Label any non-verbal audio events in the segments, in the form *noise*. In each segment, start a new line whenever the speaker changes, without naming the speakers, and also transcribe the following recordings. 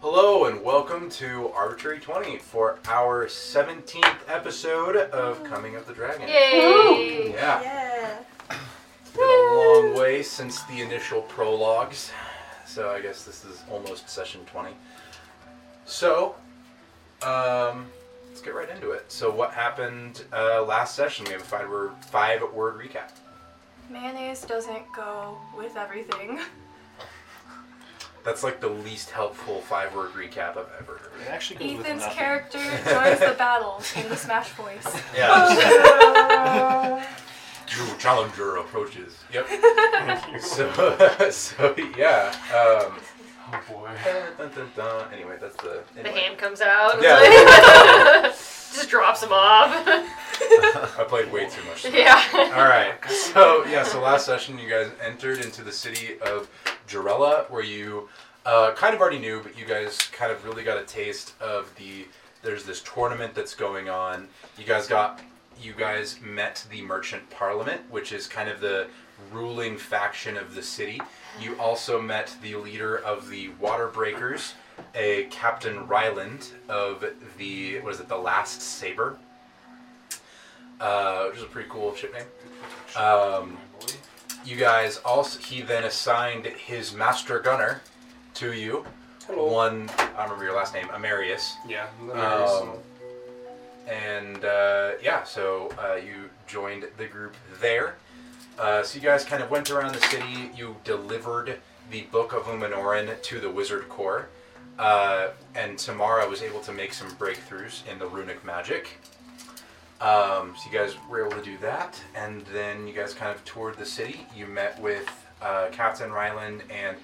Hello and welcome to Arbitrary 20 for our 17th episode of Coming of the Dragon.
Yay!
Yeah,
Yeah.
it's been a long way since the initial prologues, so I guess this is almost session 20. So, um, let's get right into it. So, what happened uh, last session? We have a five word, five word recap.
Mayonnaise doesn't go with everything.
That's like the least helpful five word recap I've ever heard.
It actually goes with
Ethan's
nothing. *laughs*
character joins the battles in the Smash voice.
Yeah.
*laughs*
True challenger approaches. Yep. so, *laughs* so yeah. Um,
Oh *laughs* boy.
dun, dun, dun. Anyway, that's the.
The
Anyway.
hand comes out. *laughs*
Yeah. *laughs*
Just drops him off.
I played way too much. Smash.
yeah.
All right. So yeah. So last session, you guys entered into the city of Jarella, where you uh, kind of already knew, but you guys kind of really got a taste of the. There's this tournament that's going on. You guys got. You guys met the Merchant Parliament, which is kind of the ruling faction of the city. You also met the leader of the Water Breakers, a Captain Ryland of the what is it? The Last Saber. Uh, which is a pretty cool ship name. Um, you guys also he then assigned his master gunner to you.
Hello.
One I don't remember your last name, Amarius.
Yeah.
Um, and uh, yeah, so uh, you joined the group there. Uh, so you guys kind of went around the city. You delivered the Book of Umanoran to the Wizard Corps, uh, and Tamara was able to make some breakthroughs in the runic magic. Um, so you guys were able to do that, and then you guys kind of toured the city. You met with uh, Captain Ryland and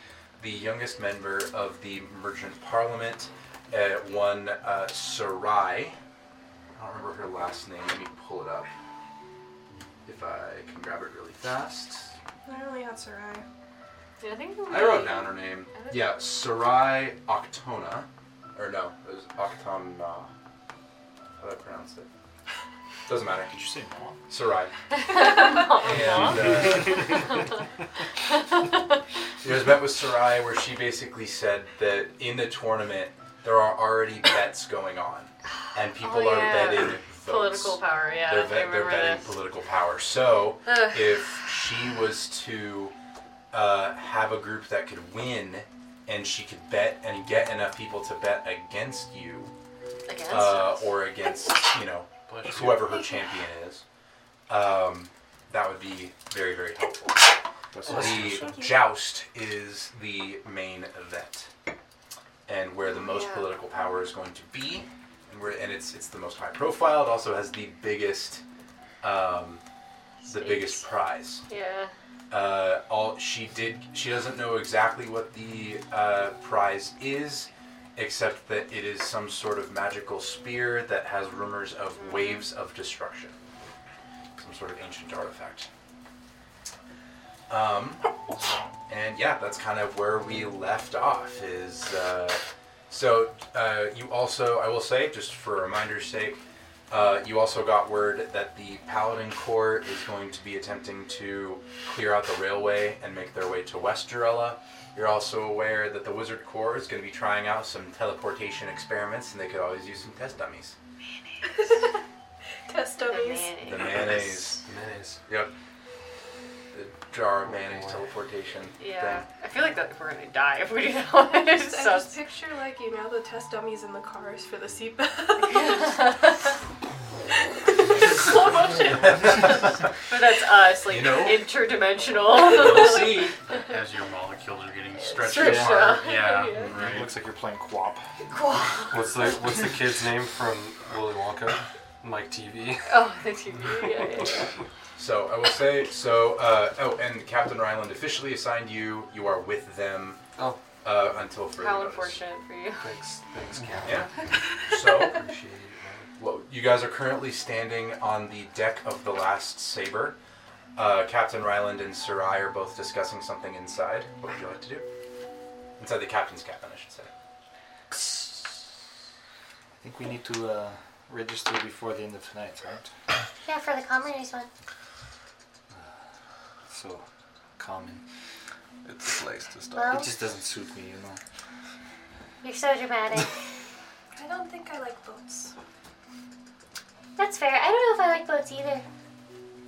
the youngest member of the Merchant Parliament, uh, one uh, Sarai. I don't remember her last name. Let me pull it up. If I can grab it really fast.
*laughs* I really had Sarai.
Dude, I, think
I wrote down her name. Yeah, Sarai Octona. Or no, it was Octona. How do I pronounce
*laughs*
it? Doesn't matter.
Did you say mom?
Sarai.
Aw.
And uh,
uh,
*laughs* you guys met with Sarai, where she basically said that in the tournament there are already bets going on, and people
Oh,
are
yeah.
betting votes.
Political power, yeah.
They're,
I
bet- they're
remember
betting
this.
political power. So
Ugh.
if she was to uh, have a group that could win, and she could bet and get enough people to bet against you,
I guess.
uh, or against you know
Bless you.
whoever her champion is, um, that would be very, very helpful.
Bless you.
The joust is the main event, and where the most
Yeah.
political power is going to be, and where and it's it's the most high profile. It also has the biggest, um, the biggest prize.
yeah.
Uh, all she did, she doesn't know exactly what the uh, prize is, except that it is some sort of magical spear that has rumors of waves of destruction, some sort of ancient artifact. Um, and yeah, that's kind of where we left off. Is uh, so uh, you also, I will say, just for a reminder's sake, uh, you also got word that the Paladin Corps is going to be attempting to clear out the railway and make their way to West Jarella. You're also aware that the Wizard Corps is going to be trying out some teleportation experiments, and they could always use some test dummies.
Test
The
dummies.
mayonnaise.
The mayonnaise.
Mayonnaise.
Yep. The jar of mayonnaise teleportation.
Yeah.
Thing.
I feel like that we're gonna die if we do *laughs* that.
I
It's
just, I
so-
just picture like you know the test dummies in the cars for the *laughs* seatbelt. Slow
*laughs*
motion.
but that's us, like
You know? *laughs*
interdimensional.
We'll see.
As your molecules are getting stretched
Stretched
apart.
out.
*laughs*
Yeah.
Yeah.
Right.
Looks like you're playing Quap.
What's the What's the kid's name from Willy Wonka? Mike TV.
*laughs* oh, the TV. Yeah, yeah, yeah.
So I will say so. Uh, oh, and Captain Ryland officially assigned you. You are with them
Oh,
uh, until further
How
notice.
unfortunate for you.
thanks, thanks, Captain.
Yeah.
*laughs*
So
Appreciate it.
*laughs* Well, you guys are currently standing on the deck of the last saber. Uh, Captain Ryland and Sarai are both discussing something inside. What would you like to do? Inside the captain's cabin, I should say.
I think we need to uh, register before the end of tonight, right?
Yeah, for the commoners one.
So common.
It's a place to stop.
Well,
It just doesn't suit me, you know.
You're so
*laughs*
dramatic.
I don't think I like boats.
That's fair. I don't know if I like boats either.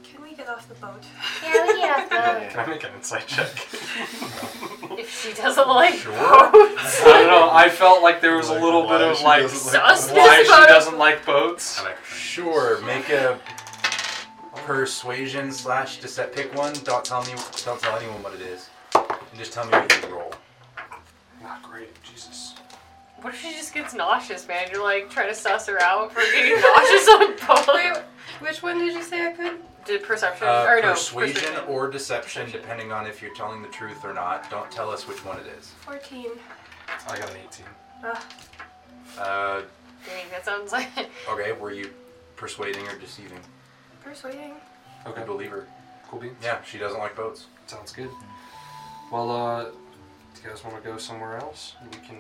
Can we get off the boat?
Yeah, we can get off boat.
Can I make an insight check?
If she doesn't like
Sure.
boats.
I don't know. I felt like there was
Like,
a little
why
bit of
she
like
doesn't
like Sus- boats.
why she
about it.
doesn't like boats.
I'm like, sure. Make a persuasion slash decept. Pick one. Don't tell me. Don't tell anyone what it is. And just tell me what you roll.
Not great. Jesus.
What if she just gets nauseous, man? You're like trying to suss her out for getting
*laughs*
nauseous on
Wait,
both.
which one did you say I could?
Did perception
Uh,
or no
persuasion
persuasion.
or deception, depending on if you're telling the truth or not. Don't tell us which one it is.
14.
I got an 18.
Uh,
Dang, that sounds like
okay. Were you persuading or deceiving?
Persuading.
I
Okay,
believe her.
cool beans.
Yeah, she doesn't like boats.
Sounds good. Well, uh, do you guys want to go somewhere else? We can,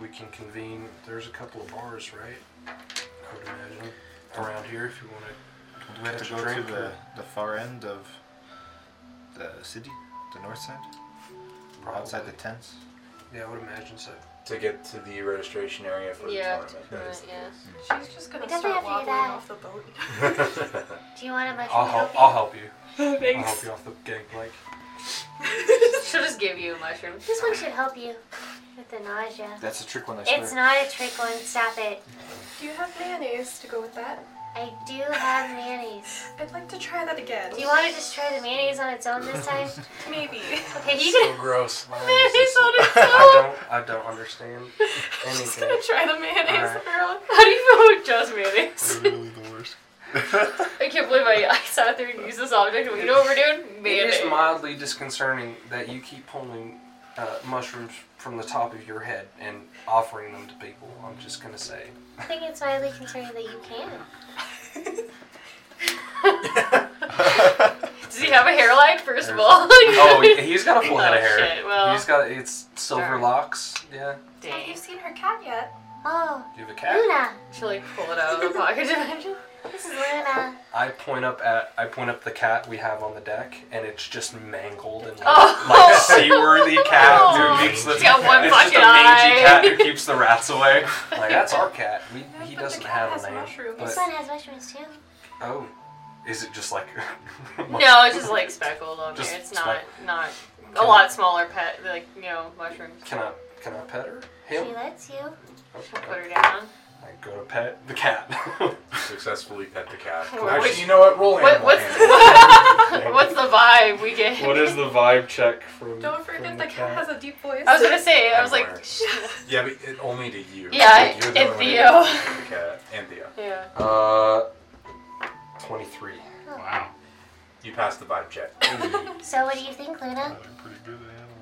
we can convene. There's a couple of bars, right? I would imagine around here if you want to.
Do we have
Catch
to
a
go to
drink
the,
or-
the far end of the city? The north side? Outside the tents?
Yeah, I would imagine so.
To get to the registration area for
yeah,
the tournament.
yeah.
She's just gonna
We definitely
start
have to
wobbling
do that.
off the boat.
*laughs*
Do you want a mushroom?
I'll help.
cookie?
I'll help you. I'll help
Thanks.
you off the gangplank.
She'll just give you a mushroom.
This one should help you with the nausea.
That's a trick one, I swear.
It's not a trick one. Stop it.
Do you have mayonnaise to go with that?
I do have mayonnaise.
I'd like to try that again.
Do you want to just try the mayonnaise on its own
*laughs*
this time?
Maybe.
Okay, you
so
*laughs* can.
gross.
Mayonnaise on
*laughs*
its own.
I don't. I don't understand
*laughs* Just
anything.
gonna try the mayonnaise,
Alright.
girl. How do you feel about Joe's mayonnaise?
Literally the worst.
I can't believe I, I sat there and used this object. and We know what we're doing.
It
Mayonnaise.
is mildly disconcerting that you keep pulling uh, mushrooms from the top of your head and offering them to people. I'm just gonna say.
*laughs*
I think it's mildly concerning that you
*laughs*
can.
Does he have a hairline? First of
There's-
all.
*laughs*
Oh, he- he's got a full head of
Oh,
hair.
shit, well.
he's got it's silver
Darn.
locks. Yeah.
Have you
Dang.
seen her cat yet?
Oh,
Do you have a cat?
Luna.
*laughs* She'll like pull it out
*laughs*
of the pocket dimension.
This is Luna.
I point up at I point up the cat we have on the deck, and it's just mangled and like,
Oh. *laughs*
like seaworthy cat
Oh.
who keeps the
He's got one
it's just a
fucking
mangy
eye.
cat who keeps the rats
*laughs*
away. Like that's our cat. We, he
but the
doesn't
cat
have
has
a name.
mushrooms.
but-
This one has mushrooms too.
oh, is it just like? *laughs*
No, it's just like speckled on
Just
there. It's not not a
Can-
lot smaller pet like you know mushrooms.
Can I can I pet her? Him?
She lets you.
We'll put her down.
I go to pet the cat.
*laughs* Successfully pet the
*laughs*
cat.
What-
Actually, you know what? Roll
What,
animal
what's
handling. *laughs*
*laughs* what's the vibe we get?
what is the vibe check from?
Don't forget
from
the cat has a deep voice.
I was gonna say. I was like,
Everywhere.
*laughs*
Yeah, but it, only to you.
Yeah,
Like, you're the uh,
and
only
Theo.
one who can pet the cat. And Theo.
yeah.
Uh, twenty-three.
Wow.
You passed the vibe
*laughs*
check.
So what do you think,
*laughs*
Luna?
They're pretty good at animals.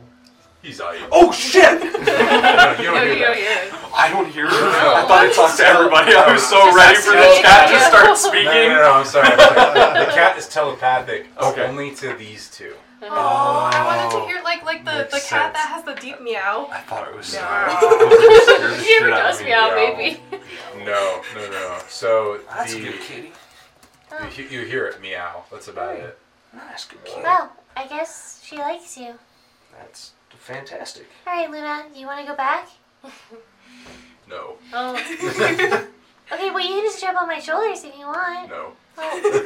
He's all you.
Oh *laughs*
*laughs*
shit!
no,
*laughs*
you
No,
don't
you
do
don't
that.
hear it.
I don't hear her.
No.
I thought I talked to everybody. I was so
Just
ready
like
for this
speaking.
cat to
Yeah.
start
No,
speaking.
no, no, no, I'm sorry. I'm
*laughs*
sorry. the cat is telepathic. It's
Okay.
Only to these two.
Oh, I wanted to
Oh,
hear like like the,
makes
the cat
sense.
that has the deep meow.
I thought it was.
*laughs*
No. *laughs*
No.
She ever does me out,
meow.
baby.
No, no, no. So
That's a
the,
good kitty.
Oh.
you, you hear it meow. That's about it.
Nice, good kitty.
Well, I guess she likes you.
That's fantastic.
All right, Luna. You want to go back?
No,
Oh,
*laughs* Okay, well you can just jump on my shoulders if you want.
no.
*laughs*
Well, you
You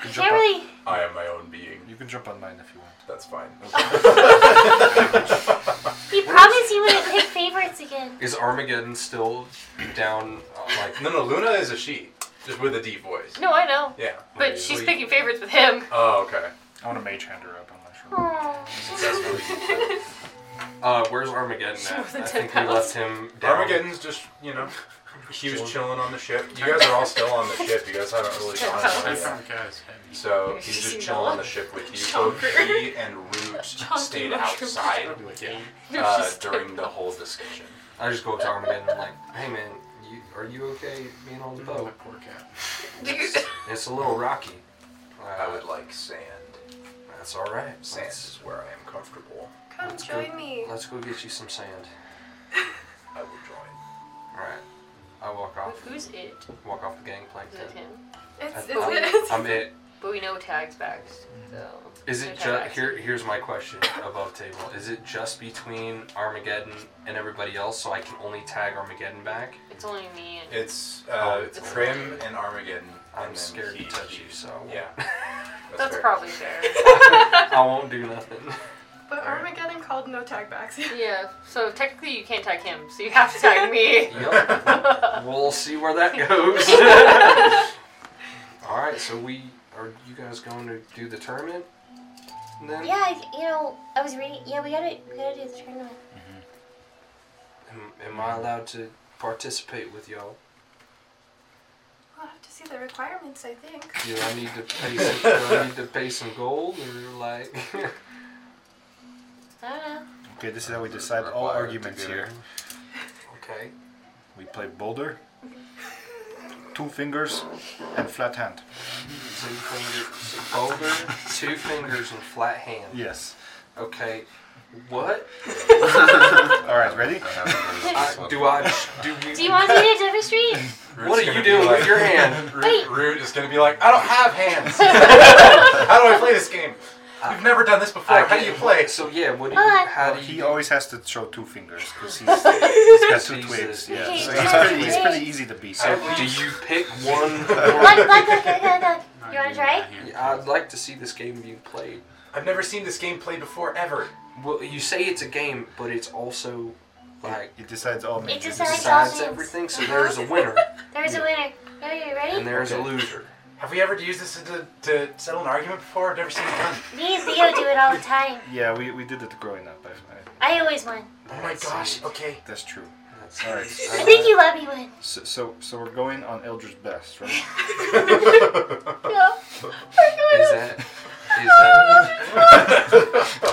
can jump
can't
on,
really.
I am my own being.
you can jump on mine if you
*laughs*
want.
That's fine.
You promised you wouldn't pick favorites again.
Is Armageddon still down? uh, Like
No, no. Luna is a she, just with a deep voice.
no, I know.
Yeah.
But she's
Sleep.
picking favorites with him.
Oh, okay.
I want to mage hand her up on my shoulder.
Oh,
*laughs*
Successfully.
Uh, where's Armageddon
She
at?
wasn't
I
ten
think we left
pounds.
him down.
Armageddon's just, you know, he was chilling on the ship. You guys are all still on the ship. You guys haven't really gone
That
anywhere yet.
front guy's heavy.
So he's just chilling on the ship with you. Both he and Root stayed outside
Probably like eight.
uh, during the whole discussion.
I just go up to Armageddon and I'm like, hey man, you, are you okay being on
Mm,
the
Oh,
boat?
that poor cat.
It's, it's a little rocky. Uh,
I would like sand.
That's all right.
Sand
Let's,
is where I am comfortable.
Come
That's
join
good.
me.
let's go get you some sand.
*laughs* I will join.
All right. I walk off.
Who's it?
Walk off the gangplank.
Is it him?
It's it's,
I'm,
it's
I'm it.
*laughs* But we know Tag's back, so.
Is it
we know Tag
just
back's-
here? Here's my question above table. Is it just between Armageddon and everybody else, so I can only tag Armageddon back?
It's only me and.
It's uh,
Oh, it's
Prim and Armageddon.
I'm
and then
scared
he-
to touch
he-
you, so *laughs*
Yeah.
that's
fair.
probably fair. *laughs*
I won't do nothing.
But
Alright.
Armageddon called no tag backs.
*laughs* yeah, so technically you can't tag him, so you have to tag *laughs* me.
Yup. we'll see where that *laughs* goes. All right, so we are you guys going to do the tournament? Then
Yeah, I- you know, I was reading. Yeah, we gotta, we gotta do the tournament.
am, am I allowed to participate with y'all?
We'll have to see the requirements, I think.
Do I need to pay? Some, do I need to pay some gold or like? *laughs*
I don't know.
Okay, this is how we decide all
Required to
arguments
do
here.
okay.
We play boulder, two fingers, and flat hand.
Two fingers, boulder, two fingers, and flat hand.
Yes.
Okay, what
All right, ready?
I, do I? Do we?
Do you want to do
*laughs*
it a different street?
Root's
What are
gonna be
you doing with
like-
your hand?
*laughs* Root,
Wait.
Root is gonna be like, I don't have hands.
*laughs*
How do I play this game? You've never done this before. How do you play?
So yeah, what do
Well,
you? How
Well,
do you?
he always has to show two fingers because he's, he's got two
*laughs* Jesus.
twigs. Yeah.
Okay,
So
so
he's, pretty,
that's
he's
great.
pretty easy to beat.
So
So
do you pick one?
Look,
or-
look, look, look, look, look. You want to try?
I'd like to see this game being played.
I've never seen this game played before ever.
Well, you say it's a game, but it's also like
it decides all major
decides
decisions.
all- Uh-huh.
decides everything. So there's
*laughs*
a winner
There's a winner. Are you
and
ready?
there's a
Okay.
loser.
Have we ever used this to, to settle an argument before? I've never seen it done.
Me and Theo do it all the time.
Yeah, we, we did it growing up. I, I,
I always win.
*laughs*
Oh my gosh. Okay.
that's true.
That's,
All right.
I think you let me win.
So, so so we're going on Eldritch Best,
*laughs*
right?
No.
Is that? Is that?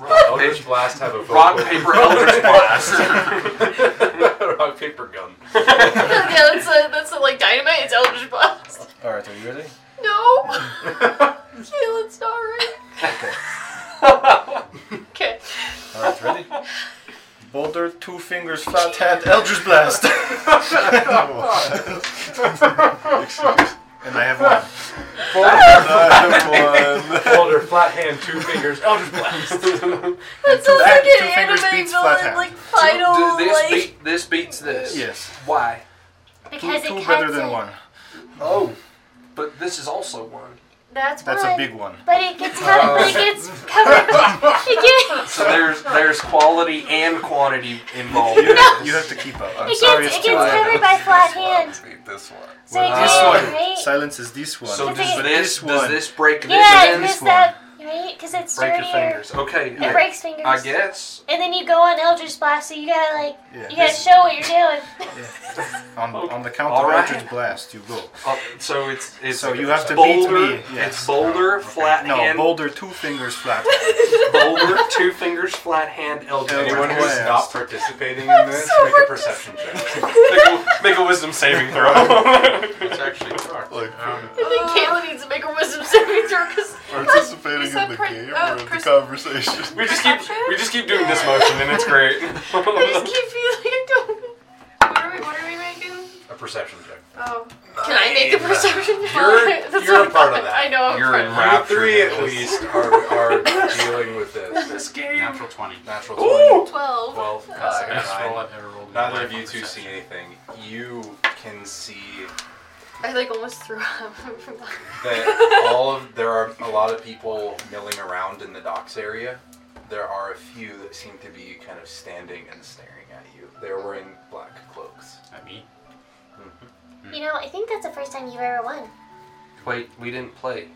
rock,
Eldritch
paper,
Blast have a vocal.
rock, paper,
*laughs*
eldritch blast.
rock paper gun.
*laughs* yeah, that's, a, that's a, like dynamite, it's Eldritch Blast.
*laughs* All right, are you ready?
*laughs* No! Kaylin's not *laughs* right. Okay.
All right, ready? Boulder, two fingers, flat hand,
*laughs*
Eldritch Blast. *laughs* and I have one. I have one.
Boulder, flat hand, two fingers, Eldritch Blast.
*laughs*
That sounds
That-
like
two
an
fingers
anime
beats flat
villain,
hand.
like
Do
final,
this,
like.
beat, this beats this.
Yes.
Why?
Because
two
it
two
cuts
better than
it.
one.
Oh, but this is also one.
That's
That's
one.
a big one.
But it gets cut. but it gets
*laughs*
covered. it gets.
Oh.
*laughs*
So there's there's quality and quantity involved.
You,
in
have,
this.
you have to keep up. I'm
It
sorry,
gets,
it's
it
too
gets
loud.
covered by flat hand.
This one.
So it
Well,
gets
this
it,
one.
right?
Silence is this one.
So
It's
does
like-
this
This one.
does this break this
yeah,
and
it
this
missed
one?
that, right? Because it's
break your
sturdier.
fingers. Okay.
It
I,
breaks fingers.
I
*laughs*
guess.
And then you go on Eldritch Blast, so you gotta like,
Yeah.
you gotta show what you're doing.
On,
Okay.
on the count
All
of
right.
Eldritch Blast, you go.
Uh, so it's it's
So you have to beat
boulder,
me, yes. Uh,
It's boulder, flat
No,
hand,
Boulder, two fingers, flat.
*laughs* boulder, two fingers, flat hand, eldritch.
Anyone who's
Blast.
not participating in this, make a perception check.
make, a, make a wisdom saving
*laughs*
throw.
It's actually dark. Um,
I think Kayla needs to make a wisdom saving throw because
Participating
You said
in the
per-
game
oh,
uh,
or in
pers-
*laughs* the conversation?
*laughs* we just keep we just keep doing this motion and it's
*laughs*
great.
I just keep feeling I don't.
What are we, what are we making?
a perception check.
Oh.
Can I make a perception?
You're-
*laughs* That's
you're
what
a part of
I thought.
that.
I know. I'm
You're
part
in
of
ra-
that.
You
Rapture
three at
is-
least are, are dealing with this.
this game.
Natural 20.
Natural 20,
Ooh.
12.
12,
That's the
nine.
best roll I've ever rolled. in my
Neither
life
of you
on
two see
perception.
anything. You can see
I like almost threw up. *laughs* from that.
that
*laughs*
all of there are a lot of people milling around in the docks area. There are a few that seem to be kind of standing and staring at you. They're wearing black cloaks. Mm-hmm.
At me?
You know, I think that's the first time you've ever won.
*laughs* Wait, we didn't play.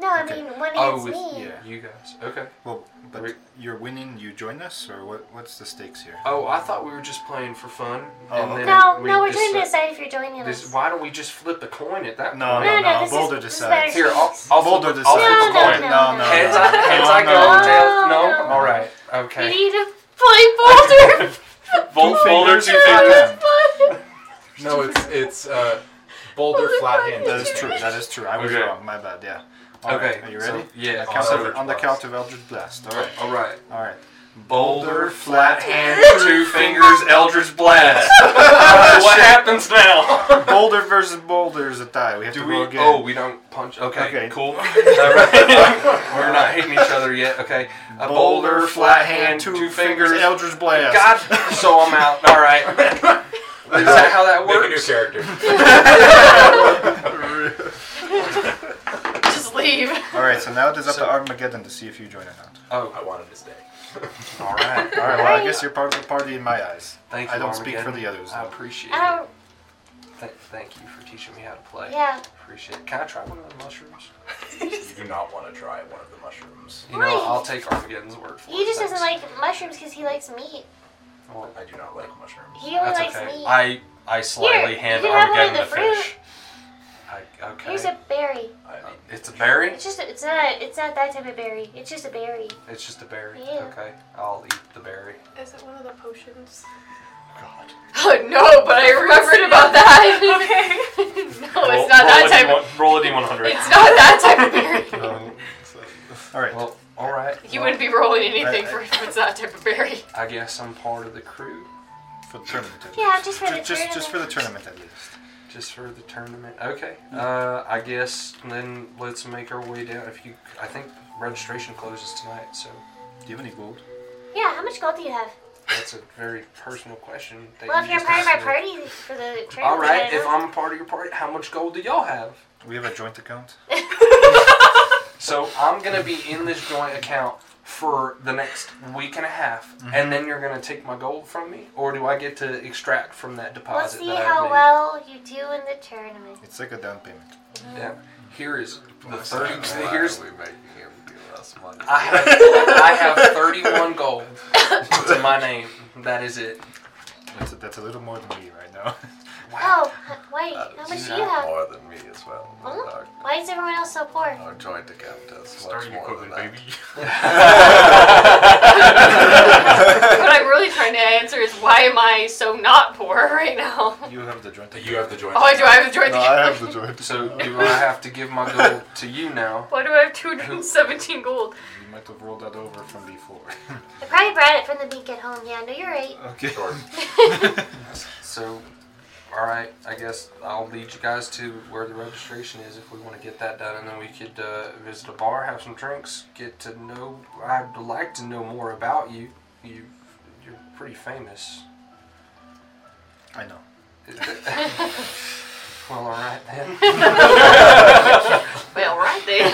No, I
Okay.
mean one
Oh,
hand's
with
me.
yeah, you guys. Okay.
Well, but
Re-
you're winning. You join us, or what? What's the stakes here?
Oh, I thought we were just playing for fun.
Oh,
and then
okay.
No,
we
no, we're
decide-
trying to decide if you're
*laughs*
joining
This,
us.
why don't we just flip a coin at that
No,
point?
no,
No, no,
no.
this is-
Boulder
this is
decides.
Here, I'll, I'll
Boulder
flip, a- I'll
decides.
flip a
No,
coin.
no,
no, no.
Heads I, heads I go,
No,
tails no.
Oh, no.
All right,
We
okay.
need to play Boulder.
Vol-
Two
*laughs* Boulder
*laughs*
fingers,
two
flat *laughs* hand.
fingers.
No, it's it's uh,
*laughs*
boulder flat hand.
That is true. That is true. I was
Okay.
wrong. My bad. Yeah. All
Okay,
right, Are you
so-
ready?
yeah,
On the count
Eldritch
of, on the
Blast.
count of Eldritch Blast. All right.
All right.
All right.
Boulder, flat hand,
*laughs*
two fingers, Eldritch Blast. Uh, what happens now?
*laughs* Boulder versus Boulder is a tie. We have
Do
to
we?
roll again.
Oh, we don't punch. Okay,
Okay.
cool.
*laughs*
All right. We're not hitting each other yet. Okay. A boulder, flat hand, two, fingers.
Eldritch Blast.
God, so I'm out. All
*laughs*
right. Is that how that
Make a new
works?
character.
Just leave.
All right, so now it is up to Armageddon to see if you join or not.
Oh,
I wanted to stay.
all right.
All right. Well, I guess you're part of the party in my eyes.
Thank you.
I don't speak for
Armageddon.
the others,
I
though.
appreciate
I
Oh.
it.
don't.
Th- thank you for teaching me how to play.
Yeah.
Appreciate it. Can I try one of the
*laughs*
mushrooms?
You do not want to try one of the mushrooms.
You
Why?
know, I'll take Armageddon's word for it.
He just doesn't
Thanks.
like mushrooms because he likes meat.
Well,
I do not like mushrooms.
He only likes
That's okay.
meat.
I I slyly
Here,
hand
you can have
Armageddon
one
the
of the fruit.
fish. I, okay.
Here's a berry.
I
Uh,
mean,
it's a berry.
It's just a, it's not it's not that type of berry. It's just a berry.
It's just a berry.
Yeah.
Okay. I'll eat the
*laughs*
berry.
Is it one of the potions?
God.
Oh no, but I remembered about that. okay. *laughs* no, Oh, it's not
roll,
that type.
roll a D1 roll a D100.
It's not that type of berry.
*laughs*
Um, so-
All right.
Well, all right.
You
well,
wouldn't be rolling anything
I-
for if it's that type of berry.
*laughs*
*laughs*
I guess I'm part of the crew
for the tournament. At
Yeah,
least.
just for
Ju-
the
just,
tournament.
just for the tournament at least. Mm-hmm.
just for the tournament. Okay. Uh, I guess then let's make our way down. If you, I think registration closes tonight, so
Do you have any gold?
Yeah, how much gold do you have?
that's a very personal question. that
Well,
you
if you're
just
part of my
asked me.
party for the tournament.
All
I
right.
don't
If
know.
I'm a part of your party, how much gold do y'all have?
We have a joint account.
So I'm gonna be in this joint account for the next week and a half,
Mm-hmm.
and then you're gonna take my gold from me, or do I get to extract from that
Let's
deposit
see
that I've
how
made?
well you do in the tournament.
It's like a down payment.
Yeah. Here is the
Why
thirty.
are
Here's
we making him give us money?
I have I *laughs* have thirty-one gold to my name. That is it.
That's a, that's a little more than me right now. *laughs*
Oh, h- wait,
Uh,
how much
She's
do you have?
More than me as well.
Huh?
Our,
Why is everyone else so poor?
our joint account does much
Starting
more than
equipment,
that.
baby.
*laughs*
*laughs*
what I'm really trying to answer is why am I so not poor right now? *laughs*
you have the joint.
You have the joint.
Oh, I do. I have a joint
No,
account.
I have the joint.
*laughs* So
account.
do I have to give my gold to you now?
Why do I have 217 gold?
You might have rolled that over from before. *laughs*
I probably brought it from the bank at home. Yeah, no, you're right.
Uh.
okay.
*laughs*
Sure.
So, all right. I guess I'll lead you guys to where the registration is if we want to get that done, and then we could uh, visit a bar, have some drinks, get to know. I'd like to know more about you. You, you're pretty famous.
I know.
*laughs* well, all right then.
*laughs* Well, right there.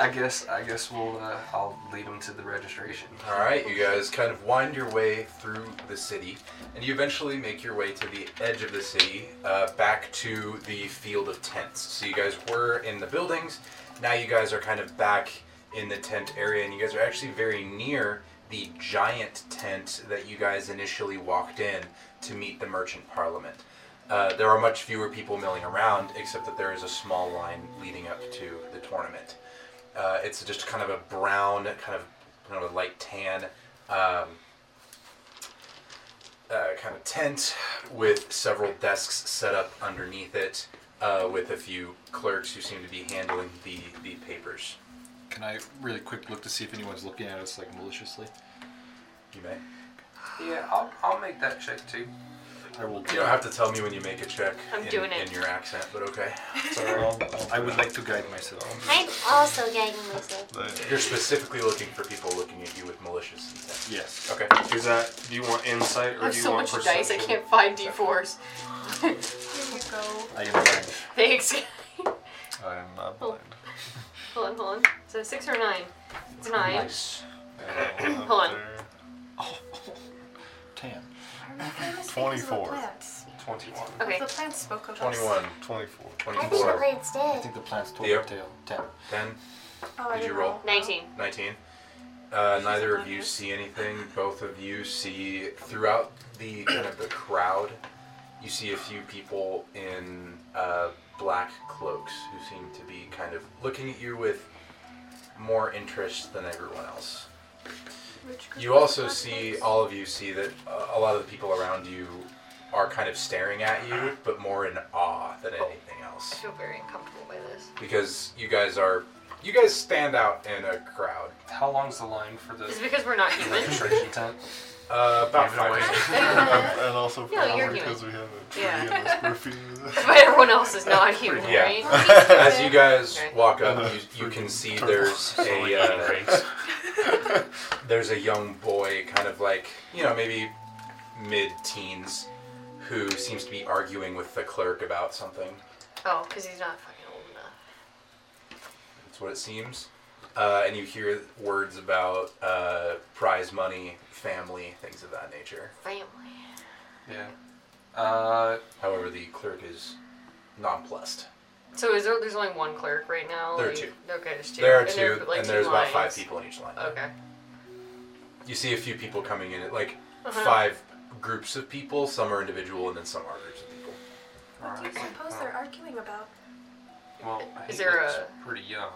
I guess I guess we'll uh, I'll lead them to the registration.
All right, you guys kind of wind your way through the city, and you eventually make your way to the edge of the city, uh, back to the field of tents. So you guys were in the buildings. Now you guys are kind of back in the tent area, and you guys are actually very near the giant tent that you guys initially walked in to meet the merchant parliament. Uh, there are much fewer people milling around, except that there is a small line leading up to the tournament. Uh, it's just kind of a brown, kind of kind of a light tan, um, uh, kind of tent with several desks set up underneath it, uh, with a few clerks who seem to be handling the the papers.
Can I really quick look to see if anyone's looking at us like maliciously?
You may.
Yeah, I'll, I'll make that check too.
I will.
You don't have to tell me when you make a check.
I'm
in,
doing it.
in your accent, but okay.
I would like to guide myself.
I'm also guiding myself.
You're specifically looking for people looking at you with malicious intent.
Yes.
Okay.
Is that do you want insight or
I have
do you
so
want
much dice, I
perception?
can't find d4s.
Here you go.
I am blind.
*laughs* Thanks.
*laughs* I am uh, not
Oh,
blind.
hold on, hold on. So six or nine? It's nine.
Nice.
Uh,
Hold on.
Tan.
Twenty-four.
The plants.
Twenty-one.
Okay.
The plants spoke of us.
21,
Twenty-four.
I think the
24,
plants did.
the plants told
Theo?
tale. Ten.
10,
Oh, I
Did you
didn't
roll?
19.
19. Uh, neither of you see anything. Both of you see throughout the kind of the crowd. You see a few people in uh, black cloaks who seem to be kind of looking at you with more interest than everyone else.
Rich
You also see, all of you see that uh, a lot of the people around you are kind of staring at you, but more in awe than anything
I
else.
feel very uncomfortable by this.
Because you guys are You guys stand out in a crowd.
How long's the line for
Is it
the
because we're
*laughs*
not human?
registration tent?
Uh, about
Even away.
five. minutes.
*laughs* and also for
No,
no,
you're
because we
human.
have a tree
Yeah.
and a
*laughs*
square feet of this.
but everyone else is not human,
Yeah.
right?
As you guys
Okay.
walk up, you, you can see
*laughs*
there's a uh, there's a young boy, kind of like you know maybe mid-teens, who seems to be arguing with the clerk about something.
Oh, because he's not fucking old enough.
That's what it seems. Uh, and you hear words about uh, prize money, family, things of that nature.
Family.
Yeah. Uh,
However, the clerk is nonplussed.
So is there? There's only one clerk right now.
There are
like-
two.
Okay, there's two.
There are
And
two,
they're, like,
and there's about five
lines.
people in each line.
Okay.
You see a few people coming in, like
Uh-huh.
five groups of people. Some are individual, and then some are groups of people.
all
What do you
right.
suppose they're arguing about?
Well,
Is
he
there
looks
a-
pretty young.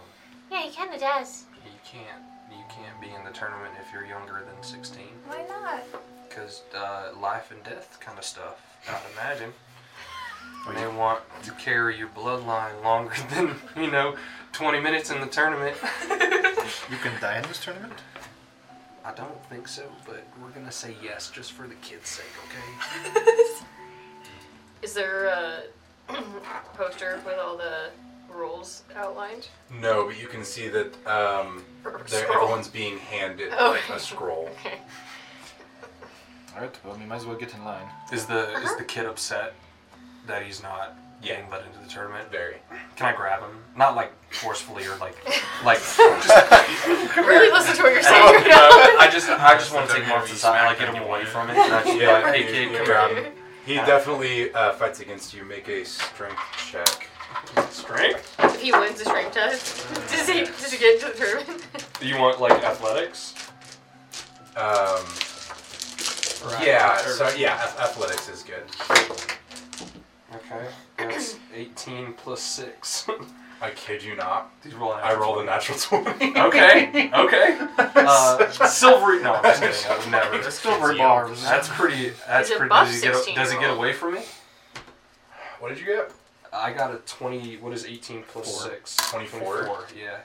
Yeah, he kind of does.
You can't you can't be in the tournament if you're younger than 16
Why not?
because uh, life and death kind of stuff. I'd
*laughs*
imagine. They want to carry your bloodline longer *laughs* than you know 20 minutes in the
*laughs*
tournament.
You can die in this tournament?
I don't think so, but we're gonna say yes just for the kids' sake, okay?
Is there a *clears throat* poster with all the rules outlined?
No, but you can see that um,
Or
they're-
scroll?
everyone's being handed
Oh.
like a scroll.
*laughs* Okay.
Alright, well, we might as well get in line.
Is the
Uh-huh.
is the kid upset that he's not getting let into the tournament?
Very.
Can I grab him? Not like forcefully or
*laughs*
like like.
really listen to what you're saying right now. *laughs*
I just I just want to take him off the
WWE
side, like
smack
get him
on
away
you.
*laughs*
from it. And I just be
Yeah,
like, hey
you-
kid,
you
come
grab
grab
him. *laughs* He definitely uh, fights against you. Make a strength check.
Strength?
If he wins the strength test, *laughs* does he does he get into the tournament?
Do you want like athletics?
Um,
Or
yeah.
ath- or-
So yeah, ath- athletics is good.
Okay. That's eighteen plus six.
I kid you not.
He's rolling.
I rolled a natural twenty.
Okay. Okay. *laughs* Uh, silvery. No, I'm just kidding. I
*laughs*
would never.
Silver
you.
bars.
That's pretty. That's
He's a
pretty.
buff
Does he, get,
16
does he get
year old.
away from me?
What did you get?
I got a twenty. What is eighteen plus
Four.
six?
24.
Yeah.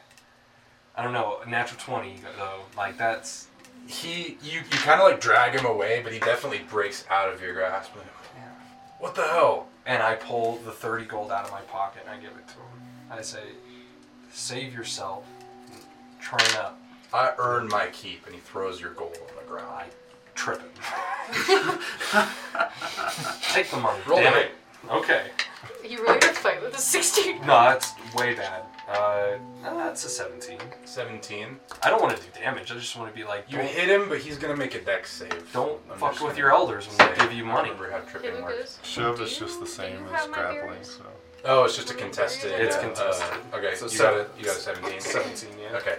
I don't know. a Natural twenty though. Like that's.
He, you, you kind of like drag him away, but he definitely breaks out of your grasp.
Yeah.
What the hell?
And I pull the thirty gold out of my pocket and I give it to him. I say, "Save yourself. Train up."
I earn my keep, and he throws your gold on the ground.
I trip him. *laughs* Take the money.
Roll
damn
it.
it. Okay.
You really gonna fight with a sixteen?
No, that's way bad. Uh, no, that's a seventeen.
Seventeen.
I don't want to do damage. I just want to be like,
You
don't-
hit him, but he's gonna make a dex save.
Don't
I'm
fuck
just
with
gonna
your elders when
say-
they give you money.
I don't remember how tripping
Here we
works.
goes.
Shove is
Do
just
you-
the
do
same
you
as
have my
grappling,
berries?
so.
Oh, it's just a contested.
It's
uh,
contested.
Uh, okay,
So
you got
seven-
a, you got a seventeen.
Seventeen, yeah.
Okay,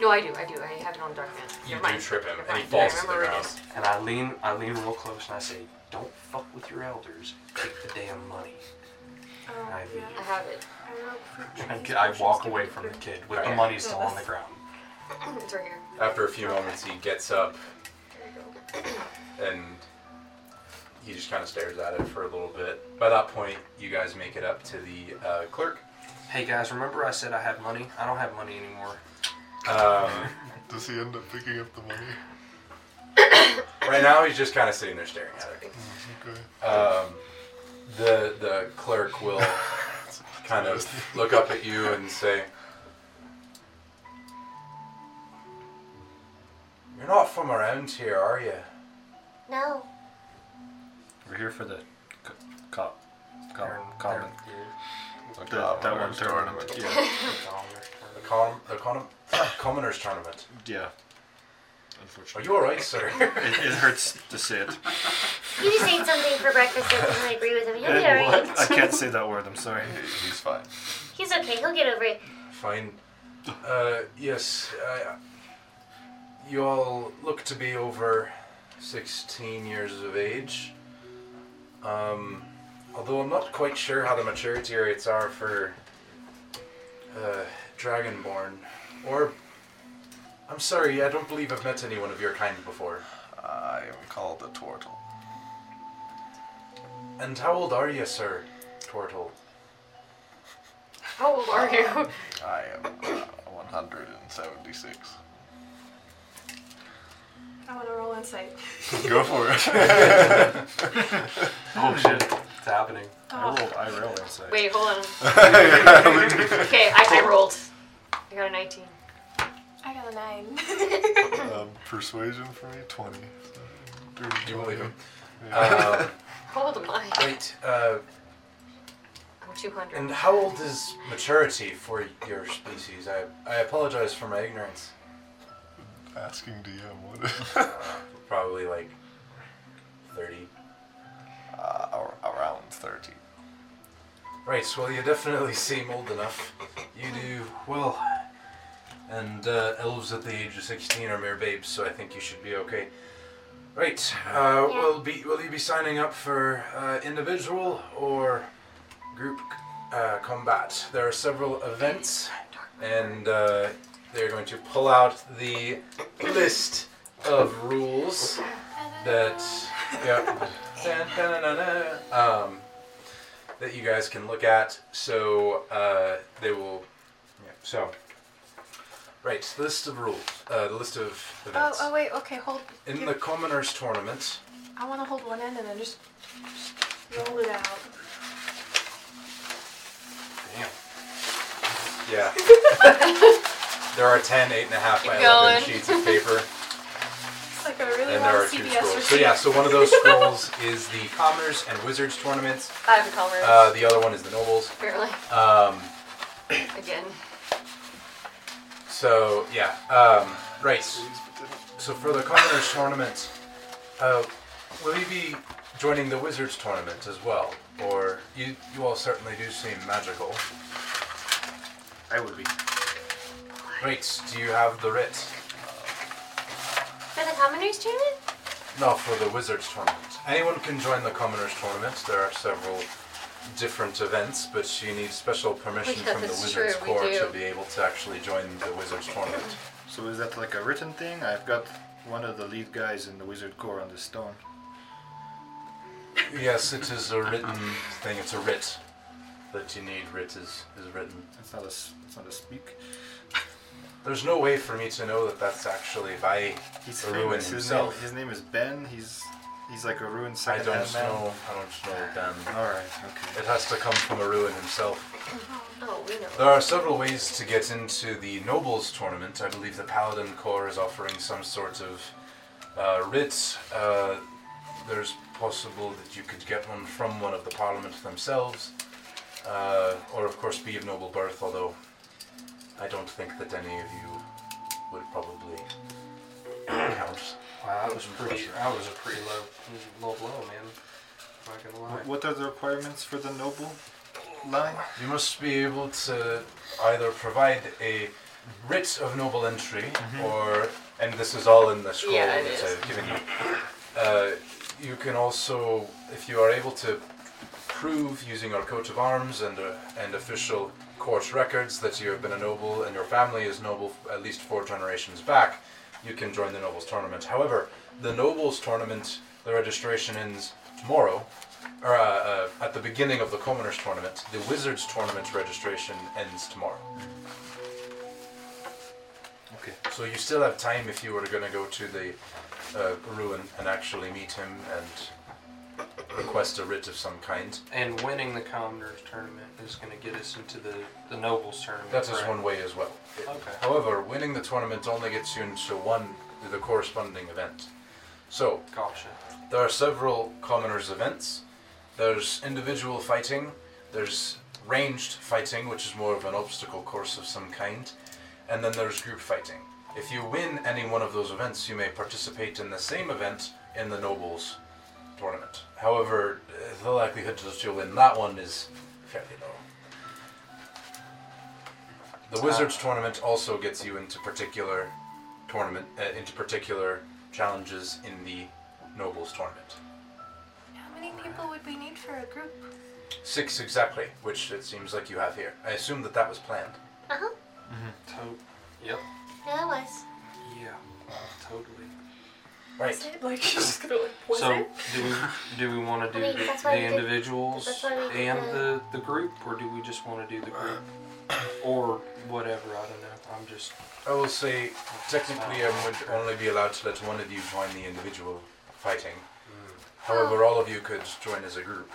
No, I do, I do. I have it on dark man.
you
Never
do
mind.
trip him,
Never
and he
mind. Yeah, I
falls to the
remember where it
ground.
is.
And I lean, I lean real close and I say, "Don't fuck with your elders. Take the damn money."
Oh,
I-
yeah.
I have it.
I wrote fruit
And I,
trees,
get- I
bushes,
walk
give
away
me
from the
fruit.
kid with the
Okay.
money still on the ground.
*clears throat* It's right here.
After a few moments, he gets up
There you go.
and he just kind of stares at it for a little bit. By that point, you guys make it up to the uh, clerk.
Hey guys, remember I said I had money? I don't have money anymore.
Um,
*laughs* Does he end up picking up the money?
right now, he's just kind of sitting there staring at it.
Okay.
um, the the clerk will kind of look up at you and say, "You're not from around here, are you?"
No.
We're here for the co- cop.
They're-
Cop. Cop.
they're-
The- that one tournament. Yeah.
they're gone, they're-
The com the con- *coughs* commoners tournament.
yeah.
Are
Unfortunately.
you all right, sir?
*laughs* It, it hurts to say it.
You just ate something for breakfast that doesn't agree with him. He'll get over
I
it.
can't say that word, I'm sorry.
He- He's fine.
*laughs* He's okay. He'll get over it.
Fine. Uh, yes. I, you all look to be over sixteen years of age. Um, although I'm not quite sure how the maturity rates are for uh, Dragonborn, or I'm sorry, I don't believe I've met anyone of your kind before.
I am called a turtle.
And how old are you, sir? Tortle.
How old are you?
*laughs*
I am uh, 176.
I want to roll insight.
*laughs* Go for it.
Oh shit, it's happening.
Oh, I rolled IRL insight.
Wait,
*laughs*
hold on.
Yeah.
Okay, I, I rolled. I got a 19.
I got a
*laughs*
nine. *laughs*
um, persuasion for me, 20. Do
you believe him?
Yeah.
Um,
How old am I?
wait, uh,
I'm 200.
and how old is maturity for your species? I, I apologize for my ignorance.
*laughs*
Uh,
Asking DM what
Probably like 30.
uh, ar- around 30.
Right, well, you definitely *laughs* seem old enough. You do well. And uh, elves at the age of 16 are mere babes, so I think you should be okay. Right, uh,
Yeah.
will, be, will you be signing up for uh, individual or group uh, combat? There are several events, and uh, they're going to pull out the list of rules that yeah, Dun, dun, dun, dun, dun. um, that you guys can look at. So uh, they will. Yeah, so right, the list of rules, uh, the list of
Oh,
events
oh wait, okay, hold.
in
give-
the commoners tournament.
I want to hold one end and then just, just roll it
*laughs*
out.
Damn.
Yeah. there are 10, 8 and a half by 11
Keep going.
sheets
*laughs*
of paper,
It's like I really
and
want
there
a
are two
CBS
scrolls.
receipt.
So, yeah, so one of those scrolls is the Commoners and Wizards tournaments,
I have a commerce.
uh, the other one is the Nobles.
apparently.
Um,
*clears throat* Again.
so, yeah, um, right. So, for the Commoners tournament, uh, will you be joining the Wizards tournament as well? Or you, you all certainly do seem magical.
I would be.
Right, do you have the writ?
For the commoners tournament?
No, for the Wizards tournament. Anyone can join the Commoners tournament. There are several different events, but you need special permission
Yeah,
from the
that's
Wizards
true, we
Corps
do.
to be able to actually join the Wizards tournament.
So is that like a written thing? I've got one of the lead guys in the wizard corps on the stone.
yes, it is a written thing. It's a writ that you need. Writ is, is written.
It's not a. s- It's not a speak. *laughs*
There's no way for me to know that that's actually by.
He's
Arun
famous. His name,
himself.
his name is Ben. He's he's like a ruined
I
second
don't know. I don't know Ben.
All right. Okay.
It has to come from a ruin himself.
Oh, we know.
There are several ways to get into the Nobles tournament. I believe the Paladin Corps is offering some sort of uh, writ. Uh, there's possible that you could get one from one of the Parliament themselves, uh, or of course be of noble birth, although I don't think that any of you would probably *clears throat* count.
Wow, that was pretty. That was a pretty low, low blow, man. Not gonna lie.
Wh- What are the requirements for the noble line?
You must be able to either provide a writ of noble entry, or and this is all in the scroll
Mm-hmm. Yeah, it
that
is.
I've given you. Uh, you can also, if you are able to prove using our coat of arms and uh, and official court records that you have been a noble and your family is noble f- at least four generations back, you can join the nobles tournament. However, the nobles tournament, the registration ends tomorrow, or uh, uh, at the beginning of the commoners tournament. The wizards tournament registration ends tomorrow.
Okay.
So you still have time if you were going to go to the uh, ruin and actually meet him and request a writ of some kind.
And winning the commoners tournament is going to get us into the, the nobles tournament.
That is
correct?
one way as well.
Okay.
However, winning the tournament only gets you into one the corresponding event. So
Gotcha.
there are several commoners events. There's individual fighting. There's ranged fighting, which is more of an obstacle course of some kind, and then there's group fighting. If you win any one of those events, you may participate in the same event in the nobles tournament. However, uh, the likelihood that you'll win that one is fairly low. The Wizards tournament also gets you into particular tournament uh, into particular challenges in the Nobles tournament.
How many people would we need for a group?
Six exactly, which it seems like you have here. I assume that that was planned.
Uh-huh.
To- yep.
Yeah, it was.
Yeah. Totally.
Right.
Like, she's just gonna like, was
so
it?
do we do we want to do
Wait,
the,
that's why
the
we did-
individuals
that's why we did
and
the-
the the group, or do we just want to do the group or whatever. I don't know. I'm just
I will say, technically, I would only be allowed to let one of you join the individual fighting. However, all of you could join as a group.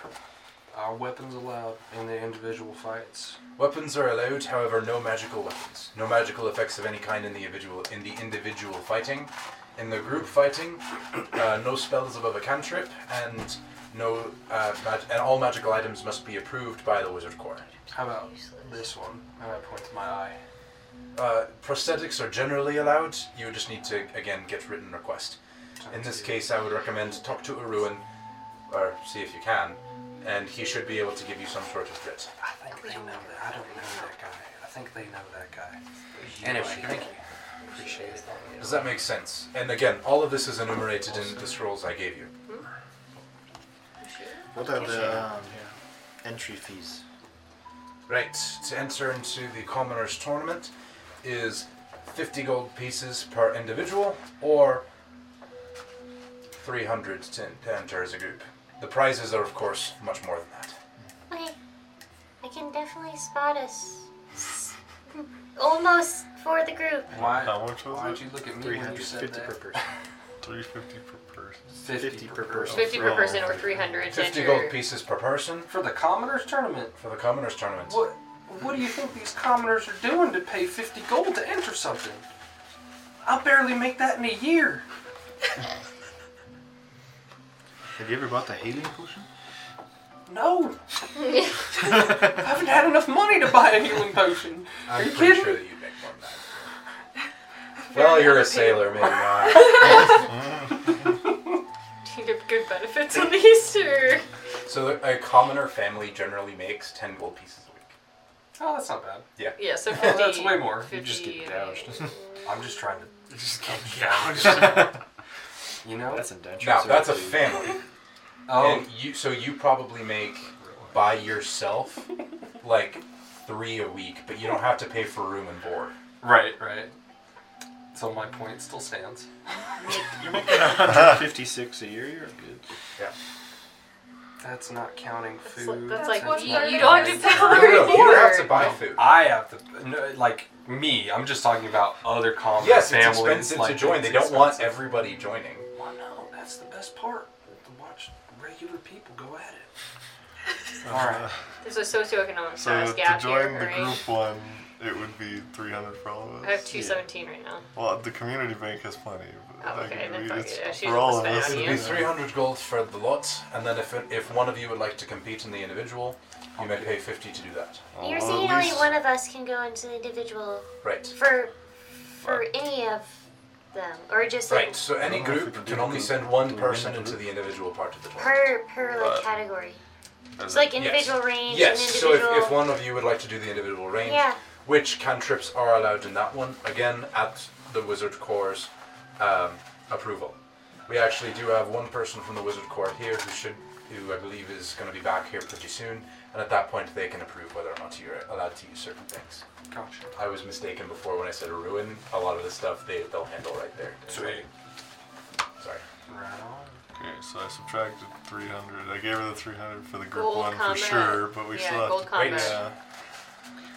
our weapons allowed in the individual fights.
Weapons are allowed, however, no magical weapons. No magical effects of any kind in the individual in the individual fighting. In the group fighting, uh, no spells above a cantrip, and no uh, mag- and all magical items must be approved by the Wizard Corps.
How about this one? And I point to my eye.
Uh, prosthetics are generally allowed. You just need to again get written request. In this case, I would recommend talk to Uruin, or see if you can, and he should be able to give you some sort of writ.
I think they know that. I don't know that guy. I think they know that guy. Anyway, thank you. Appreciate it.
Does that make sense? And again, all of this is enumerated in the scrolls I gave you.
What are the um, entry fees?
Right, to enter into the Commoners Tournament is 50 gold pieces per individual or 300 to, to enter as a group. The prizes are, of course, much more than that.
Okay. I can definitely spot us. Almost for the group.
*laughs* Why?
How much was
Why'd
it?
you look at me when you said
350 per
that?
person.
350 per person.
50,
50
per
per
person.
Fifty per person or three hundred.
50 gold pieces per person
For the commoners tournament.
for the Commoners Tournament.
What? What do you think these commoners are doing to pay 50 gold to enter something? I barely make that in a year.
Have you ever bought the healing *laughs* potion?
*laughs*
No. I haven't had enough money to buy a healing potion. Are
I'm
you
pretty
kidding?
sure that you'd make more than that.
*laughs*
well, you're a sailor, maybe not.
*laughs*
Do you get good benefits on these or?
So a commoner family generally makes 10 gold pieces a week.
Oh, that's not bad.
*laughs*
Yeah, so
Oh,
50.
that's way more.
You just get
50,
gouged.
I'm just trying to,
*laughs*
just
you know.
That's indentured.
Now, that's a
servitude.
*laughs*
family.
oh,
And you, so you probably make by yourself like three a week, but you don't have to pay for room and board.
right, right. So my point
*laughs*
still
*laughs*
stands.
You're making 156 a year. You're good.
That's not counting
That's,
food.
like- that's like
That's
you,
what's
you don't have to
thirty
pay
No,
for
no, no, you don't have to
reward.
buy food.
I have to, no, like me. I'm just talking about other common
Yes, it's
families.
expensive
like,
to join.
it's
They don't want
expensive.
everybody joining.
Well, no, that's the best part. To watch regular people go at it.
*laughs*
All right.
There's a socioeconomic
Uh, So
status
to
gap
join
here,
the
right?
group one, it would be 300 for all of us.
I have 217 right now.
Well, the community bank has plenty. But
Oh,
that
okay,
could
then
be-
fuck
it's
it. I should
for all of
spend
us.
on
it'd
you.
be
It's 300 gold for the lot, and then if, it, if one of you would like to compete in the individual, you may pay 50 to do that.
You're
Well, at
saying only
least-
one of us can go into the individual
Right.
for for any of them, or just like
Right, so any
I don't know if we
group
can
can
do
only
group.
send one
Do we
person
make a
into
group?
the individual part of the tournament.
per per like
But-
category. So like individual range
Yes,
and
so if,
individual.
if one of you would like to do the individual range,
Yeah.
which cantrips are allowed in that one, again, at the Wizard Corps' um, approval. We actually do have one person from the Wizard Corps here who should, who I believe is going to be back here pretty soon, and at that point they can approve whether or not you're allowed to use certain things.
Gotcha.
I was mistaken before when I said ruin. A lot of this stuff they, they'll handle right there. Sorry.
Right on.
Okay, so I subtracted 300. I gave her the 300 for the group
Gold
one
combat.
for sure, but we
yeah,
still have
gold
to.
combat.
Yeah.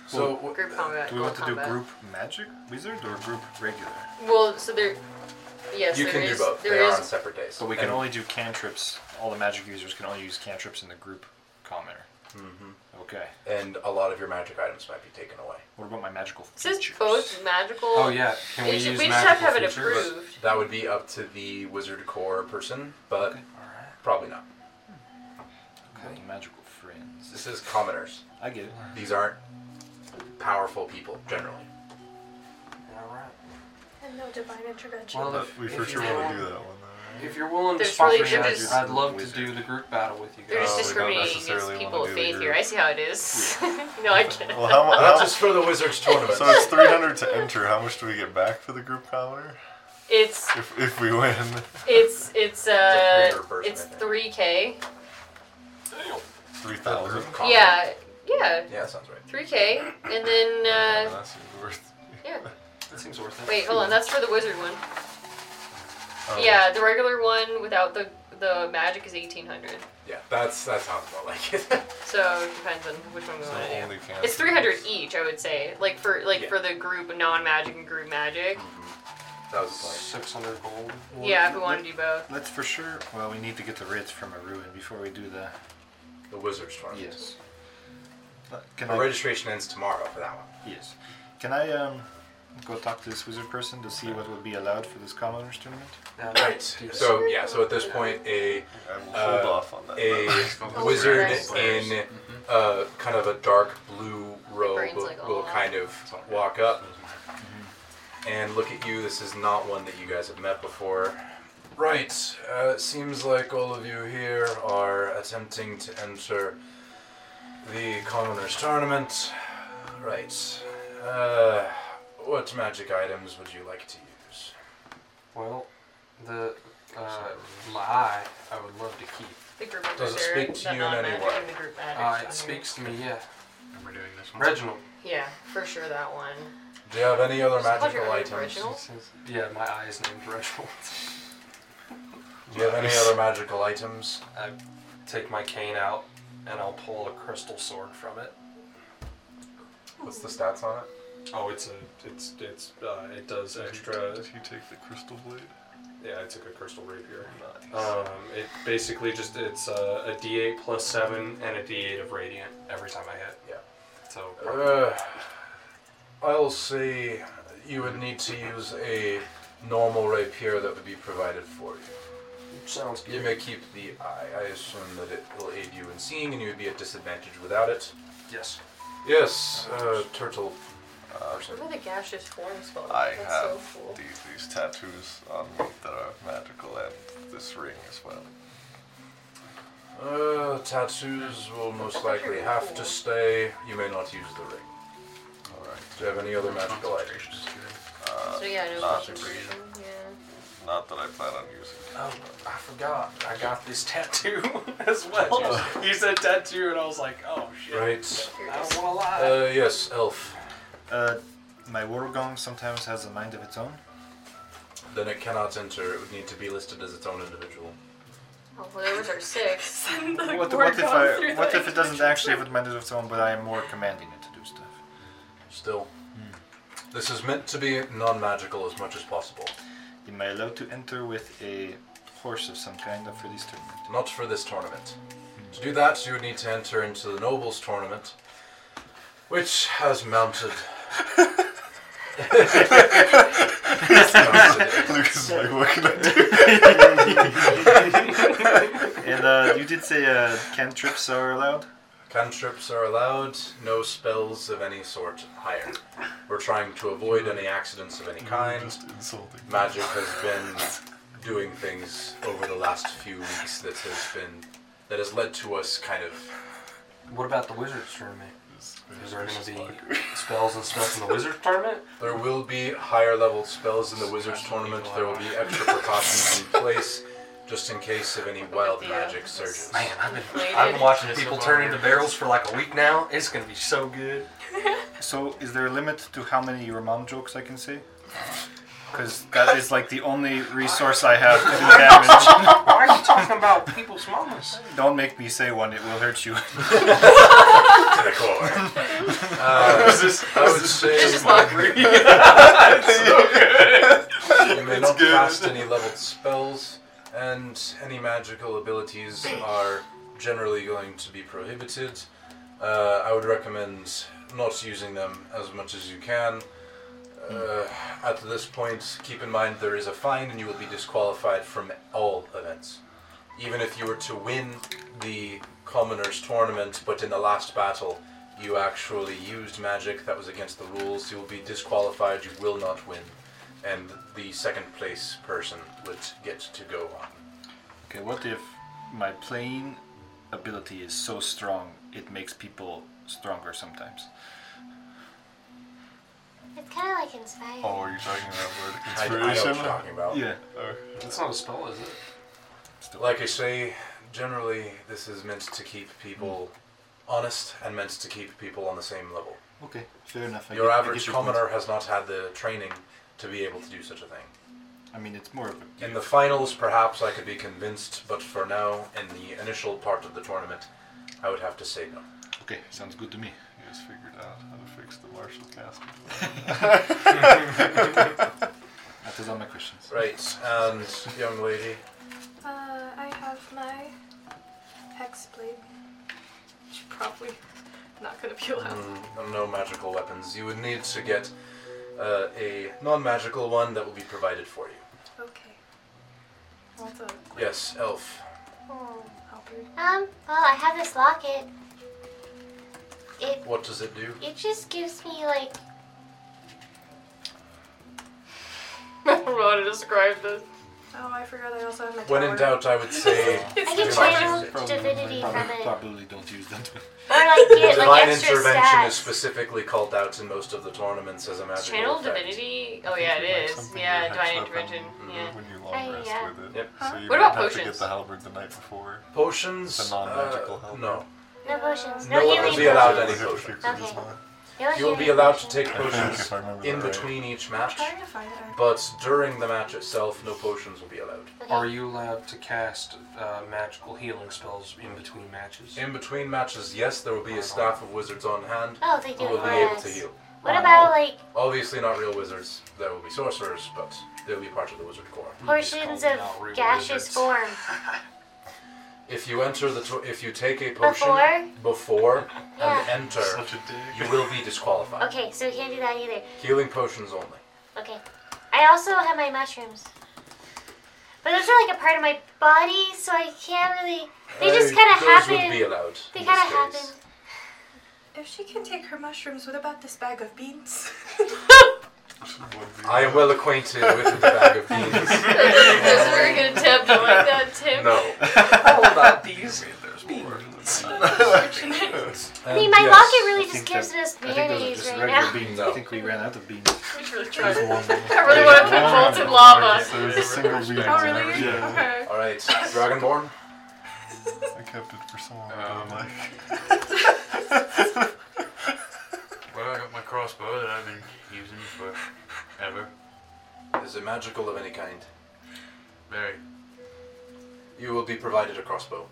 So, w-
Group combat.
Do we want to
gold
do
combat.
group magic wizard or group regular?
Well, so there. Yes,
you
there
can do
is-
both. They
there
are
is-
on separate days.
So we can
And-
only do cantrips. All the magic users can only use cantrips in the group commoner. Mm-hmm. Okay.
and a lot of your magic items might be taken away.
What about my magical features?
Since both magical.
Oh yeah. Can we
It should-
use
we just have to have it
magical features?
approved.
That would be up to the wizard core person, but probably not.
Okay. Magical friends.
This is commoners.
I get it.
These aren't powerful people generally.
All right.
And no divine intervention.
Well,
But
if,
we
if
for sure
you're
want
willing,
to do that one. Though, right?
If you're willing to
There's
sponsor
really-
me,
they're
I'd-
just-
I'd love to
Wizard.
do the group battle with you
They're
guys.
just
Oh, we don't
discriminating against
necessarily wanna
people of
do the
faith
group.
here. I see how it is. *laughs* no, I get it.
*laughs*
Well, how, mu-
That's
how,
just for the wizard's tournament.
*laughs* so it's 300 to enter. How much do we get back for the group commoner
It's
if if we win?
it's
It's
it's uh
a three per person,
it's
I think.
three k.
3,000.
Group commoner.
Yeah, yeah,
Yeah, that sounds right.
three k, and then uh,
that seems worth.
yeah.
That seems worth it.
Wait, hold on. That's for the wizard one.
Oh,
Um,
Yeah, the regular one without the the magic is 1800.
Yeah, that's that's how I like it.
So it depends on which one we
So
want to do.
only fancy.
It's 300 each, I would say. Like for like
Yeah. Mm-hmm.
for the group non-magic and group magic.
that was the point.
Six hundred gold.
yeah, if we want to do both.
Let's for sure. Well, we need to get the writs from a ruin before we do the.
The Wizard's Tournament.
Yes. But Uh, Can
The
I?
registration ends tomorrow for that one.
Yes. Can I um go talk to this wizard person to see what would be allowed for this commoners tournament?
Now,
Right.
do
So yeah. So at this point, a
I will
Uh,
hold off on that.
a
*laughs* Oh,
wizard
nice.
in uh, kind of a dark blue robe
brain's like,
will
"Aw."
kind of walk up and look at you. This is not one that you guys have met before. Right. Uh, it seems like all of you here are attempting to enter the commoners tournament. Right. Uh, what magic items would you like to use?
Well, the uh, lie I would love to keep.
The group over
Does it
there,
speak to
the
you in any
non-magic
way?
and the group magic.
Uh,
on
it
here.
speaks to me, yeah.
Remember doing this one?
Reginald.
Yeah, for sure that one.
Do you have any other
Is that what
magical
you're
items?
original?
Yeah, my eye is named
*laughs*
Reginald.
Do you have any other magical items?
I take my cane out and I'll pull a crystal sword from it.
What's the stats on it?
Oh, it's a, it's, it's, uh, it does
Did he-
extra.
Did he take the crystal blade?
Yeah, I took a crystal rapier.
Nice.
Um, it basically just it's a, a D8 plus seven and a D8 of radiant every time I hit.
Yeah.
So
Uh, I'll say you would need to use a normal rapier that would be provided for you.
sounds
You may keep the eye. I assume that it will aid you in seeing, and you would be at disadvantage without it.
Yes.
Yes, uh, turtle. person.
Look at the gaseous form spell.
Uh, I
That's
have
so cool.
these, these tattoos on me that are magical and this ring as well.
Uh, tattoos will most likely have to stay. You may not use the ring.
Alright.
Do you have any other magical
Concentration
items?
is good.
Uh,
So yeah, no
not,
concentration. Yeah.
not that I plan on using.
Oh, I forgot. I got this tattoo *laughs* as well. You said tattoo, and I was like, oh shit.
Right.
I don't want to lie.
Uh, yes, elf.
Uh, my war gong sometimes has a mind of its own.
Then it cannot enter. It would need to be listed as its own individual.
Oh, well, those are *laughs* six.
Send the
what
war
what if
gong
I,
through
what
the
if it doesn't actually have a mind of its own, but I am more commanding it to do stuff? Hmm.
Still. This is meant to be non magical as much as possible.
Am I allowed to enter with a horse of some kind for this tournament?
Not for this tournament. To do that, you would need to enter into the Nobles tournament, which has mounted.
Luke is like, what can I do?
and uh, you did say uh,
*laughs*
cantrips are allowed.
Cantrips are allowed, no spells of any sort higher. We're trying to avoid any accidents of any kind.
Just insulting.
Magic has been doing things over the last few weeks that has been. that has led to us kind of
what about the wizard's tournament?
It's
Is there gonna
vicious
be
fucker.
spells and stuff in the wizard's tournament?
There will be higher level spells in the Wizards tournament. There will be extra precautions
*laughs*
in place just in case of any wild magic surges.
Man, I've been
Waited.
I've been watching people turn into barrels for like a week now. It's gonna be *laughs* so good.
So, is there a limit to how many your mom jokes I can say? Because that is like the only resource I have to do damage.
Why are you talking about people's mamas?
Don't make me say one; it will hurt you.
To the
*laughs*
core. Uh,
Is this
I would say
It's mockery.
*laughs*
you may not cast any leveled spells, and any magical abilities are generally going to be prohibited. Uh, I would recommend not using them as much as you can. Uh, at this point, keep in mind there is a fine, and you will be disqualified from all events. Even if you were to win the Commoners tournament, but in the last battle you actually used magic that was against the rules, you will be disqualified. You will not win and the second place person would get to go on.
Okay, what if my playing ability is so strong it makes people stronger sometimes?
Oh,
It's kind of like inspired.
Oh, are you talking about
I, I know what
word
you're
of conspiration?
talking about.
Yeah.
That's not a spell, is it?
Like I say, generally this is meant to keep people honest and meant to keep people on the same level.
Okay, fair enough. I
Your
get- I
average
get your point.
commoner has not had the training to be able to do such a thing.
I mean, it's more of a.
In the finals, perhaps I could be convinced, but for now, in the initial part of the tournament, I would have to say no.
Okay, sounds good to me.
You guys figured out how to fix the Marshall casting.
That is all my questions.
Right, and young lady,
Uh, I have my hex blade. Which probably not gonna peel out.
mm, no magical weapons. You would need to get uh, a non-magical one that will be provided for you.
Okay. That's a
Yes, elf.
oh, helper.
Um, well, I have this locket. It
What does it do?
it just gives me like
*laughs* I don't know how to describe this.
Oh, I forgot I also have my
When in
tower.
doubt, I would say
I
It's
get
divine
channel
intervention.
divinity from
Probably,
it, or
probably don't use that one.
like get like
divine
extra
intervention is
stats.
specifically called out in most of the tournaments as a magical
Channel
effect.
divinity? Oh yeah, it is. Yeah, divine intervention. Yeah.
*laughs* When you
Hey,
long rest
yeah.
with it.
Yep.
So you
What
don't
about
have to
potions?
get the halberd the night before.
Potions?
The non-magical
uh,
help.
No.
No potions.
No
No,
one
healing
will be allowed
potions.
any
You have to
potion.
fix it as
Okay. No
well. *laughs*
You will
healing
be allowed to
potions.
take
I think
potions
if I remember
in
that right.
between each
I'm
match,
trying to find it.
but during the match itself, no potions will be allowed.
Okay.
Are you allowed to cast uh, magical healing spells in between matches?
In between matches, yes, there will be a staff of wizards on hand
Oh, they do
who will
it
be able to
for us.
heal. Um,
What about like
Obviously, not real wizards. There will be sorcerers, but they will be part of the wizard corps.
portions of
*laughs*
gaseous form?
If you enter the, to- if you take a potion before
Yeah.
and enter,
Such a dig.
you will be disqualified.
Okay, so we can't do that either.
Healing potions only.
Okay. I also have my mushrooms. But those are like a part of my body, so I can't really. They just
Uh,
kind of
those would be
happen.
allowed.
They
in
kind of
this case.
happen.
If she can take her mushrooms, what about this bag of beans? *laughs*
Would be-
I am well acquainted with the bag
*laughs*
of beans.
That's a very good tip. I like that tip.
*laughs*
No.
All
*laughs*
about these.
There's more. *laughs*
I mean,
Um,
my
yes.
locket really
I
just
think
gives
that-
us
I think those are
mayonnaise
just
right
regular
now.
beans.
No.
I think we ran out of beans.
*laughs* Which really tried.
There's one more.
*laughs* I really want to put
Yeah.
molten lava. *laughs*
There's a single reading.
oh, really?
Yeah.
Okay.
All right, Dragonborn.
I kept it for someone I
Um,
didn't like.
*laughs*
Well, I got my crossbow that I've been using forever.
Is it magical of any kind?
Very.
You will be provided a crossbow.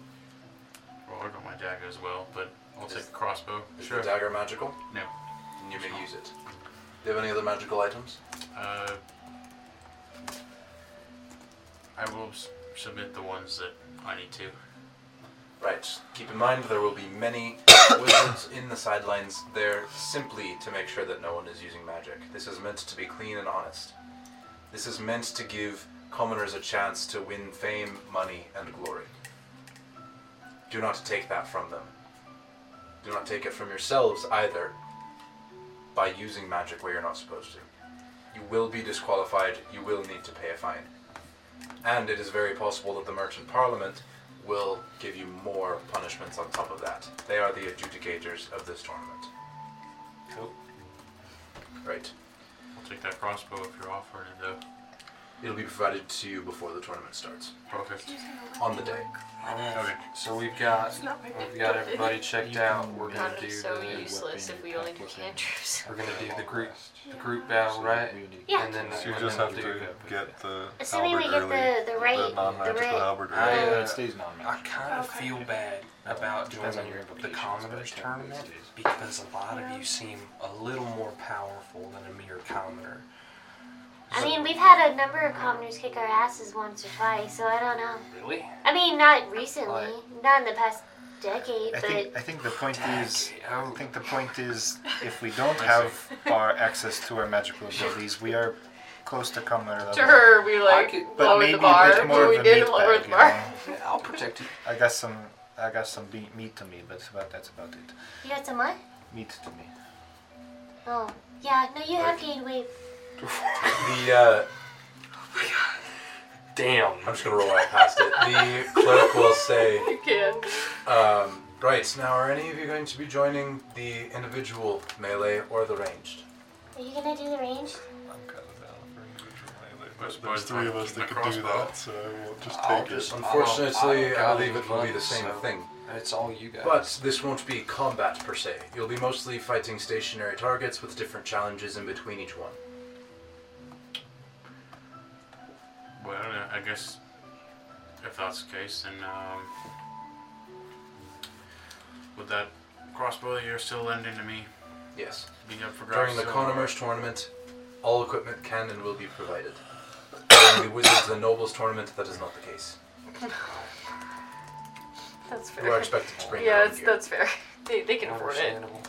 Well, I got my dagger as well, but I'll take the crossbow.
Is the dagger magical?
No.
And you may use it. Do you have any other magical items?
Uh, I will s- submit the ones that I need to.
Right. Keep in mind there will be
*coughs*
many wizards in the sidelines there simply to make sure that no one is using magic. This is meant to be clean and honest. This is meant to give commoners a chance to win fame, money, and glory. Do not take that from them. Do not take it from yourselves either by using magic where you're not supposed to. You will be disqualified, you will need to pay a fine. And it is very possible that the merchant parliament will give you more punishments on top of that. They are the adjudicators of this tournament.
Cool.
Right.
I'll take that crossbow if you're offering it, though.
It'll be provided to you before the tournament starts.
Perfect.
On the day.
Alright, so we've got
It's not my big
we've got everybody checked out. We're
God,
gonna do
I'm so
the
useless if we only do cantrips.
we're gonna do the group the group battle, right?
Yeah.
And then uh,
So you
and
just
then
have
we'll do
to
the-
get the
Assuming we
halberd
get
early.
the- the right- the
non-magical
right-
halberd
I,
early.
uh,
Yeah, it stays
I
non-magic.
kind of
Okay.
feel bad about doing
Depends on your
the
implications,
commoners
but technically
tournament
it is.
because a lot of you seem a little more powerful than a mere commoner.
I mean, we've had a number of commoners kick our asses once or twice, so I don't know.
Really?
I mean, not recently,
Like-
not in the past decade,
I
but
think, I think the point is
Dang,
I
oh.
think the point is if we don't have our access to our magical abilities, we are close to commoner level.
To her, we like
could-
But
lowered
maybe
the bar,
a bit more
but we
of a
did
meatbag,
lower the
you
bar.
know?
Yeah, I'll protect you.
I got some I got some be- meat to me, but about, that's about it.
you got some what?
Meat to me.
Oh, yeah. No, you have gained weight.
The uh,
Damn.
I'm just gonna roll right past it. The clerk will say,
You can.
um, right, now are any of you going to be joining the individual melee or the ranged?
Are you gonna do the range?
I'm kind of down for individual melee,
I
but
suppose
there's
I'll
three of us
keep
that
my
could do
crossbow.
that, so we'll just
I'll
take
just-
it.
Unfortunately,
I
I,
don't- I don't
believe it will be the
guns,
same
so-
thing.
It's all you guys.
But this won't be combat per se. You'll be mostly fighting stationary targets with different challenges in between each one.
Well, I don't know. I guess if that's the case, then um, would that crossbow that you're still lending to me
Yes.
be up for grabs?
During the
still,
Connemers tournament, all equipment can and will be provided. During the Wizards and Nobles tournament, that is not the case.
That's
You are
fair.
expected to bring your
Yeah,
own
it's,
gear.
that's fair. *laughs* They, they can afford it.
Understandable.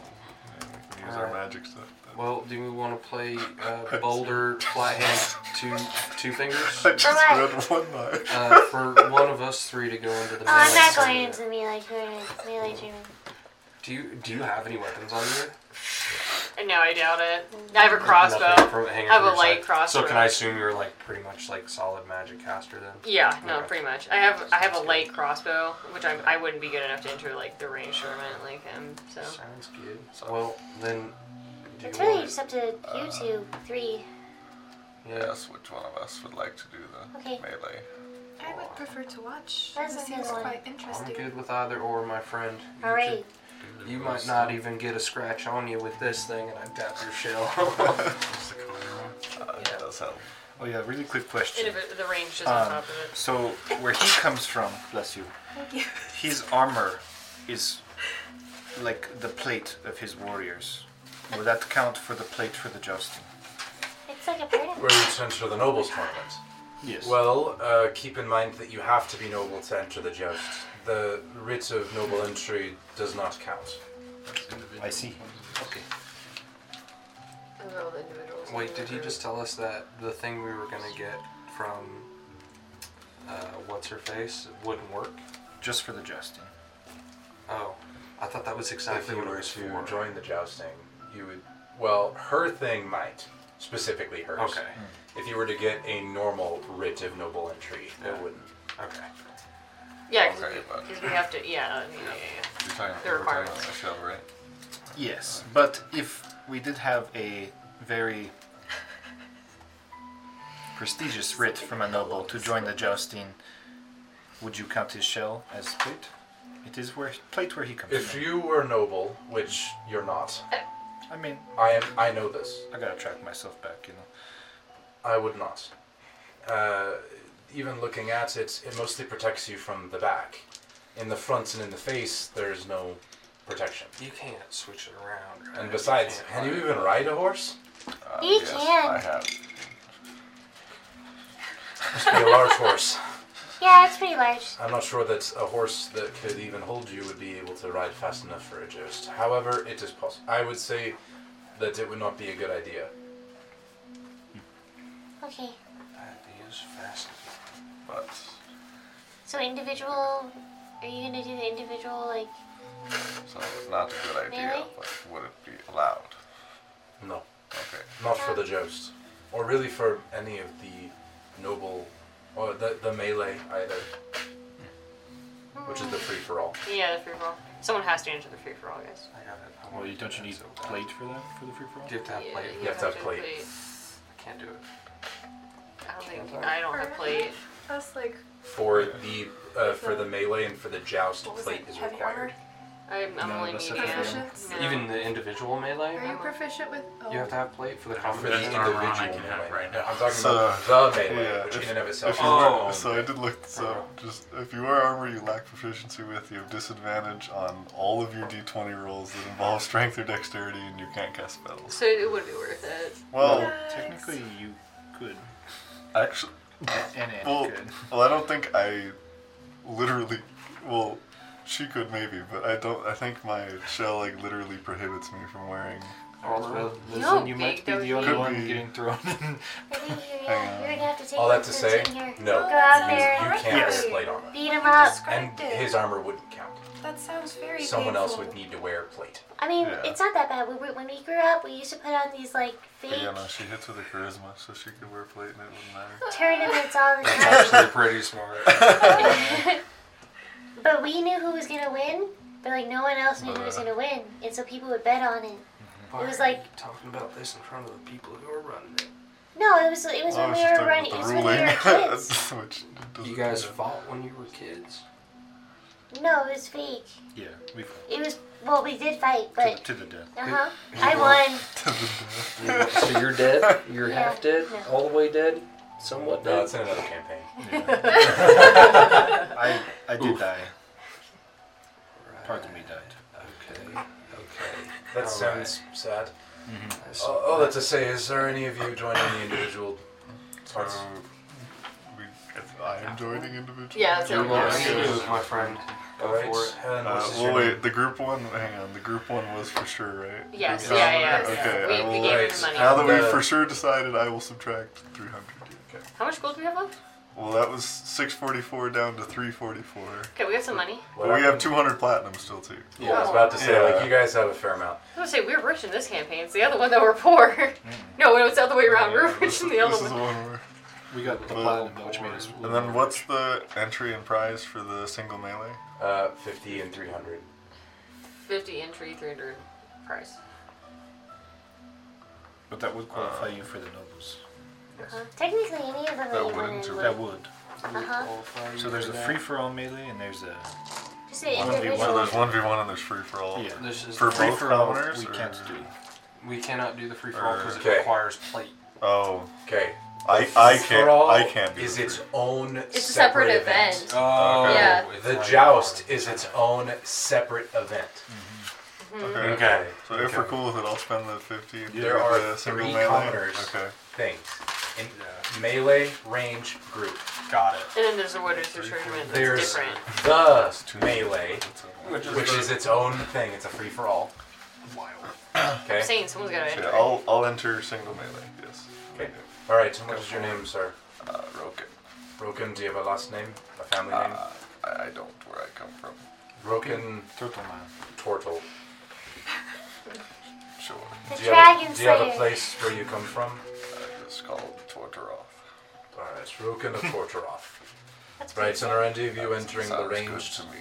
we can use our
Alright.
magic stuff. then.
Well, do we want to
*laughs*
play uh, Boulder, Flathead, two two fingers?
I just
Alright.
read one line.
Uh, for one of us three to go into the.
Oh, I'm
melee
not going
area.
into the melee tournament. Melee tournament.
Do you do you have any weapons on you?
No, I doubt it. I have a
Nothing
crossbow.
from hanging
I have
from
a
your
light
side.
crossbow.
So can I assume you're like pretty much like solid magic caster then?
Yeah, no,
Okay.
pretty much. I have I have a light crossbow, which I'm, I wouldn't be good enough to enter like the range tournament like him. So
Sounds good. well then. Do
It's
you
really
want?
just up to you two, three.
Yeah.
Yes, which one of us would like to do the
Okay.
melee?
I would prefer to watch.
That's
This
a good
seems
one.
quite
I'm
interesting.
good with either or, my friend. You
All right.
could- you might not even get a scratch on you with this thing, and I've got your
*laughs*
shell. *laughs*
It's the Conner one.
Uh,
Yeah.
It does help.
Oh yeah, really quick question.
and if it, the range is on
Um,
top of it.
So where he comes from, bless you.
Thank you.
His armor is like the plate of his warriors. Would that count for the plate for the jousting?
It's like a part of
Where you to enter the Nobles tournament.
Yes.
Well, uh, keep in mind that you have to be noble to enter the joust. The writ of noble entry does not count.
I see.
okay.
I rolled individuals.
Wait, did he just tell us that the thing we were gonna get from uh, what's her face wouldn't work?
Just for the jousting.
Oh, I thought that was
If
exactly
you
what it
were
was
to
for.
join the jousting, you would. Well, her thing might. Specifically hers. Hmm.
Okay,
If you were to get a normal writ of noble entry,
Yeah.
it wouldn't.
okay.
Yeah, because
Okay, but-
we, 'cause we have to. Yeah, yeah, yeah, yeah.
You're
The
talking, we're talking about
requirements.
the shell, right?
Yes, but if we did have a very prestigious writ from a noble to join the jousting, would you count his shell as plate? It is where plate where he comes
If
from.
you were noble, which you're not,
Uh,
I mean,
I am. I know this.
I gotta track myself back, you know.
I would not. Uh, even looking at it, it mostly protects you from the back. In the front and in the face, there's no protection.
You can't switch it around. Right?
And besides,
can't.
can you even ride a horse?
Uh,
He
yes,
can.
I have.
Must be a large horse.
Yeah, it's pretty large.
I'm not sure that a horse that could even hold you would be able to ride fast enough for a joust. However, it is possible. I would say that it would not be a good idea.
Okay.
That is fascinating.
But
So individual. Are you gonna do the individual like?
so not a good idea.
Really?
But would it be allowed?
No,
Okay.
not for the joust, or really for any of the noble, or the the melee either, which is the free for all.
Yeah, the free roll. Someone has to enter the free for all, guys.
I got it. I
Well,
want
you,
to
don't
do
you
that
need
so bad.
plate for that for the free for all?
Do you have to have plate?
you have to have plate.
I can't do it.
I don't think I don't have plate.
That's like
For the uh, for the melee and for the joust,
What was
plate
it?
is
Heavy
required.
I'm, I'm
No,
only
that's
needing.
okay.
Proficiency?
no.
Even the individual melee.
Are you proficient with? Oh,
You have to have plate for the
How
Not
common.
for the
That's
enemy.
not
individual
wrong, I
melee.
can have right now.
I'm talking
So,
about the melee,
yeah,
which in
if-
and of itself.
If
is
you
Oh.
are- so I did look this up. Just if you are armor you lack proficiency with, you have disadvantage on all of your d20 rolls that involve strength or dexterity, and you can't cast spells.
So it would be worth it.
Well,
Technically, you could.
actually,
And it
well,
could.
well, I don't think I literally. Well, she could maybe, but I don't. I think my shell like literally prohibits me from wearing.
Well,
You know how big that would be?
Could be.
thrown *laughs* in.
Maybe you're,
Hang on.
yeah, you're gonna have to take
All
one
that to
for the
say,
team here.
no,
Go
you,
out
you
there,
can't
Yes.
wear plate armor,
beat him
you
up.
and
described it.
his armor wouldn't count.
That sounds very.
Someone else would
painful.
need to wear plate.
I mean,
Yeah.
it's not that bad. We, we, when we grew up, we used to put on these like fake
But yeah, no, she hits with a charisma, so she could wear plate, and it wouldn't matter.
tournaments all the
That's
time.
actually pretty smart.
*laughs* but we knew who was gonna win, but like no one else knew who was
Bruh.
gonna win, and so people would bet on it.
Why
was
are you
like-
talking about this in front of the people who are running it.
No, it was it
Oh,
was
Well,
when we
she's
were
talking about
running.
the
It was when we were
ruling,
kids.
which doesn't
You guys
count.
fought when you were kids.
*laughs* No, it was fake.
Yeah, we
It was well, we did fight,
to, the-
but
to the death.
uh huh. I won. *laughs*
so you're dead. You're
Yeah. half
dead.
No.
All the way dead.
somewhat
No,
dead.
it's in another campaign.
I, I did
Oof.
die. Part of me died.
Okay. Okay.
That
All
sounds sad.
right.
Mm-hmm.
So-
All, all that to say is, are any of you joining the individual parts?
So, Um, we, I'm *laughs* joining individual.
Yeah, that's
You're
it.
welcome
Yes.
to do it, my friend.
All right. And
Uh,
what's his name?
well, wait. The group one. Hang on. The group one was for sure, right?
Yes,
Group
yeah,
one?
yeah.
Okay.
We,
I will,
we gave him
right.
the money.
now that we
Uh,
for sure decided, I will subtract 300. Okay.
How much gold do we have left?
Well, that was 644 down to 344.
Okay, we have some money.
But we have 200 platinum still too.
Yeah, I was about to say,
Yeah.
like, you guys have a fair amount.
I was gonna say we're rich in this campaign. It's the other one that we're poor. *laughs* no, it was the other way around. We're rich
This,
in
is-
the other
this is
one.
the one where.
We got the
Well,
platinum, though, which made us.
And then what's the entry and prize for the single melee?
Uh, 50 and 300.
Fifty entry, three hundred price.
But that would qualify you for the nobles.
Uh-huh. Technically, any of them that
That
you
wouldn't
wanted
do
would.
That would.
Uh-huh.
So there's a free for all melee and there's a.
Just an
One v one.
So
individual.
there's 1v1 and there's free for all.
Yeah.
This is
For
for
free
both
for all,
commoners.
we
we
can't
can't do.
We cannot do the free for all because
Okay.
it requires plate.
Oh.
Okay.
I, I can't.
Thrall
I can't be.
is
the
its
free.
own
It's a separate event.
Oh,
Yeah.
The joust is its own separate event.
Mm-hmm.
Okay.
Okay.
So if we're cool with it, I'll spend the 50. and
There
do
are
the single
three
melee.
commoners.
Okay.
Things. In melee range group.
Got it.
And then there's the Wooders Returnment. That's
There's
different.
the melee,
Which is
which is its own thing. It's a free for all.
wild.
I'm
Okay.
saying someone's gotta
So
enter.
yeah, I'll, I'll enter single melee. Yes.
Okay. All right. So what is your name, sir?
Uh, Roken.
Roken. Do you have a last name? A family name?
Uh, I, I don't where I come from.
Roken
Turtle man.
Tortle.
Sure.
The
Do you, have
dragon
a, do you have a
slayer.
place where you come from?
Uh, it's called Tortoroth.
All right. Roken of Tortoroth.
*laughs* That's pretty
Right. So Narendra, you entering the
Sounds good
range.
to me.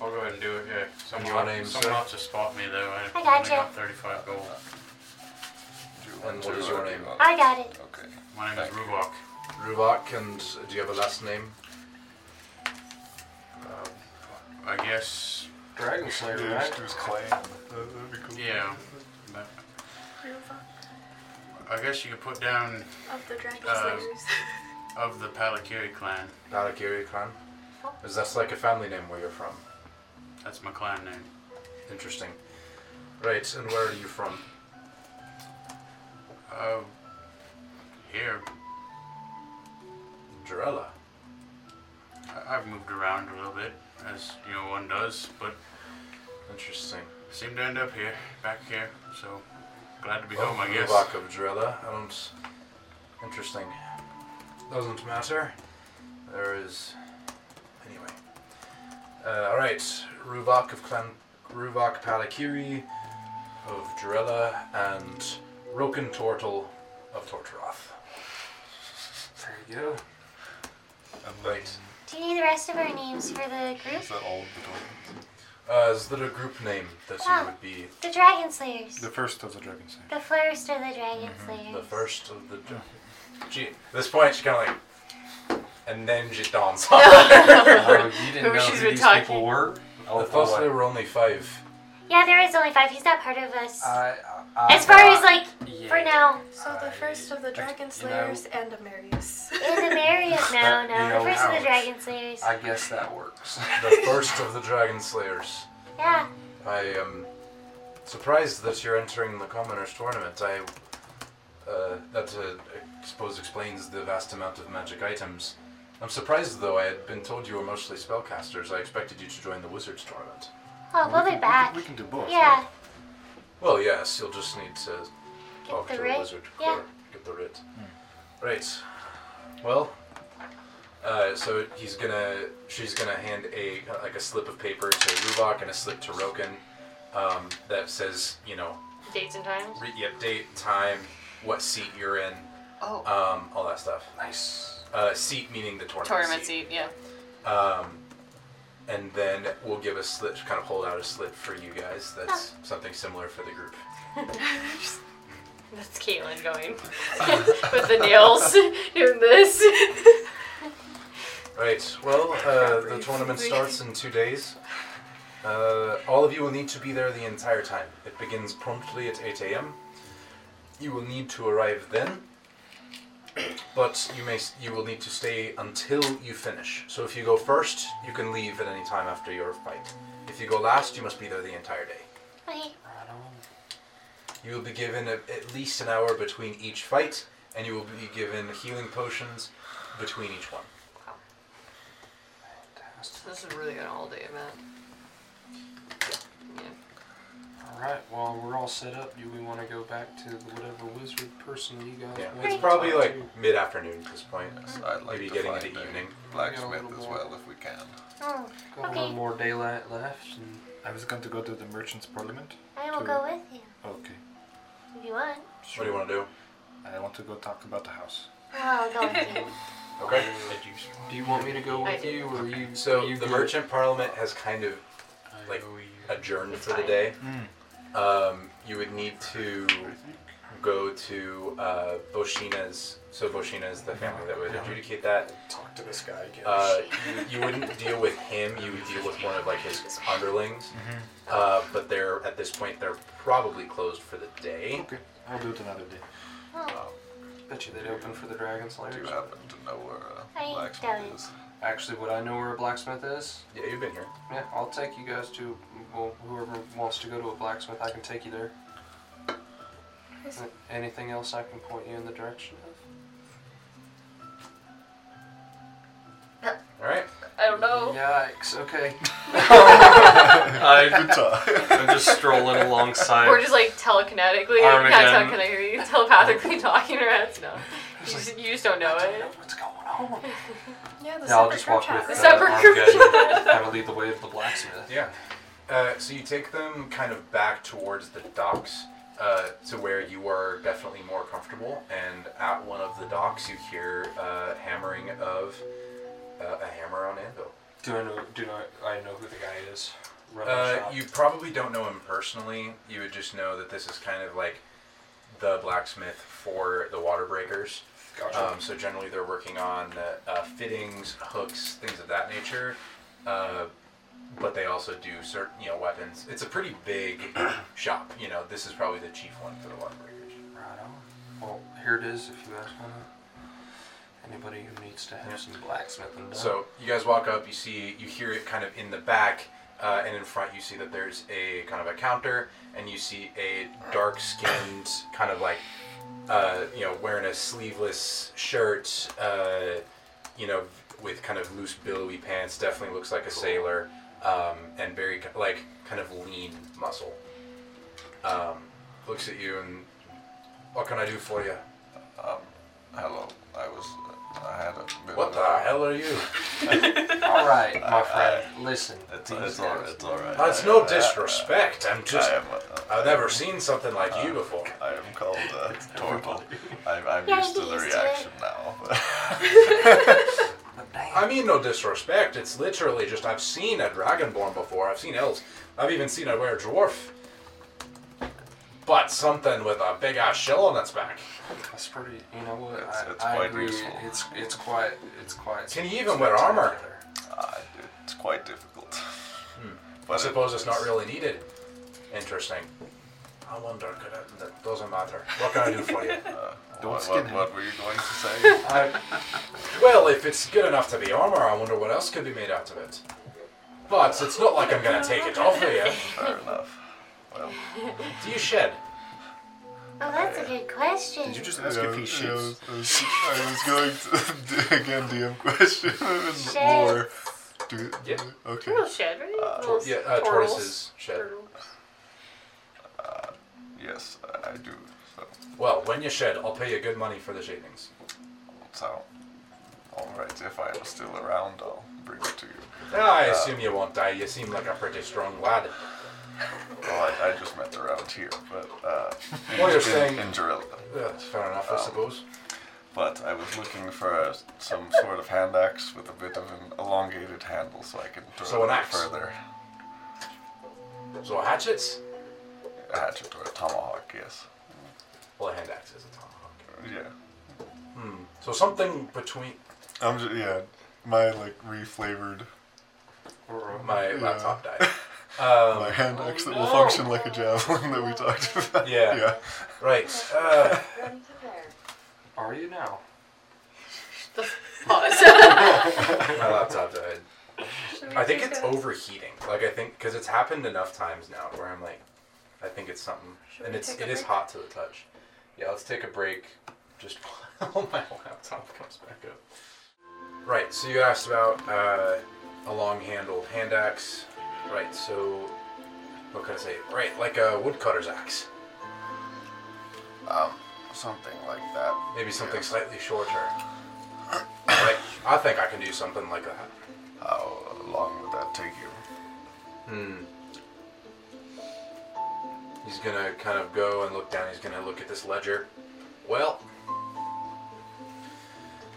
I'll go ahead and do it, yeah. Someone,
Your name,
someone
sir?
ought to spot me, though. I,
I
only
gotcha.
got 35 gold.
Do you
And
want
what
to
is your
or do you
name?
want-
I got it.
Okay.
My name is
Thank you.
Ruvok.
Ruvak, and do you have a last name?
I guess,
Dragon Slayer,
Yeah,
right?
just do his clan. That, that'd be cool.
yeah. But I guess you could put down
Of the dragon
Uh,
slayers. *laughs*
of the Palakiri clan.
Balakiri Khan. Is that like a family name where you're from?
That's my clan name.
Interesting. Right, and where are you from?
Uh, here,
Jarella.
I- I've moved around a little bit, as you know one does, but
Interesting.
seem to end up here, back here. So glad to be home, I
Well,
guess.
Ruvak of Jarella. I don't. Interesting. Doesn't matter. There is. Anyway. Uh, Alright, Ruvak of Clan. Ruvak Palakiri of Jarella and Roken Tortle of Tortoroth.
There you go.
And then,
Right.
Do you need the rest of our names for the group?
Is that all of the dwarves?
Uh, is there a group name that you would be
The dragon slayers.
The first of the dragon slayer.
The first of the dragon
Mm-hmm.
slayers.
the first of the? Gee, at this point she kind of like, and then she dawns
*laughs*
on.
Uh, you didn't
Who
know
she's
who
been
these
talking.
people were? Oh,
I thought
boy.
there were only five.
Yeah, there is only five. He's not part of us.
I,
as far as like for now,
so the first of the dragon slayers and Amarius.
in the Marius now, Oh, no,
You know,
the first of
ouch.
the dragon slayers.
I guess that
*laughs*
works.
The first of the dragon slayers.
Yeah,
I am surprised that you're entering the commoners tournament. I uh, that uh, I suppose explains the vast amount of magic items. I'm surprised though. I had been told you were mostly spellcasters. I expected you to join the wizards tournament.
oh, we'll be back.
We can do both.
Yeah,
Well, yes, you'll just need to talk
the
to
writ,
a wizard.
yeah.
or Get the writ.
Hmm.
Right. Well, uh, so he's gonna, she's gonna hand a like a slip of paper to Rubok and a slip to Roken um, that says, you know,
Dates and times.
re- yep, date, time, what seat you're in,
Oh.
um, all that stuff.
Nice.
Uh, seat meaning the tournament.
Tournament seat. Yeah. *laughs*
Um, and then we'll give a slip, kind of hold out a slip for you guys. That's something similar for the group.
That's Caitlin going with the nails doing this.
Right. Well, uh, the tournament starts in two days. Uh, all of you will need to be there the entire time. It begins promptly at 8 a.m. You will need to arrive then. *clears throat* but you may you will need to stay until you finish. So if you go first, you can leave at any time after your fight. If you go last, you must be there the entire day.
Okay.
You will be given a, at least an hour between each fight, and you will be given healing potions between each one.
This is really an all-day event. Yeah.
Alright, well, we're all set up. Do we want to go back to the whatever wizard person you guys
Yeah,
want
it's
to
probably
talk
like
to?
mid afternoon at this point.
I'd like
Maybe
to
getting
find
into
a
evening.
blacksmith as well if we can.
Oh,
Got a
Okay.
little more daylight left. And
I was going to go to the merchants' parliament.
I will
True.
go with you
Okay.
if you want.
What do you want to do?
I want to go talk about the house.
I'll go with
*laughs*
you.
Okay.
Did you-
Do you want me to go
I
with
do.
you, or you?
So
you
the
good?
merchant parliament has kind of like adjourned for the day.
Hmm.
Um, you would need to go to uh, Boshina's. So Boshina is the family that would adjudicate that.
Talk to this guy again.
Uh, you, you wouldn't deal with him. You would deal with one of like his underlings.
Mm-hmm.
Uh, but they're at this point they're probably closed for the day.
Okay. I'll do it another day.
Oh.
Bet you they'd open for the dragon
Do you
slayers.
happen to know where uh,
I
a
doubt it.
blacksmith is?
Actually, would I know where a blacksmith is?
Yeah, you've been here.
Yeah, I'll take you guys to well, whoever wants to go to a blacksmith. I can take you there. Anything else I can point you in the direction of?
All right.
Uh, I don't know.
Yikes!
*laughs*
Okay. *laughs*
Good talk.
I'm just strolling alongside.
Or just like telekinetically, like, not
Armageddon.
telekinetically, telepathically talking to us. No, you just, you just don't know
I don't know
it.
what's going
*laughs*
on.
Yeah, the
Yeah, I'll
separate
just
group
walk
chat.
with
The
uh,
separate group
Armageddon. *laughs* kind of lead the way of the blacksmith.
Yeah. Uh, so you take them kind of back towards the docks uh, to where you are definitely more comfortable. And at one of the docks, you hear uh, hammering of uh, a hammer on anvil.
Do I know? Do not I know who the guy is? Run the
Uh,
shop.
you probably don't know him personally. You would just know that this is kind of like the blacksmith for the water breakers.
Gotcha.
Um, so generally, they're working on uh, uh, fittings, hooks, things of that nature. Uh, but they also do certain, you know, weapons. It's a pretty
*clears throat*
big shop. You know, this is probably the chief one for the water breakers.
Right on. Well, here it is. If you guys want it. Anybody who needs to have
Yeah.
some blacksmithing done.
So you guys walk up, you see, you hear it kind of in the back, uh, and in front you see that there's a kind of a counter, and you see a dark-skinned kind of like, uh, you know, wearing a sleeveless shirt, uh, you know, with kind of loose billowy pants. Definitely looks like a sailor, um, and very ki- like kind of lean muscle. Um, looks at you and, what can I do for you?
Um, hello. I was. uh, I had a. bit
What
of
the
a-
hell are
*laughs*
you?
all right, my friend. listen.
It's,
these
it's
guys-
all. It's all right.
That's
I-
no
I-
disrespect. I'm
I,
just.
am. uh,
I've never seen something like you before.
I am called uh, Torval. *laughs* I'm, I'm
Yeah,
used to
you
the
used to
reaction now. but-
*laughs* I mean, no disrespect. It's literally just I've seen a dragonborn before. I've seen elves. I've even seen a were dwarf. But something with a big ass shell on its back.
That's pretty. You know what?
It's-
I,
it's
I
quite
agree.
useful.
*laughs*
It's it's quite it's quite.
Can you even wear armor? Hmm.
Uh, it's quite difficult.
I
But
suppose it's not really needed. Interesting. I wonder. Could I, that doesn't matter. What can I do
*laughs*
for you?
Don't Uh, what,
skin
what,
him.
what were you going to say?
I,
well, if it's good enough to be armor, I wonder what else could be made out of it. But it's not like I'm gonna take it off of you.
Fair enough. Well,
Do you shed?
Oh, that's a good question.
Did you just ask if he
yeah, I
shits?
was, I was- I was going to again DM question and
Shit.
more. Do,
Yeah.
Okay.
Turtle shed, right? Turtles-
Yeah, uh,
turtles.
tortoises shed.
Turtles.
Uh, Yes, I, I do. So,
Well, when you shed, I'll pay you good money for the shavings.
so all right. If I am still around, I'll bring it to you.
Ah, I assume you won't die. You seem like a pretty strong lad.
Well, Uh, oh, I, I just met around here, but
*laughs*
uh,
Well, you're
in,
saying-
in Jarilla.
That's fair enough, I suppose.
But I was looking for a, some sort of hand axe with a bit of an elongated handle, so I can throw
So an
it a bit
axe.
further.
So hatchets?
A hatchet or a tomahawk,
*laughs*
yes.
Well, a hand axe is a tomahawk.
Yeah.
So something between
I'm just, yeah. My like reflavored
my
Yeah.
laptop
*laughs*
died.
my
Um, *laughs*
hand axe that will function like a javelin that we talked about.
Yeah.
yeah.
right. Uh,
are you now?
*laughs*
*laughs*
*laughs*
Pause.
My laptop died.
Should we
I think
take
it's
a-
overheating. Like I think because it's happened enough times now where I'm like, I think it's something,
Should
and
we
it's
take a
it is
break?
hot to the touch. Yeah, let's take a break. Just while Oh, my laptop comes back up. Right. So you asked about uh, a long-handled hand axe. Right. So what can I say? Right, like a woodcutter's axe.
Um, something like that.
Maybe something
Yeah.
slightly shorter. right. I think I can do something like that.
How long would that take you?
Hmm. He's gonna kind of go and look down. He's gonna look at this ledger. Well,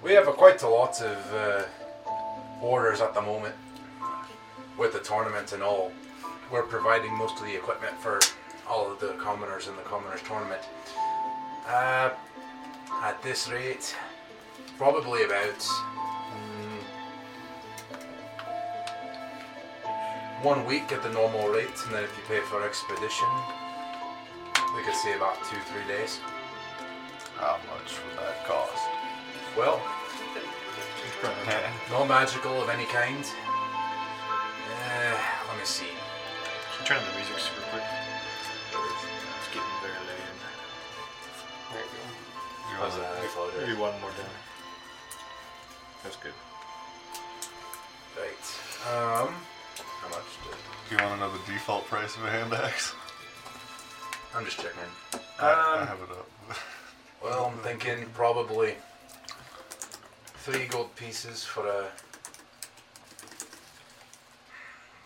we have a quite a lot of uh, orders at the moment with the tournament and all. We're providing most of the equipment for all of the commoners in the commoners tournament. Uh, at this rate, probably about mm, one week at the normal rate, and then if you pay for expedition, we could say about two, three days.
How much would that cost? *laughs*
Well, no magical of any kind. Uh, let me see.
Turn the music super quick.
Oh,
It's getting very late.
There you
You want to-
Maybe one more down. That's good.
Right. Um, how much? Did,
Do you want to know the default price of a hand axe?
I'm just checking.
I, I
Um,
have it up. *laughs*
Well, I'm thinking probably three gold pieces for uh,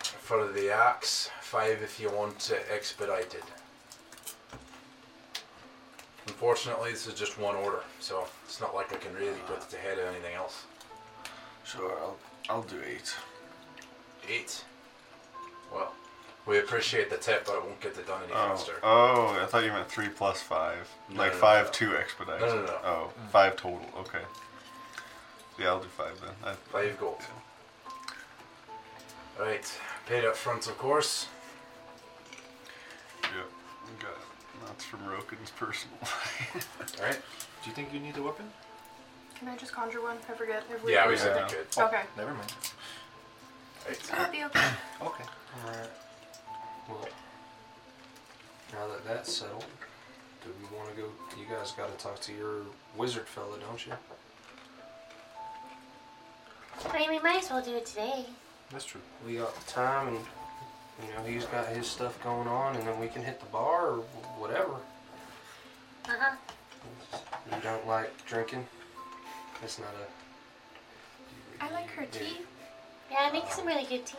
a for the axe, five if you want it expedited. Unfortunately, this is just one order, so it's not like I can really put it ahead of anything else.
sure, I'll, I'll do eight.
Eight. Well, we appreciate the tip, but it won't get it done any
Oh,
faster.
oh, I thought you meant three plus five.
No,
like
no,
five
no.
to expedite.
No, no, no.
Oh, five total. Okay. Yeah, I'll do five then. I,
Five gold. Right, paid up front, of course.
Yeah, got it. That's from Rokin's personal. *laughs*
All right.
Do you think you need a weapon?
Can I just conjure one? I forget. If
Yeah, we said
Yeah.
we could.
Okay.
Never mind.
Right.
It'll be okay.
Okay.
go. Alright. Well, now that that's settled, do we want to go? You guys got to talk to your wizard fella, don't you?
I mean, we might as well do it today.
That's true.
We got time and. You know, he's got his stuff going on, and then we can hit the bar or wh- whatever.
Uh huh.
You don't like drinking? It's not a.
I like her
Yeah.
tea.
Yeah, I make some really good tea.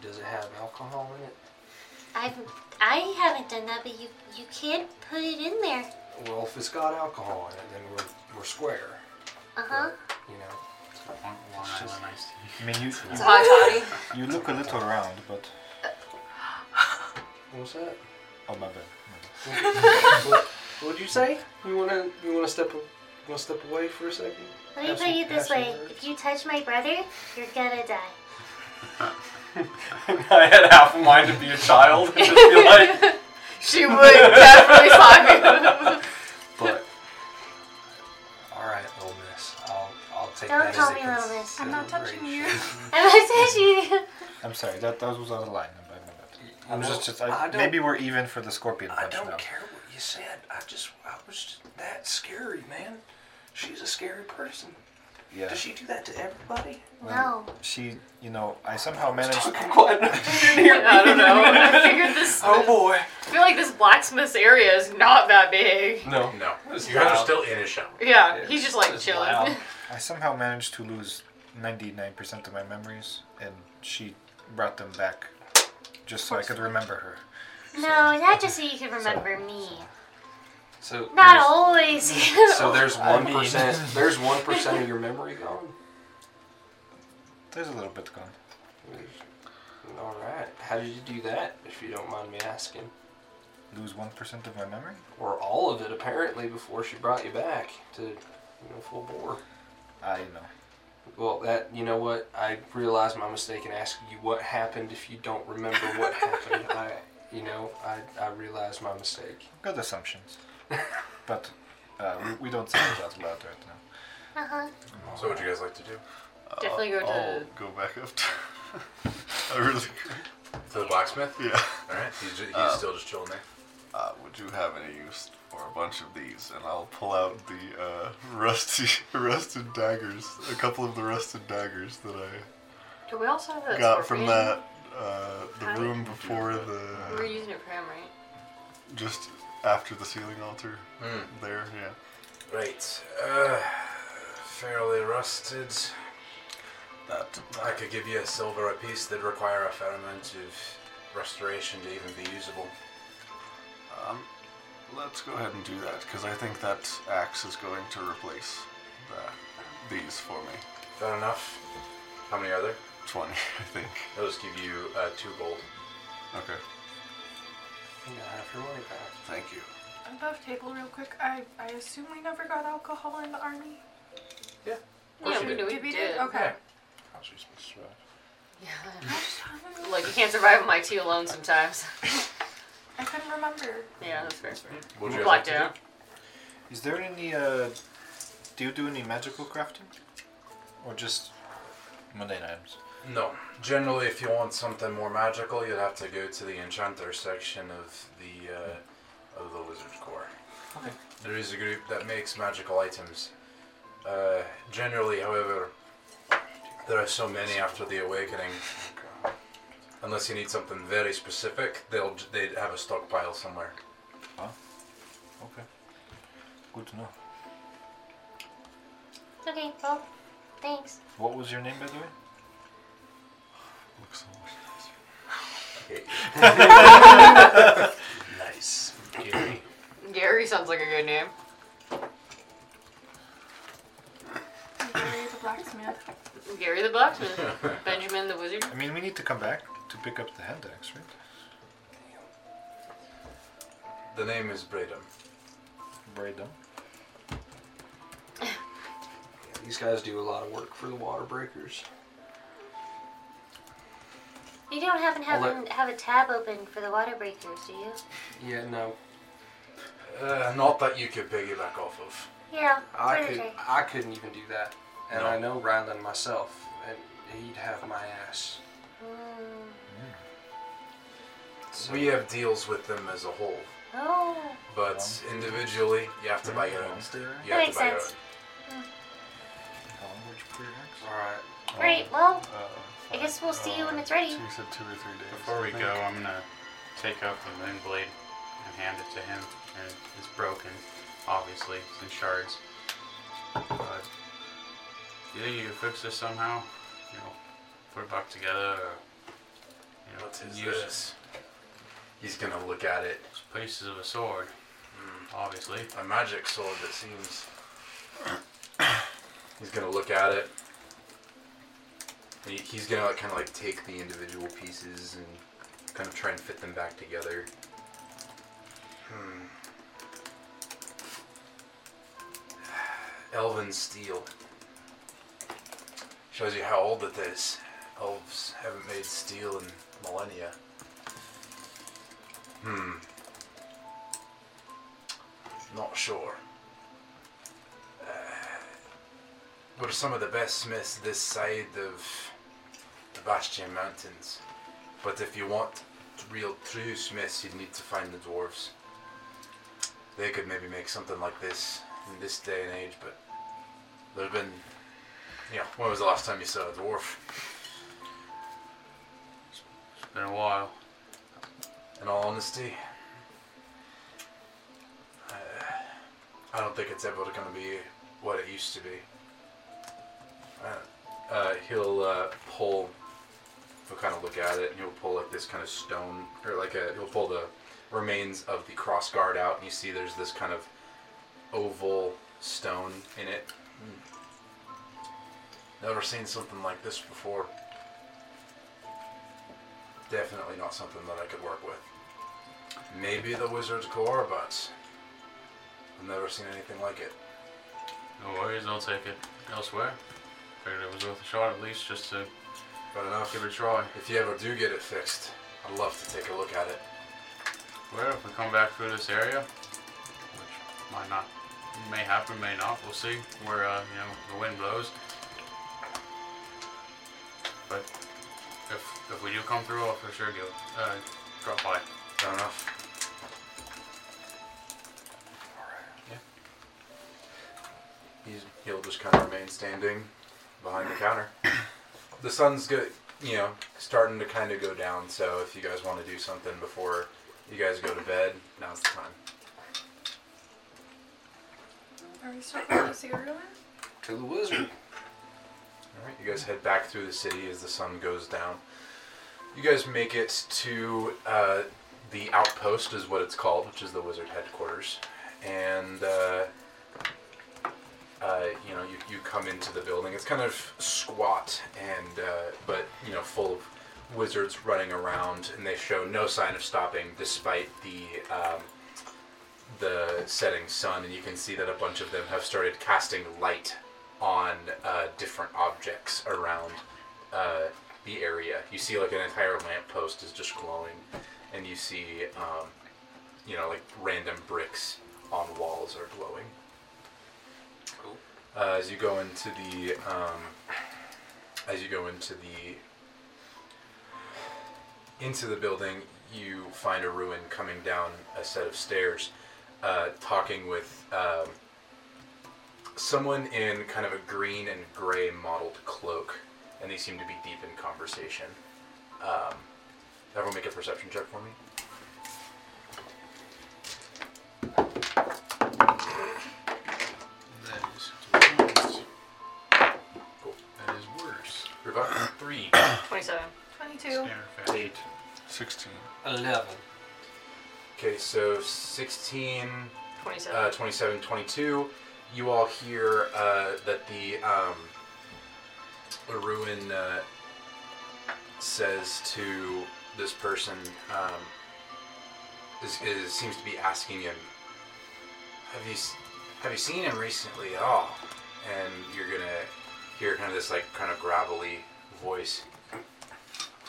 Does it have alcohol in it?
I've I haven't done that, but you you can't put it in there.
Well, if it's got alcohol in it, then we're, we're square,
Uh huh.
you know.
Long Long Island iced tea.
I mean, you
It's hot
*laughs*
toddy.
you, you look a little round, but
What's that?
oh my bad.
what, what'd you say? You wanna you wanna step a, wanna step away for a second?
Let me
Have
put
some-
it this
have some
way:
words.
if you touch my brother, you're gonna
*laughs*
die.
I had half a mind to be a child and just be like,
She would definitely slap
*laughs* But all right, little miss, I'll I'll take
*laughs* Don't
that
call
as
me
a
little miss.
I'm not touching you.
*laughs* I'm not touching you.
I'm sorry, that that was out of line. I'm, I'm,
You
I'm
know,
just, just
I
I,
don't-
maybe we're even for the scorpion
I
punch now.
don't care what you said. I just I was just that scary, man. She's a scary person.
Yeah.
Does she do that to everybody?
No.
She, you know, I somehow managed.
Talking quiet.
you. I don't know. I
*laughs*
figured this.
oh boy.
I feel like this blacksmith's area is not that big.
No.
No.
It's
You guys
loud.
are still in his shell.
Yeah, he's just like
It's
chilling.
loud.
I somehow managed to lose 99% of my memories, and she brought them back just so I could remember her.
No, not just so you can remember me.
So
Not
there's-
always.
*laughs*
*laughs*
So there's
I
one
mean-
*laughs* There's one percent of your memory gone.
There's a little bit gone.
All right. How did you do that? If you don't mind me asking,
Lose 1% of my memory?
or all of it apparently before she brought you back to you know full bore.
I know.
Well, that you know what I realized my mistake and asked you what happened. If you don't remember
*laughs*
what happened, I you know I I realized my mistake.
Good assumptions. but uh, we, we don't say it out loud right now.
Uh huh.
So, what would you guys like to do?
Definitely go to-
I'll Oh, go back up to. *laughs* I really.
To the blacksmith?
Yeah.
All right. He's, ju- he's
Um,
still just chilling there.
Uh, would you have any use for a bunch of these? And I'll pull out the uh, rusty, *laughs* rusted daggers, a couple of the rusted daggers that I
*laughs* Do we also have that
got
scorpion?
from that uh,
Hi.
the room before
We're
the
using it for him, right?
just after the ceiling altar.
Hmm.
There, yeah.
Right. Uh, fairly rusted.
That uh,
I could give you a silver apiece. They'd require a fair amount of restoration to even be usable.
Um, let's go ahead and do that because I *laughs* think that axe is going to replace the, these for me.
Fair enough. How many are there?
Twenty, I think.
They'll just give you uh, two gold.
Okay,
You got half your money back.
thank you.
Above table, real quick. I I assume we never got alcohol in the army.
Of course
yeah,
you
we
did.
know we
Did we do?
did.
Okay.
How's she supposed to survive?
Yeah.
I just haven't-
Look, you can't survive on my tea alone sometimes. *laughs*
I couldn't remember.
yeah, that's fair. fair.
Would you guys like
Blacked
to
out.
do?
Is there any? Uh, do you do any magical crafting, or just mundane items?
No. Generally, if you want something more magical, you'd have to go to the enchanter section of the uh, of the wizard's core.
Okay.
There is a group that makes magical items. Uh, generally, however, there are so many after the awakening. Unless you need something very specific, they'll they have a stockpile somewhere.
Okay. Good to know.
Okay, well, thanks.
What was your name, by the way?
Looks so much nicer. *laughs*
*laughs*
Nice.
Gary.
Gary sounds like a good name.
Gary the blacksmith.
Gary the blacksmith. Benjamin the wizard.
I mean, we need to come back to pick up the hand axe, right?
the name is Bradum.
Right done.
These guys do a lot of work for the water breakers.
You don't happen to have,
I'll let-
an- have a tab open for the water breakers, do you?
Yeah, no.
Uh, not that you could piggyback off of.
Yeah.
I
we're
could
okay.
I couldn't even do that. And
No.
I know Ryland myself, and he'd have my
*laughs*
ass.
Mm.
So
We have deals with them as a whole,
Oh.
but individually, you have to buy your own.
Stay around.
You have
That
to
makes
buy your
sense.
own.
How long would you put your axe?
Alright.
Great. Well,
Uh,
I guess we'll see you
uh,
when it's ready.
Two, you said two or three days.
Before we
I think.
go, I'm gonna take out the moon blade and hand it to him. And it's broken, obviously. It's in shards. But you think you can fix this somehow? You know, put it back together. Or, you know,
What is
use
this? He's gonna look at it. Hmm.
It's pieces of a sword, obviously.
A magic sword, it seems. He's gonna look at it. He, he's gonna like, kind of like take the individual pieces and kind of try and fit them back together. Hmm. *sighs* Elven steel. Shows you how old it is. Elves haven't made steel in millennia. Hmm. Not sure. Uh, we're some of the best smiths this side of the Bastion Mountains. But if you want real true smiths, you'd need to find the dwarves. They could maybe make something like this in this day and age, but there've been. Yeah, when was the last time you saw a dwarf?
It's been a while.
In all honesty, uh, I don't think it's ever going to be what it used to be. Uh, uh, he'll uh, pull. He'll kind of look at it, and he'll pull like this kind of stone, or like a. He'll pull the remains of the cross guard out, and you see there's this kind of oval stone in it. Hmm. Never seen something like this before. Definitely not something that I could work with. Maybe the Wizard's Core, but I've never seen anything like it.
No worries, I'll take it elsewhere. Figured it was worth a shot at least, just to
But enough.
give it a try.
If you ever do get it fixed, I'd love to take a look at it.
Well, if we come back through this area, which might not may happen, may not. We'll see where uh, you know the wind blows. But if if we do come through, I'll for sure go uh, drop by.
Fair enough. He's, he'll just kind of remain standing behind the counter. the sun's good, you know, starting to kind of go down. So if you guys want to do something before you guys go to bed, now's the time.
Are we still going to cereal in?
To the wizard.
All right, you guys head back through the city as the sun goes down. You guys make it to uh, the outpost, is what it's called, which is the wizard headquarters, and uh, uh, you know you, you come into the building. It's kind of squat and uh, but you know full of wizards running around, and they show no sign of stopping despite the um, the setting sun, and you can see that a bunch of them have started casting light on uh, different objects around uh, the area. You see, like, an entire lamppost is just glowing, and you see, um, you know, like, random bricks on walls are glowing.
Cool.
Uh, as you go into the, um, as you go into the, into the building, you find a ruin coming down a set of stairs, uh, talking with, um, someone in kind of a green and gray mottled cloak, and they seem to be deep in conversation. Um, everyone make a perception check for me.
That is worse.
Cool.
That is worse.
Revive.
Three.
27.
22.
Standard fare.
Eight. Sixteen.
Eleven.
Okay, so 16,
27.
uh, 27, 22. You all hear uh, that the um, the ruin uh, says to this person um, is, is seems to be asking him, "Have you s- have you seen him recently at all?" And you're gonna hear kind of this like kind of gravelly voice.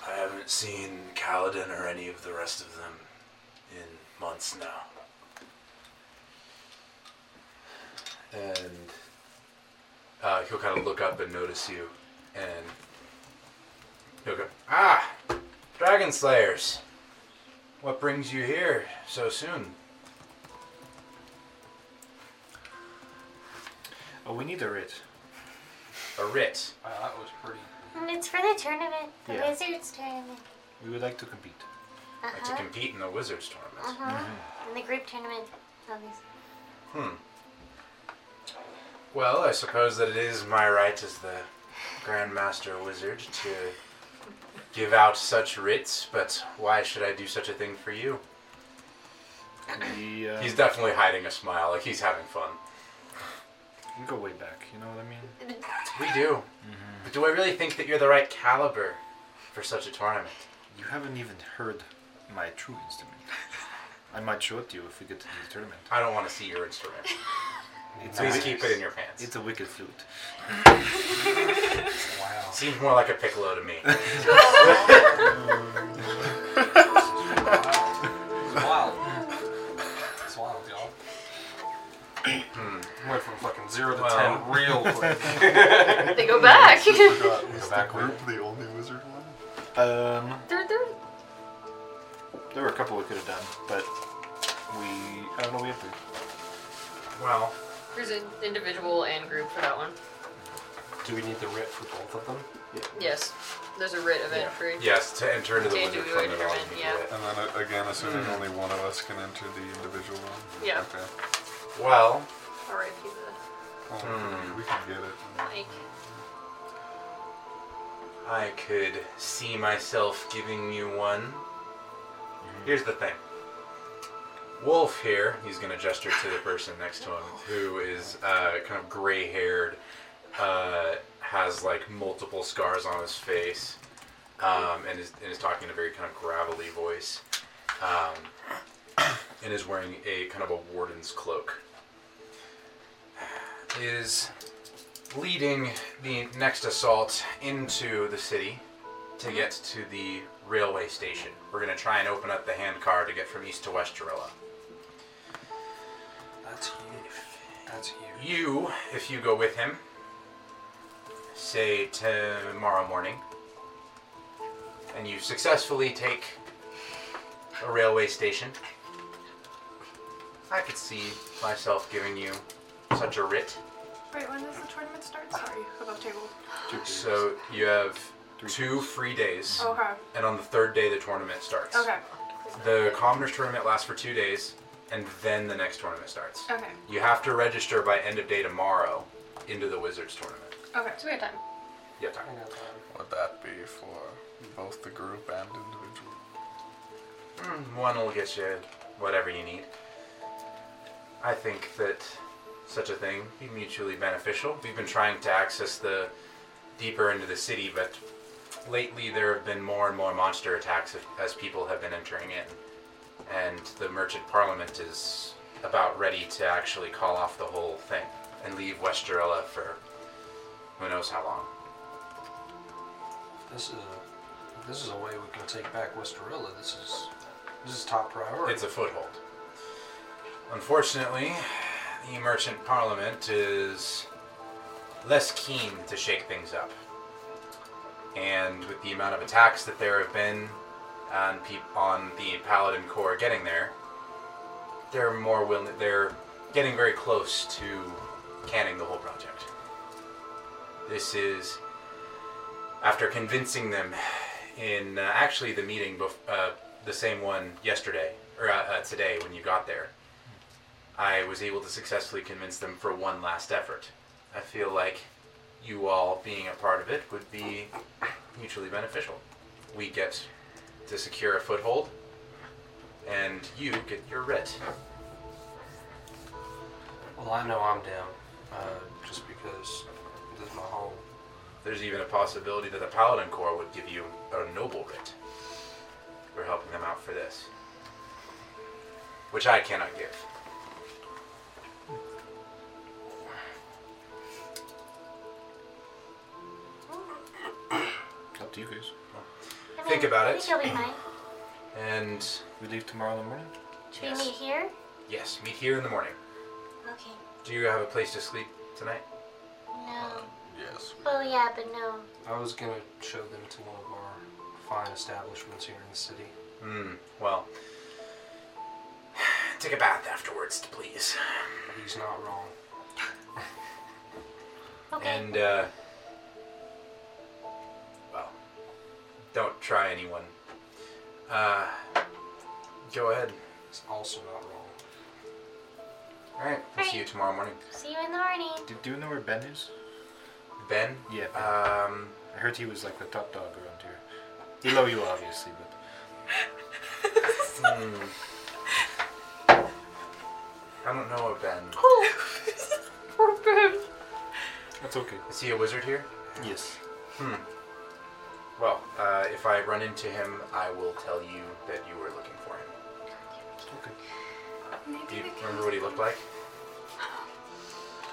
I haven't seen Kaladin or any of the rest of them in months now. and uh, he'll kind of look up and notice you, and he'll go, "Ah, dragon slayers! What brings you here so soon?"
Oh, we need a writ.
A writ.
Wow, that was pretty.
Mm. And it's for the tournament, the
Yeah.
Wizards tournament.
We would like to compete.
To
Uh-huh.
compete in the wizards tournament.
Uh-huh.
Mm-hmm.
And the group tournament, obviously.
Hmm. Well, I suppose that it is my right as the Grand Master Wizard to give out such writs, but why should I do such a thing for you?
We, uh,
He's definitely hiding a smile, like he's having fun.
we go way back, you know what I mean? Mm-hmm.
We do. But do I really think that you're the right caliber for such a tournament?
You haven't even heard my true instrument. I might show it to you if we get to the tournament.
I don't want to see your instrument.
It's a
Please
wicked-
keep it in your pants.
It's a wicked flute.
Wow.
Seems more like a piccolo to me.
It's wild. It's wild, y'all. Went from fucking zero to
Hmm. Well.
ten
*laughs*
real quick.
They go back. they're,
God, was the
back with
group the only wizard one?
Um,
they're,
there were a couple we could have done, but we. I don't know, we have to.
well,
there's an individual and group for that one.
Do we need the writ for both of them?
Yes. There's a writ of
yeah.
entry.
yes, to enter into the
To
wizard
do a
tournament, all you
tournament,
need to
yeah.
do
And then uh, again, assuming
Hmm.
only one of us can enter the individual one.
Yeah.
Okay.
it. Well,
Alright,
Oh,
Hmm.
We can get it.
Mike.
I could see myself giving you one. Here's the thing. Wolf here, he's going to gesture to the person next to him, who is uh, kind of gray haired, uh, has like multiple scars on his face, um, and, is, and is talking in a very kind of gravelly voice, um, *coughs* and is wearing a kind of a warden's cloak. Is leading the next assault into the city to get to the railway station. We're going to try and open up the hand car to get from east to west Jarilla.
That's huge. That's you.
You, if you go with him, say tomorrow morning, and you successfully take a railway station, I could see myself giving you such a writ.
Wait, when does the tournament start? Sorry, above table.
So you have two free days,
Oh, Okay.
and on the third day, the tournament starts.
Okay.
The Commoners tournament lasts for two days, and then the next tournament starts.
Okay.
You have to register by end of day tomorrow into the Wizards tournament.
Okay.
So we have time.
You have time.
I got that.
Would that be for both the group and individual?
Mm, One will get you whatever you need. I think that such a thing be mutually beneficial. We've been trying to access the deeper into the city, but lately there have been more and more monster attacks as- as people have been entering in, and the Merchant Parliament is about ready to actually call off the whole thing and leave Westerella for who knows how long.
This is a this is a way we can take back Westerilla. This is this is top priority.
It's a foothold. Unfortunately, the merchant parliament is less keen to shake things up. And with the amount of attacks that there have been on peop- on the paladin corps getting there, they're more willing. They're getting very close to canning the whole project. This is after convincing them in uh, actually the meeting, bef- uh, the same one yesterday or uh, uh, today when you got there, I was able to successfully convince them for one last effort. I feel like you all being a part of it would be mutually beneficial. We get to secure a foothold, and you get your writ.
well, I know I'm down, uh, just because this is my home.
There's even a possibility that the Paladin Corps would give you a noble writ. We're helping them out for this, which I cannot give.
Up to you guys.
I
Think about
I
it.
think you'll be fine.
*clears throat* And
We leave tomorrow in the morning.
Should we meet
yes,
here?
yes, meet here in the morning.
Okay.
Do you have a place to sleep tonight?
No.
Yes.
Well, yeah, but no.
I was gonna show them to one of our fine establishments here in the city.
Hmm. Well, take a bath afterwards, please.
He's not wrong.
Okay.
And uh, well, don't try anyone. Uh, go ahead.
He's also not wrong.
All right. We'll see you tomorrow morning,
See you in the morning.
Do, do you know where Ben is?
Ben.
Yeah. Ben.
Um.
I heard he was like the top dog around here. Below you, obviously, but
hmm. I don't know a Ben.
that's okay.
Is he a wizard here?
Yes.
Hmm. Well, uh, if I run into him, I will tell you that you were looking for him.
Okay.
Maybe
Do you
we can-
remember what he looked like?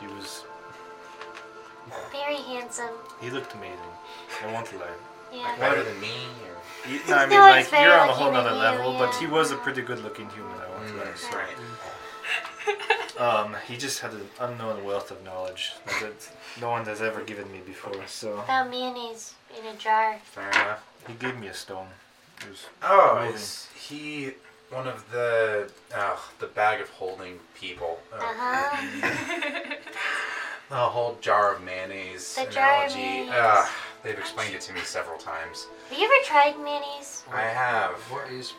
He was.
Very handsome.
He looked amazing. I won't lie.
Yeah.
Better than me? Or...
He, no, I mean
No,
like
it's very
you're on a
like
whole
human
nother
you,
level, but
yeah.
he was a pretty good-looking human. I won't lie.
Mm, right.
Um, he just had an unknown wealth of knowledge that no one has ever given me before. So
Found mayonnaise in a jar.
Fair enough.
he gave me a stone. It was
Oh,
Moving.
is he one of the oh, the bag of holding people?
Uh
Oh,
huh.
*laughs* The whole jar of mayonnaise
Uh-huh. The jar of
analogy.
mayonnaise.
Ugh, they've explained it to me several times.
Have you ever tried mayonnaise?
I have.
What is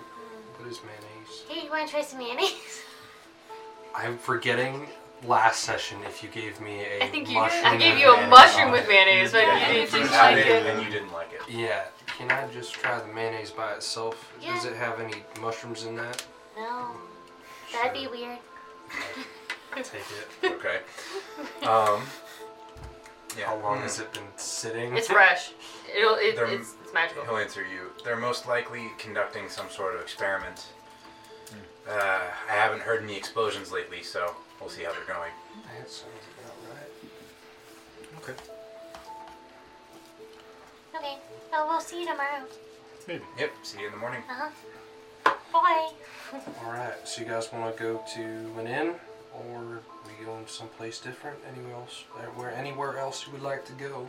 what is mayonnaise?
Here, you want to try some mayonnaise? *laughs*
I'm forgetting last session if you gave me a
I think you.
mushroom
I gave
with
you a
mayonnaise
mushroom
on
with
it.
mayonnaise, but
Yeah,
you
you
didn't
had
like
it
it.
and you didn't like it.
Yeah, can I just try the mayonnaise by itself? Does
Yeah.
it have any mushrooms in that?
No. That'd be weird.
Take it.
*laughs*
*laughs*
Okay. Um. *laughs* Yeah.
How long
Mm.
has it been sitting?
It's fresh. It'll. It,
They're-
it's, it's magical.
He'll answer you. They're most likely conducting some sort of experiment. Uh, I haven't heard any explosions lately, so we'll see how they're going.
That sounds about right.
okay.
Okay. Oh, we'll see you tomorrow.
Maybe.
Yep. See you in the morning.
Uh huh. Bye.
All right, so you guys want to go to an inn? or we go in someplace different. Anywhere else, where anywhere else you would like to go,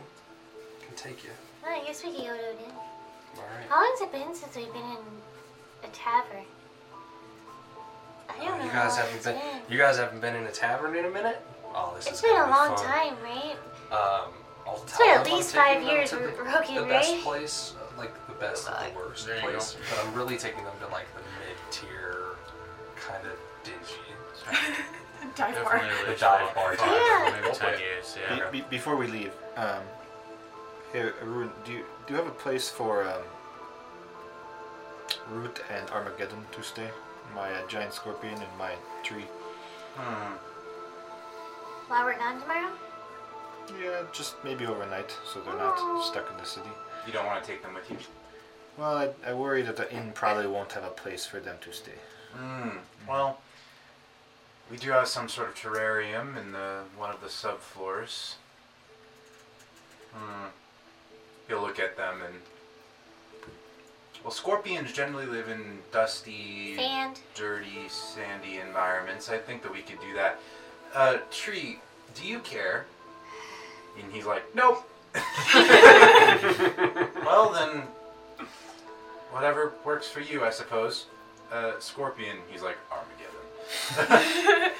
can take you.
Well, I guess we can go to it in.
All right.
How long's it been since we've been in a tavern? I don't know.
you guys
how long
haven't
it's
been.
been.
You guys haven't been in a tavern in a minute. Oh, this
It's
is
been
gonna
a
be
long
fun.
time, right?
Um, I'll
It's been
tell
at
them I'm
least
taking
five
them
years,
to the,
Rogan,
the best
right?
place, uh, like the best and the worst
There you go.
place. But I'm really taking them to like the mid-tier, kind of dingy.
*laughs*
Dive bar.
Definitely at
The
least
dive
like
bar.
five,
Yeah.
Maybe ten years.
Be-
Yeah.
be- before we leave, um, hey, Arun, do you, do you have a place for um, Root and Armageddon to stay? My uh, giant scorpion and my tree.
Hmm.
While we're gone tomorrow?
Yeah, just maybe overnight, so they're not stuck in the city.
You don't want to take them with you.
Well, I, I worry that the inn probably won't have a place for them to stay.
Hmm. Well, we do have some sort of terrarium in the one of the subfloors. Hmm. He'll look at them and. Well, scorpions generally live in dusty,
Sand.
dirty, sandy environments. I think that we could do that. Uh, tree, do you care? And he's like, nope. *laughs* well then, whatever works for you, I suppose. Uh, Scorpion, he's like Armageddon.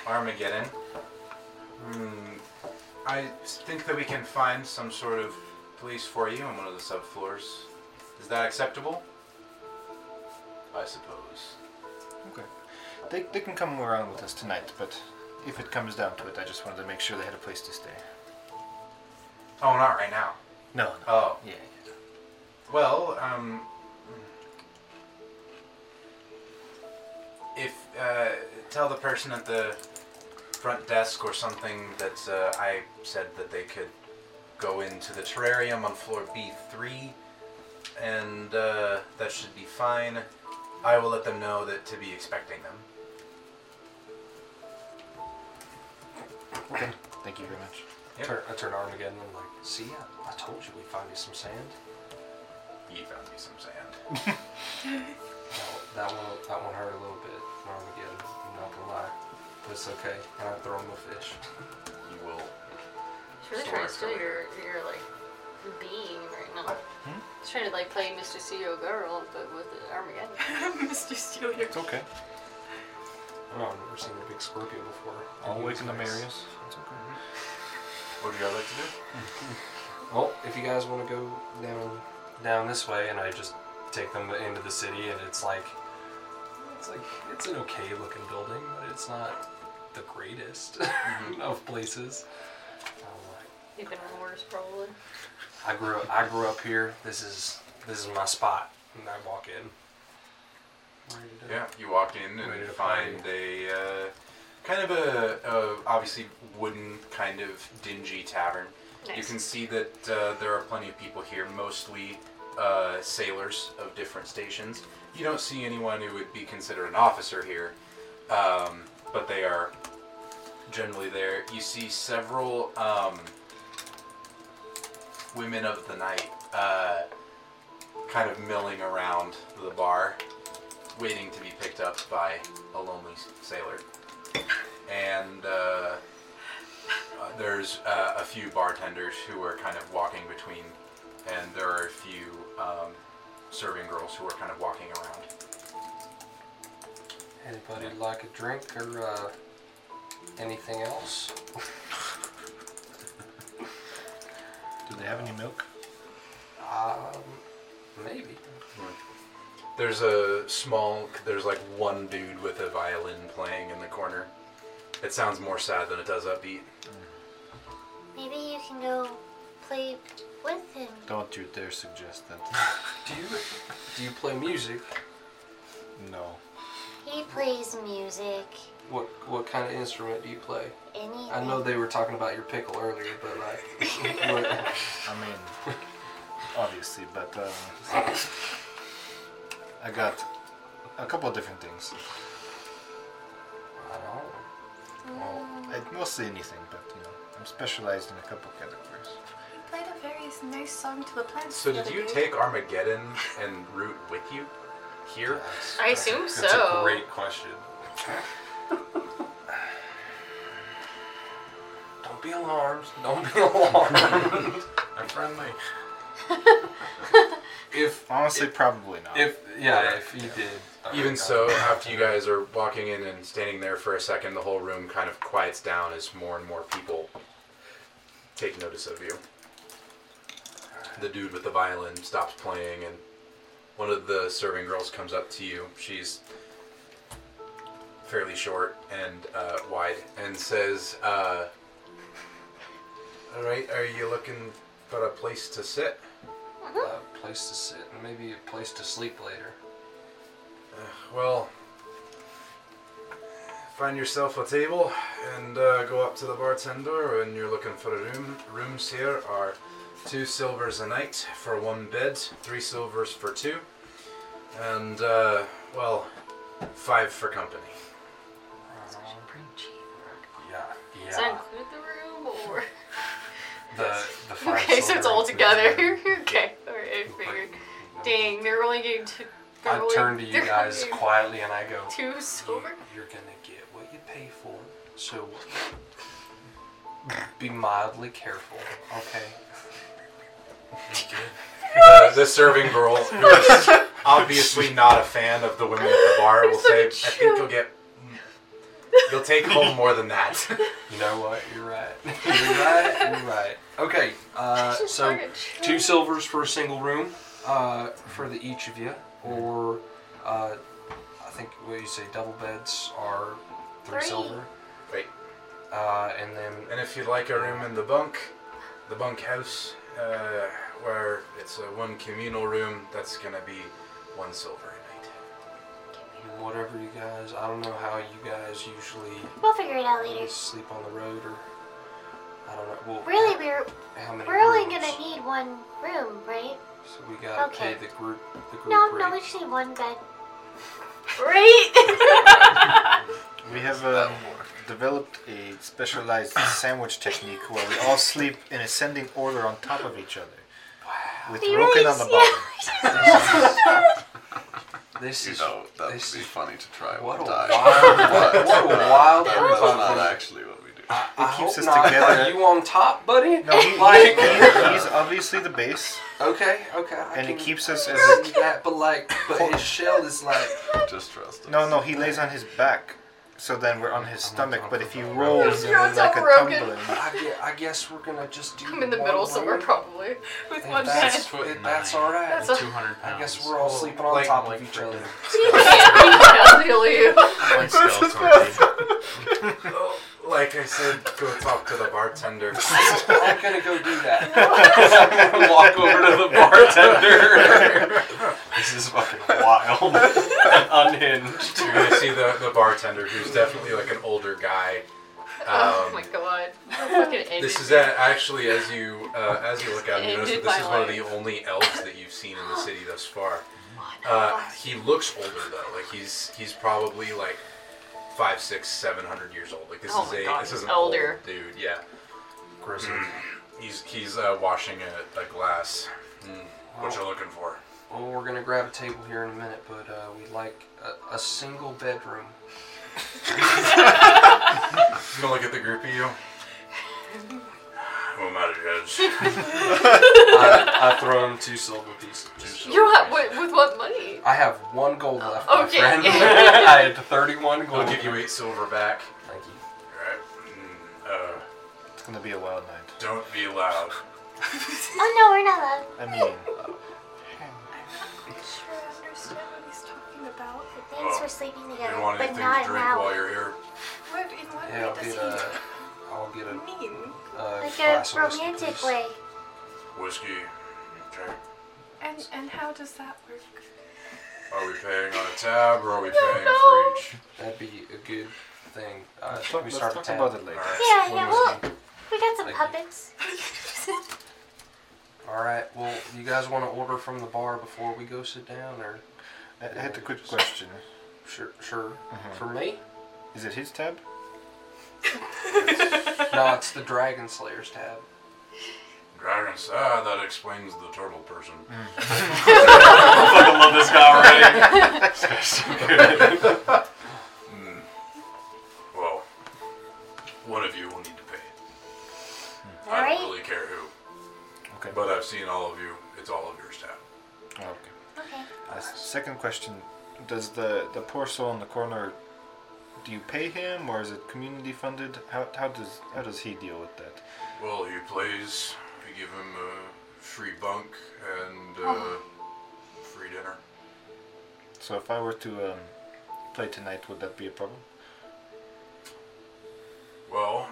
Armageddon. Hmm. I think that we can find some sort of police for you on one of the subfloors. Is that acceptable? I suppose.
Okay. They, they can come around with us tonight, but if it comes down to it, I just wanted to make sure they had a place to stay.
Oh, not right now.
No, no.
Oh.
Yeah.
Well, um, if uh, tell the person at the front desk or something that uh, I said that they could go into the terrarium on floor B3, and uh, that should be fine. I will let them know that to be expecting them.
Okay. Thank you very much.
Yep.
Turn, I turn Armageddon and I'm like, see, I, I told you we'd find you some sand.
You found me some sand.
*laughs*
*laughs*
That, one- that one, that one hurt a little bit. Armageddon, I'm not gonna lie, but it's okay. And I throw him a fish.
You will.
She's really trying to steal your, your like being right now.
Hmm?
She's trying to like play Mr. CEO Girl, but with the Armageddon. *laughs*
Mr. Steal your
It's okay.
I don't know, I've never seen a big scorpion before.
I'll
And he
wake in the
was nice.
Marius. It's okay.
What do you like to do?
Well, if you guys want to go down down this way, and I just take them into the city, and it's like it's like it's an okay looking building, but it's not the greatest
Mm-hmm.
*laughs* of places. I'm like,
You've been on worse probably.
I grew up, I grew up here. This is this is my spot, and I walk in. Ready to-
Yeah, you walk in
Ready
and
to
find a uh, kind of a, a obviously wooden kind of dingy tavern. You
Nice.
can see that uh, there are plenty of people here, mostly uh, sailors of different stations. You don't see anyone who would be considered an officer here, um, but they are generally there. You see several um, women of the night uh, kind of milling around the bar, waiting to be picked up by a lonely s- sailor. And. Uh, uh, there's uh, a few bartenders who are kind of walking between, and there are a few um, serving girls who are kind of walking around.
Anybody like a drink or uh, anything else?
Do they have any milk?
Um, maybe.
Hmm. There's a small, there's like one dude with a violin playing in the corner. It sounds more sad than it does upbeat.
Maybe you can go play with him.
Don't you dare suggest that.
*laughs* Do you do you play music?
no.
He plays music.
What what kind of instrument do you play?
Anything.
I know they were talking about your pickle earlier, but like, *laughs* what,
I mean, *laughs* obviously, but um, I got a couple of different things.
I don't know.
I mostly anything, but you know, I'm specialized in a couple categories.
He played a very nice song to the plants.
So
the
did
other
you
day.
take
*laughs*
Armageddon and Root with you here?
I assume
That's
so.
a great question.
Don't be alarmed. Don't be *laughs* alarmed.
I'm friendly.
if
Honestly, probably not.
if yeah, if you did. uh, I
Even
would
so,
not.
after you guys are walking in and standing there for a second, the whole room kind of quiets down as more and more people take notice of you. The dude with the violin stops playing, and one of the serving girls comes up to you. She's fairly short and uh, wide, and says, uh, "All right, are you looking for a place to sit?
a place to sit and maybe a place to sleep later.
Well, find yourself a table and uh, go up to the bartender when you're looking for a room. Rooms here are two silvers a night for one bed, three silvers for two, and uh, well, five for company.
Yeah,
Does that
yeah.
include the room or?
The
*laughs*
the five
Okay, so it's all
silver includes
together. *laughs* okay, alright, I
the-
figured.
like,
Dang, they're only getting two. they're
I
only-
turn to you
they're
guys
only
quietly and I go,
Two silver.
You're gonna get what you pay for, so be mildly careful, *laughs* okay? Uh,
*laughs* The, the serving
*laughs*
girl, who is obviously not a fan of the women at the bar, will say, "I think you'll get." You'll take home more than that.
You know what? You're right. *laughs* You're right. You're right. Okay, uh, so two silvers for a single room uh, for the each of you, or uh, I think what you say double beds are three,
Three.
silver.
Right.
Uh, and then
And if you'd like a room in the bunk, the bunkhouse, uh, where it's a one communal room, that's gonna be one silver a night.
whatever you guys, I don't know how you guys usually
We'll figure it out later.
sleep on the road or I don't know. Well,
Really, we're
how many
we're only
rooms?
gonna need one room, right?
So we gotta
Okay.
pay the group. The group
No,
rate.
no, we just need one bed. Right?
We have um, developed a specialized *coughs* sandwich technique where we all sleep in ascending order on top of each other. With
Be
Roken on
nice,
the
yeah.
bottom.
*laughs*
This
You
is
know, that would be
this is
funny to try one
what a wild,
time. *laughs*
what, what a wild
That is not
improvisation.
actually what we do.
I
keeps
hope
us
not.
together.
Are you on top, buddy?
No, he,
like,
he- he's obviously the base,
okay, okay. I
and
can,
it keeps us as
I
a,
can do that, but like, but his shell is like.
Just trust us.
no, no. He lays on his back, so then we're on his stomach. But if he rolls,
Just rolls
like a
over Roken.
tumbling.
I, gue- I guess we're gonna just do.
I'm in the
one
middle somewhere,
room,
probably. With
and
one
that's,
head.
Foot
it-
nine.
that's all right.
That's
Two hundred pounds.
I guess we're all sleeping on
Like-
top
like
of each other.
You can't be
*laughs*
you.
Like skeleton.
Oh, *laughs* Like I said, go talk to the
*laughs*
bartender.
I'm gonna go do
*laughs*
that. I'm gonna walk over to the bartender. *laughs* this is fucking wild. *laughs* Unhinged.
You're gonna see the, the bartender, who's definitely like an older guy.
*laughs* oh
Um,
my god. I'm *laughs* fucking ended.
This is a- actually as you uh, as you look out, you
It
notice that
ended
this
my
is one of
life.
the only elves that you've seen in the city thus far. Uh, he looks older though, like he's he's probably like five, six, seven hundred years old. Like this
Oh
is
my
a
God,
this
he's
is an
older.
old dude. Yeah, *clears throat* he's he's uh, washing a, a glass. Mm, What you looking for?
Well, we're gonna grab a table here in a minute, but uh, we'd like a, a single bedroom.
He's gonna look at the group of you. Who am I to judge? *laughs*
I, I throw him two silver pieces.
You don't have, with, with what money?
I have one gold left,
Okay.
my
*laughs*
friend. I had 31 gold.
I'll give you eight silver back.
Thank you.
All right. Mm, uh,
It's gonna be a wild night.
don't be loud.
oh no, we're not allowed.
I mean,
Sure, I understand what he's talking about.
The things we're sleeping together,
Oh, You want
but
anything
not
to
an
drink while
hour.
you're here?
What in what
Yeah,
way
I'll
does
get
he
a. I'll get a.
mean?
Uh,
Like a
glass of whiskey,
romantic
please.
way.
Whiskey. Okay.
And and how does that
*laughs*
work?
Are we paying on a tab or are we paying
know.
for each?
That'd be a good thing. Uh,
let's
should
talk,
we
let's
start
talk
a tab?
about it later.
Alright.
Yeah,
One
yeah. Well,
whiskey.
we got some
Thank you.
puppets.
All right. Well, you guys want to order from the bar before we go sit down, or
I I had a quick question. Uh-huh.
sure, sure. For me,
Is it his tab?
no, it's the Dragon Slayer's tab.
Dragons. Ah, that explains the turtle person.
*laughs* I love this guy already.
*laughs* Well, one of you will need to pay.
Oh,
Uh, question. Does the the poor soul in the corner? Do you pay him, or is it community funded? How, how does how does he deal with that?
Well, he plays. We give him a free bunk and uh, free dinner.
So if I were to um, play tonight, would that be a problem?
Well,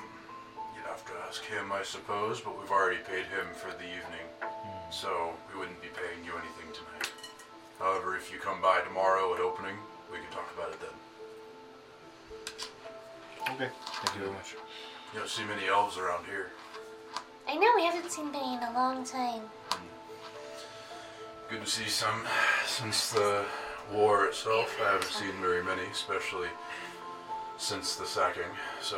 you'd have to ask him, I suppose, but we've already paid him for the evening,
Hmm.
so we wouldn't be paying you anything tonight. However, if you come by tomorrow at opening, we can talk about it then.
Okay. Thank you very much.
You don't see many elves around here.
*laughs* I know we haven't seen Benny in a long time.
Good to see some since the war itself. I haven't seen very many, especially since the sacking. So,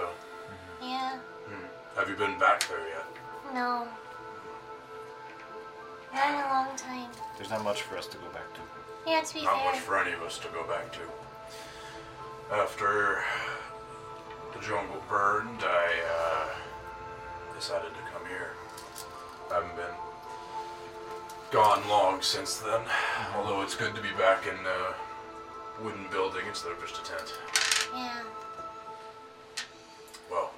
Yeah.
hmm. have you been back there yet?
No. Not in a long time.
There's not much for us to go back to.
Yeah, to be
Not
fair.
much for any of us to go back to. After the jungle burned, I uh, decided to come here. I haven't been gone long since then, although it's good to be back in a wooden building instead of just a tent.
Yeah.
Well,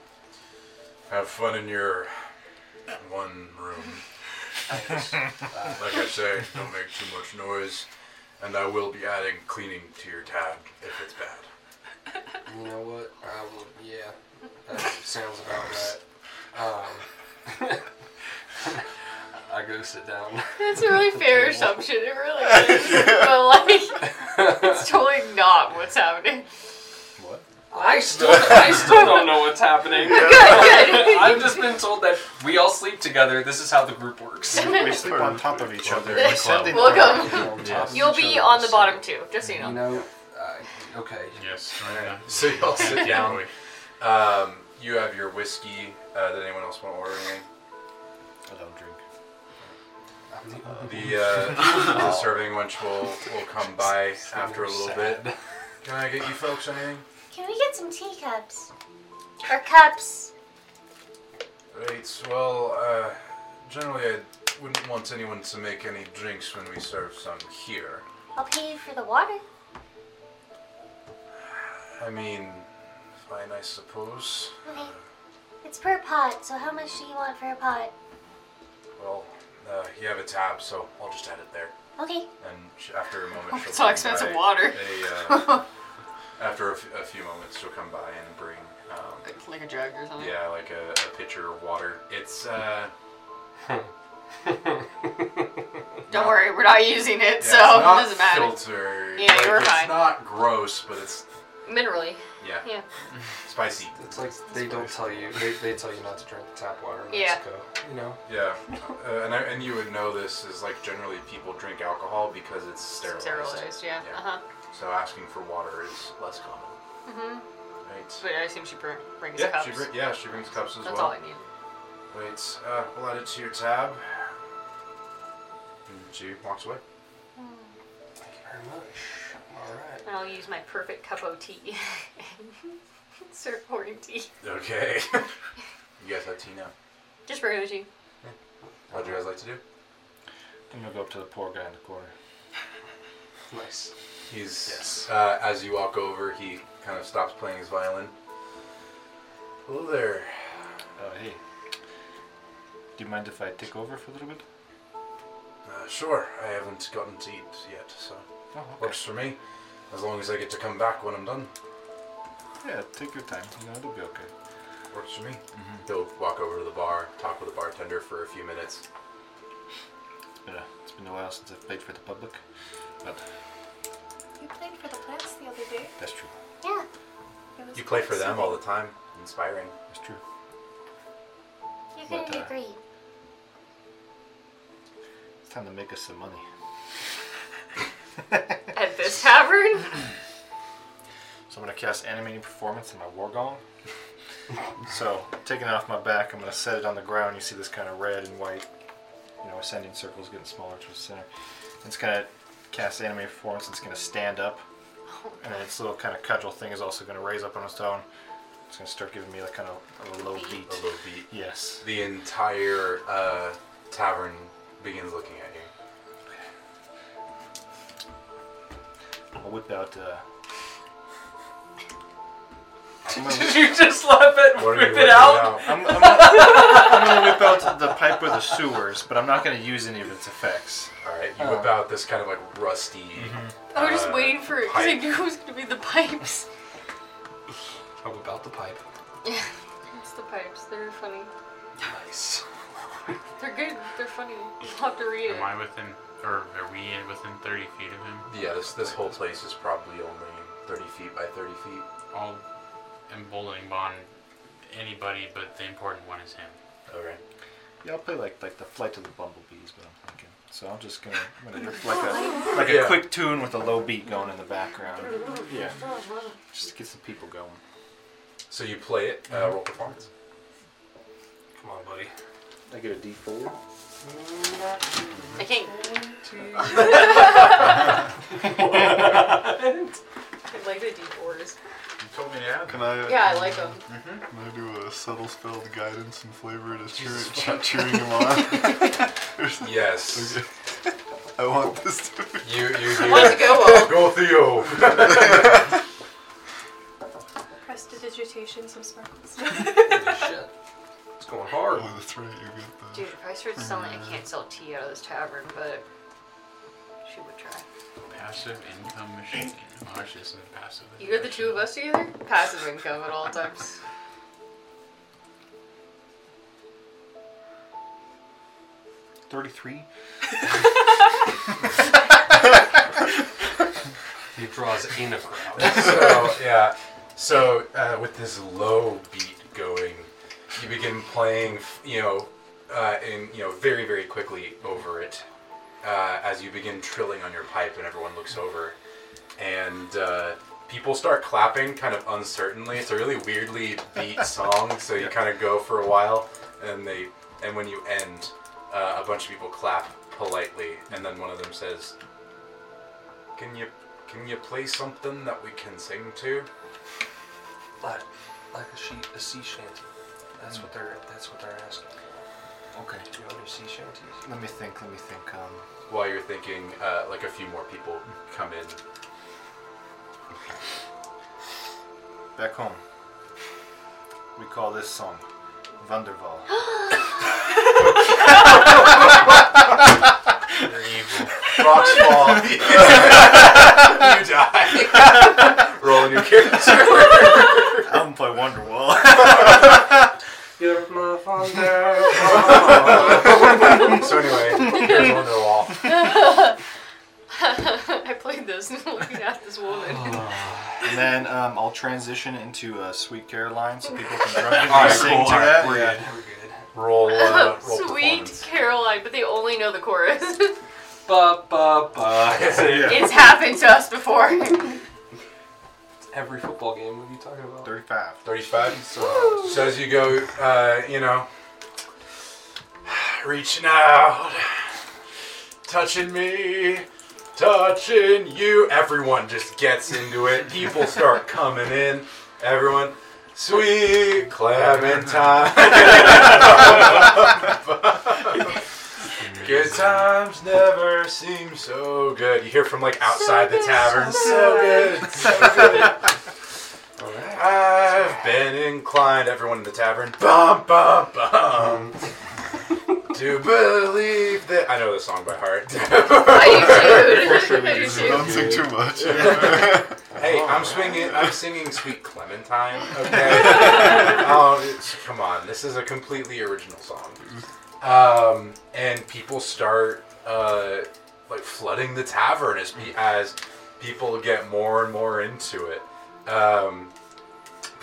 have fun in your one room. like I say, don't make too much noise, and I will be adding cleaning to your tab if it's bad.
You know what? I will. Yeah, that sounds about right. Um, *laughs* I go sit down.
That's
*laughs*
a really
*laughs*
fair assumption. It really is. But like, it's totally not what's happening.
I still,
*laughs*
*laughs*
I still don't know what's happening. *laughs* I've just been told that we all sleep together. This is how the group works.
We
*laughs*
sleep on top of each other.
Club.
We send in
Welcome.
order.
Yes.
You'll be on the bottom too, just so you
You
know.
know. Uh, okay.
Yes.
So you all sit
Yeah.
down. Um, you have your whiskey. Uh, did anyone else want to order anything?
I don't drink.
The,
*laughs*
uh, *laughs* the
*laughs*
serving wench will, will come by after a little bit. Can I get you folks anything?
Can we get some teacups? Or cups?
Right, well, uh, generally I wouldn't want anyone to make any drinks when we serve some here.
I'll pay you for the water.
I mean, fine, I suppose.
Okay. It's per pot, so how much do you want for a pot?
Well, uh, you have a tab, so I'll just add it there.
Okay.
And sh- after a moment, she'll
It's all
bring
expensive
by
water.
A,
*laughs*
uh, after a, f- a few moments, she'll come by and bring, um,
Like, like a jug or something.
Yeah, like a, a pitcher of water. It's
*laughs*
uh,
Don't worry, we're not using it,
it's
so it
not
doesn't matter.
filtered.
Yeah,
like,
you were
it's
fine.
not gross, but
*laughs*
it's
Minerally.
yeah,
Yeah.
spicy.
It's like they don't tell you. They, they tell you not to drink the tap water in
Yeah.
Mexico. You know.
Yeah, uh, and I, and you would know this is like generally people drink alcohol because it's sterilized.
Sterilized, yeah.
Yeah.
Uh-huh.
So asking for water is less common. Mm-hmm. Right.
But I assume she br- brings
Yeah,
cups.
she br- yeah she brings cups as
That's
well.
all I need.
Wait, uh, we'll add it to your tab. And she walks away.
Thank you very much. All right.
And I'll use my perfect cup of tea. *laughs* Start pouring tea.
Okay. *laughs* you guys have tea now.
Just regular tea.
What would you guys like to do?
I'm gonna go up to the poor guy in the corner.
Nice.
He's uh, as you walk over, he kind of stops playing his violin. Hello there.
Oh hey. Do you mind if I take over for a little bit?
Uh, sure, I haven't gotten to eat yet, so
Oh,
works for me. As long as I get to come back when I'm done,
Yeah, take your time. You know, it'll be okay. Mm-hmm.
works for me.
He'll walk over to the bar, talk with the bartender for a few minutes.
It's been a, it's been a while since I've played for the public, but
You played for the plants the other day.
that's true.
Yeah.
It was
You play for them all the time. Inspiring.
That's true.
You're
What,
gonna be
uh,
great.
It's time to make us some money.
At this tavern?
So I'm gonna cast animating performance on my war gong. *laughs* so taking it off my back, I'm gonna set it on the ground. You see this kind of red and white, you know, ascending circles getting smaller to the center. It's gonna cast animating performance. It's gonna stand up, and then its little kind of cudgel thing is also gonna raise up on its own. It's gonna start giving me like kind of a low beat.
A little beat.
Yes.
The entire uh, tavern begins looking at you.
whip out. Uh,
*laughs* Did you just laugh at whip
What are you
it
whipping
out?
out? I'm- I'm not- I'm gonna whip out the pipe with the sewers, but I'm not gonna use any of its effects.
All right,
Oh.
you whip out this kind of like rusty.
Mm-hmm.
I was just
Uh,
waiting for it because I
pipe.
knew it was gonna be the pipes.
Oh, about the pipe.
Yeah, it's the pipes. They're funny.
Nice.
They're good. They're funny. You'll have to read it.
Am I within, or are we within 30 feet of him?
Yeah, this this whole place is probably only 30 feet by 30 feet.
I'll emboldening bond anybody, but the important one is him.
Okay.
Yeah, I'll play like like the flight of the bumblebees, but I'm thinking. So I'm just gonna, I'm gonna rip like
*laughs*
a like
Yeah.
a quick tune with a low beat going in the background. Yeah, just to get some people going.
So you play it. Uh, roll performance.
Mm-hmm. Come on, buddy.
I get a D4.
I can't. *laughs* I like the D4s.
You told me to add
Can I?
Yeah, I like 'em.
Mm-hmm.
Can I do a subtle spell to guidance and flavor it as cheer, che- cheering
*laughs*
him on? There's-
Yes.
Okay. I want this to be.
You you
Let's go.
Go Theo.
*laughs*
*laughs*
Prestidigitation, some sparkles.
*laughs*
Shit. It's going hard.
Oh, that's right. You get the.
Dude, if I started selling, I can't sell tea out of this tavern, but she would try.
passive income machine. Oh, actually, this isn't passive.
You got the two of us together? Passive income at all times. *laughs*
Thirty-three.
He draws in a crowd.
*laughs* so yeah. So uh, with this low beat going, you begin playing, f- you know, uh, in you know very very quickly over it, uh, as you begin trilling on your pipe, and everyone looks over, and uh, people start clapping, kind of uncertainly. It's a really weirdly beat song, so you kind of go for a while, and they, and when you end, uh, a bunch of people clap politely, and then one of them says, "Can you?" Can you play something that we can sing to?
like, like a, she, a sea shanty. That's what they're. That's what they're asking.
Okay.
Do you know sea shanties?
Let me think. Let me think. Um,
While you're thinking, uh, like a few more people come in.
back home, we call this song Wunderval.
They're evil.
*laughs* Rocks fall. you die. Roll a new character.
I'm gonna play Wonderwall.
You're my father.
so anyway, there's one to the wall.
I played this and looking at this woman.
Uh,
*laughs*
And then um, I'll transition into uh, Sweet Caroline so people can drunkenly
Alright,
sing
cool.
to that.
Alright,
Yeah.
We're good.
Roll.
*laughs*
Uh, roll
Sweet
performance.
Caroline, but they only know the chorus.
*laughs*
Ba ba ba. That's it.
it's happened to us *laughs* before.
Every football game. What are you talking about?
35.
35. So, so as you go, uh, you know, *sighs* reaching out, touching me, touching you. Everyone just gets into it. People start coming in. Everyone, sweet *laughs* Clementine. Good times never seem so good. You hear from like outside the tavern. So good, so good. *laughs* I've been inclined, everyone in the tavern, bum bum bum, to believe that I know the song by heart. *laughs*
I do too. I do
So
too.
Don't sing too much.
hey, I'm swinging. I'm singing "Sweet Clementine." Okay, um, it's- come on, this is a completely original song, um, and people start uh, like flooding the tavern as pe- as people get more and more into it. Um,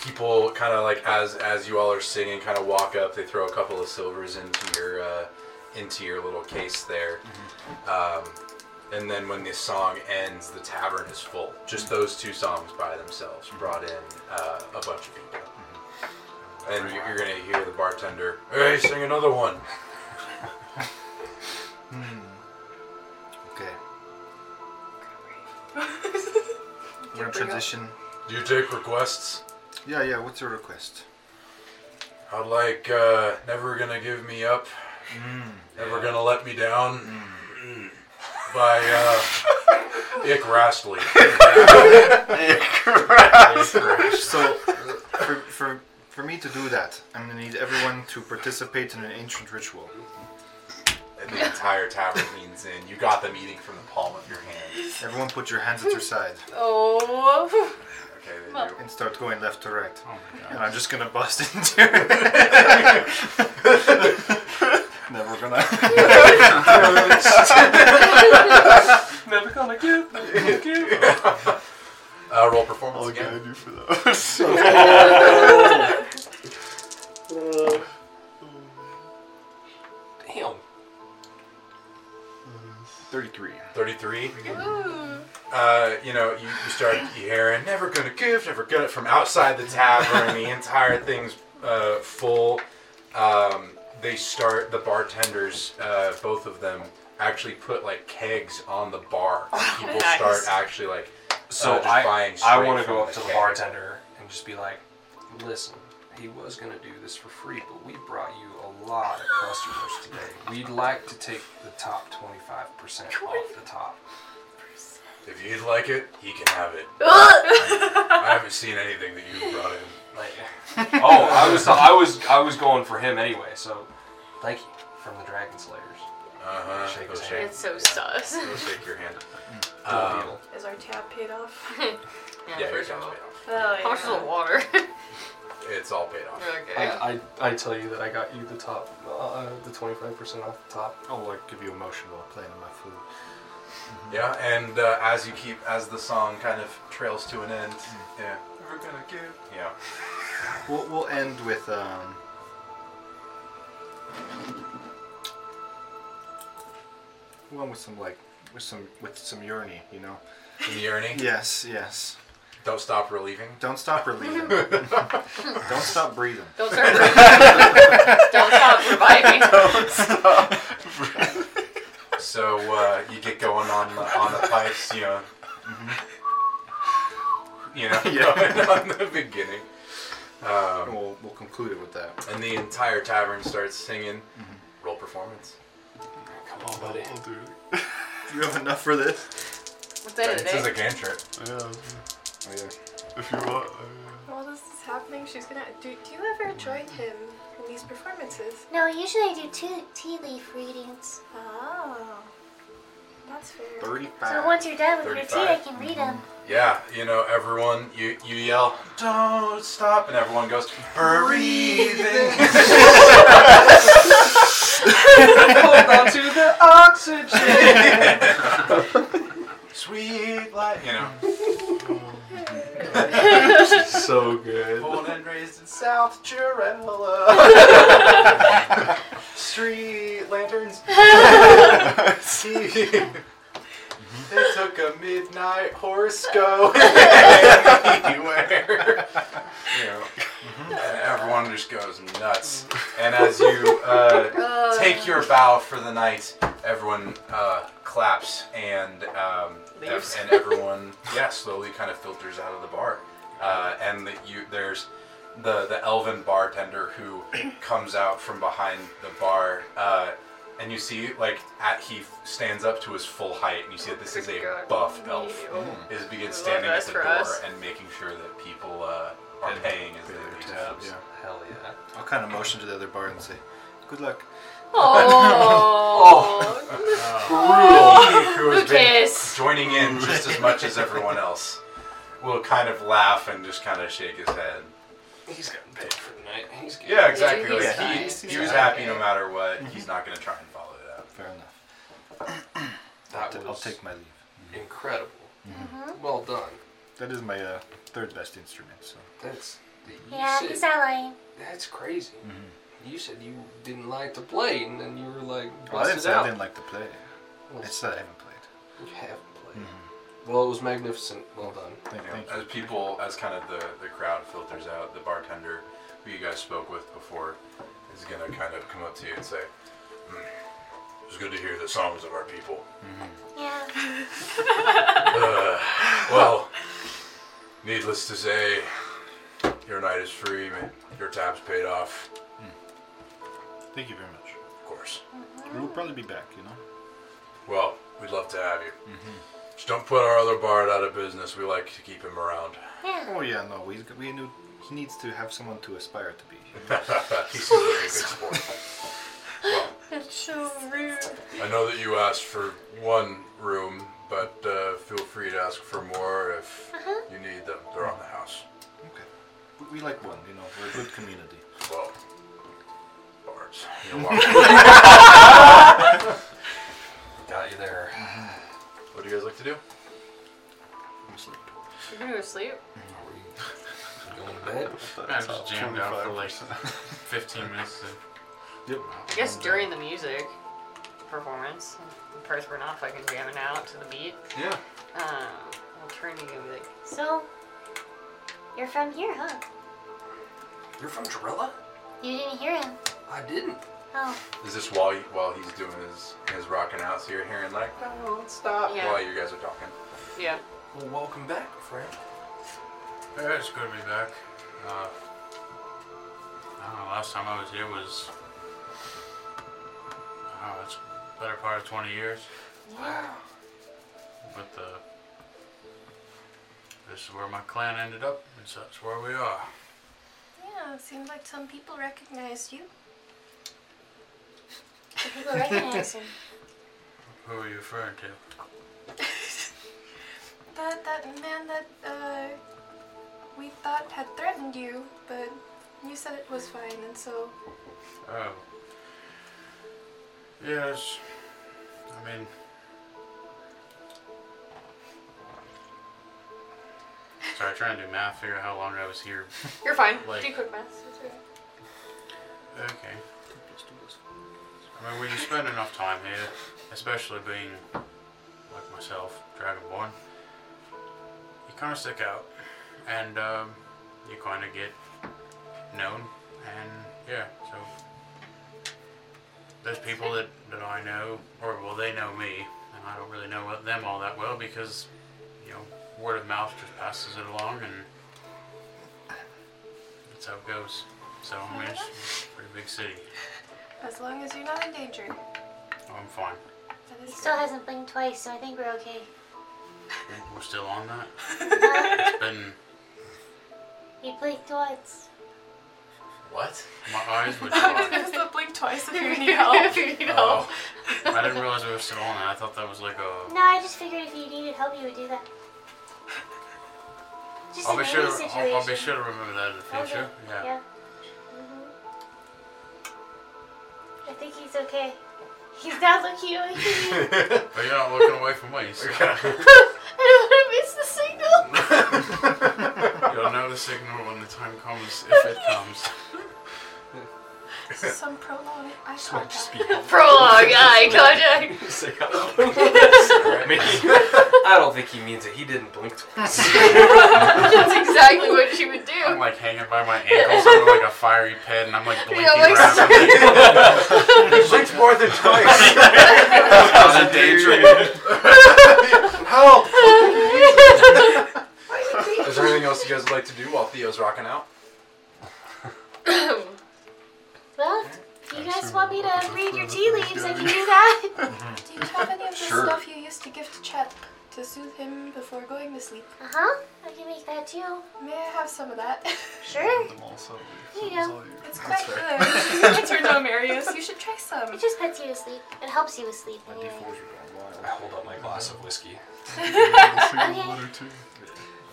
people kind of like as as you all are singing kind of walk up they throw a couple of silvers into your uh, into your little case there um, and then when the song ends the tavern is full
Mm-hmm.
just those two songs by themselves brought in uh, a bunch of people
Mm-hmm.
and you- you're gonna hear the bartender hey sing another one
Okay. We're gonna transition.
do you take requests
Yeah, yeah. What's your request?
i'd like uh, never gonna give me
Mm, *laughs*
up never gonna let me down by uh, Ick Rastley.
*laughs* so, for, for, for me to do that, I'm gonna need everyone to participate in an ancient ritual.
the entire tavern leans in. You got them eating from the palm of your hand.
*laughs* Everyone put your hands at your side
Oh.
Okay,
Well,
and start going left to right.
God.
and I'm just gonna bust *laughs* into
*laughs*
it. Never
*laughs*
gonna.
Never gonna give. Never give.
Uh, roll performance
I'll
again.
guide you for those.
*laughs*
*laughs*
Damn.
33.
33. Uh, you know, you, you start hearing, never gonna give, never gonna, from outside the tavern. the entire thing's uh, full. Um, they start, the bartenders, uh, both of them, actually put like kegs on the bar. People
Nice.
start actually like,
So
uh, just
I,
buying
I
straight
want to
from
go up to the
keg.
bartender and just be like, listen, he was going to do this for free, but we brought you a lot of customers today. We'd like to take the top 25% off the top.
If you'd like it, he can have it. I haven't seen anything that you brought in.
Like, *laughs* oh, I was I was I was going for him anyway. So, thank you from the Dragon Slayers.
Uh-huh.
Shake his
Go
hand.
shake.
It's so sus.
Go shake your hand.
*laughs* Done
Um,
deal.
Is our tab paid off?
*laughs*
yeah, your
first
tab's
of all.
paid off.
Oh,
How much is
yeah.
the water?
It's all paid off.
okay.
I, I, I tell you that I got you the top, uh, the twenty five percent off the top.
I'll Oh, like give you emotion while playing my flute.
Yeah, and uh, as you keep, as the song kind of trails to an end, yeah. We're gonna give. Yeah.
Mm. We'll, *laughs* we'll end with um, one with some like with some with some yearning, you know.
In the yearning.
Yes, yes.
Don't stop relieving.
Don't stop
*laughs*
relieving. Don't stop breathing.
Don't start breathing. Don't stop
*laughs*
reviving.
So uh, you get going on the, on the pipes, you know. You know, *laughs* on the beginning.
And
Um,
we'll we'll conclude it with that. Mm-hmm.
and the entire tavern starts singing. Roll performance.
Come on, buddy.
I'll do it.
*laughs* You have enough for this?
What's that
This is a
today?
cantrip.
Yeah,
Oh yeah.
if you want.
While this is happening, she's gonna. Do, do you ever join him in these performances?
No, usually I do two tea leaf readings.
Oh, that's fair.
So
Thirty-five.
once you're done with your tea, I
35.
can *laughs* read them.
Yeah, you know, everyone, you, you yell, don't stop, and everyone goes, breathing.
Hold on to the oxygen.
Sweet life, you know.
so good.
Born and raised in South *laughs* Chirella. Street lanterns. it took a midnight horse go *laughs* anywhere. *laughs* You know, and everyone just goes nuts. And as you uh, take your bow for the night, everyone uh, claps and um, ev-
Leaves.
and everyone *laughs* yeah slowly kind of filters out of the bar. Uh, and the, you there's the the elven bartender who *clears throat* comes out from behind the bar. Uh, and you see, like, at, he f- stands up to his full height, and you see that this is a
God.
buff elf
Ew.
is
I
begin
love
standing at
that
the
for
door
us.
and making sure that people uh, are
And
paying as they
pay their
leave.
tabs, yeah.
Hell yeah.
I'll kind of motion to the other bar and say, "Good
*laughs*
luck."
Oh. *laughs*
He Oh. who has been
Lucas.
joining in just as much as everyone else will kind of laugh and just kind of shake his head.
He's gotten paid for the night. He's good.
Yeah, exactly.
he's
Like,
fine.
he,
He's
he was
fine.
happy no matter what. He's not going to try and follow it up.
Fair enough.
That
I'll
was
take my leave. Mm-hmm.
incredible.
Mm-hmm.
Well done.
That is my uh, third best instrument. So
That's the, you
Yeah,
said-
he's not lying.
that's crazy. You said you didn't like to play, and then you were like
Mm-hmm. well, I didn't
busted
say I
out.
didn't like to play.
Well,
I just said I haven't played.
you haven't played. Well, it was magnificent. Well done.
Thank,
You know,
thank you.
as people, as kind of the, the crowd filters out, the bartender who you guys spoke with before is going to kind of come up to you and say,
It's "Hmm, good to hear the songs of our people.
Yeah.
*laughs*
Uh, well, needless to say, your night is free, man. your tab's paid off,
Thank you very much.
of course.
Mm-hmm.
We'll probably be back, you know.
Well, we'd love to have you. Just don't put our other bard out of business. We like to keep him around. *laughs*
Oh yeah, no, we we knew he needs to have someone to aspire to be.
He seems like a *laughs* good sport. Well,
It's so rude.
I know that you asked for one room, but uh, feel free to ask for more if you need them. They're on the house.
We- We like one, you know. We're a good community.
Well, bards.
You *laughs* know
Got you there.
What do you guys like to do?
You're gonna go to sleep?
Going to bed.
I just jammed out for like 15 minutes. To...
Yep.
I guess during the music performance, the parts we're not fucking jamming out to the beat.
Yeah.
Um, I'll turn to you and be like,
So, you're from here, huh?
You're from Jarilla?
You didn't hear him.
I didn't.
Oh,
Is this while you, while he's doing his his rocking out, so you're hearing like
don't
Uh,
stop. Yeah.
while you guys are talking?
yeah.
Well, welcome back, Frank.
Yeah, it's good to be back. Uh, I don't know, last time I was here was. Oh, that's better part of 20 years.
Wow.
But the. This is where my clan ended up, and so that's where we are.
Yeah, it seemed like some people recognized you.
do people recognize him?
Who are you referring to?
*laughs* That that man that uh, we thought had threatened you, but you said it was fine, and so
Oh. Yes. I
*laughs*
mean. Sorry, trying to do math, figure out how long I was here.
You're fine.
Like-
Do quick math. It's okay.
Okay. I mean, when you spend enough time here, especially being like myself, Dragonborn, you kind of stick out, and um, you kind of get known, and yeah, so there's people that, that I know, or well, they know me, and I don't really know them all that well because you know word of mouth just passes it along, and that's how it goes. So I mean, it's it's a pretty big city.
as long as you're not in danger,
I'm fine.
that
He
is
still hasn't blinked twice, so I think we're okay.
We're still on
*laughs*
that.
Uh,
It's been
he blinked once.
What?
my
*laughs*
eyes were
I was
dry.
gonna say blink twice if you
*laughs*
need help.
if you need help.
Oh, I didn't realize we were still on that. I thought that was like a.
No, I just figured if you needed help, you would do that. *laughs* Just
I'll
in
be sure.
any
To, I'll, I'll be
situation.
sure to remember that in the
Okay,
future. Yeah.
yeah. Mhm. Mm-hmm. I think he's okay. *laughs* He's not looking away from you.
But you're not looking away from me. So *laughs* you
*laughs* I don't want to miss the
*laughs*
signal.
will know the signal when the time comes, if it comes.
Some prolonged eye contact. *laughs*
Prologue, eye contact.
Say *laughs* hello. I mean, I don't think he means it. He didn't blink twice. *laughs*
*laughs* That's exactly what she would do.
I'm like hanging by my ankles under like a fiery pit, and I'm like blinking
Yeah, like,
around.
*laughs*
Blinks more
*laughs*
than twice.
I was in danger.
*laughs*
Help! Is there anything else you guys would like to do while Theo's rocking out?
*coughs* Well, if you guys want me to read
*laughs*
your tea leaves, I can do that.
Do you have any of the
Sure.
stuff you used to give to Chet to soothe him before going to sleep?
Uh huh. I can make that too.
May I have some of that? *laughs*
Sure.
Them also.
There you go.
It's quite good. Turn to Marius.
*laughs*
You should try some.
It just puts you to sleep. It helps you with sleep
My
anyway.
D4s were going
I hold up my glass of whiskey.
Single one or two.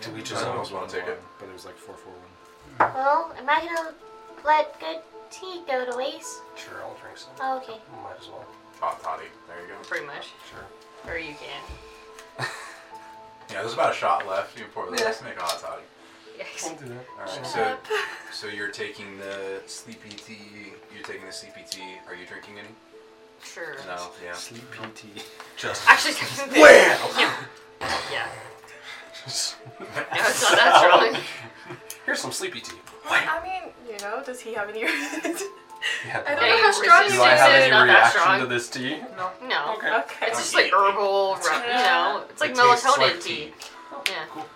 To each
I
his own.
almost want to take it.
But it was like four four one.
Well, am I gonna let good tea go to waste?
Sure, I'll drink some.
Oh, okay.
Might as well.
Hot toddy. There you go.
Pretty much.
Sure.
Or you can.
Yeah, there's about a shot left. You pour the rest. Make a hot toddy.
Yikes.
do that.
All right. So,
*laughs*
so you're taking the sleepy tea. You're taking the sleepy tea. Are you drinking any?
Sure.
No. Yeah.
Sleep PT.
*laughs*
Just.
*laughs* Actually, wow. Yeah.
*laughs*
yeah. No, it's not that strong.
Here's some sleepy tea.
I mean, you know, does he have any? *laughs*
Yeah.
I don't
Yeah,
know
you
how strong
resist
it
Do
it.
I
It's
have any
not that
reaction
strong.
to this tea? No.
No.
Okay.
Okay.
It's just like herbal, ru- you know. It's like
It tastes
melatonin
like
tea.
tea.
Yeah.
cool.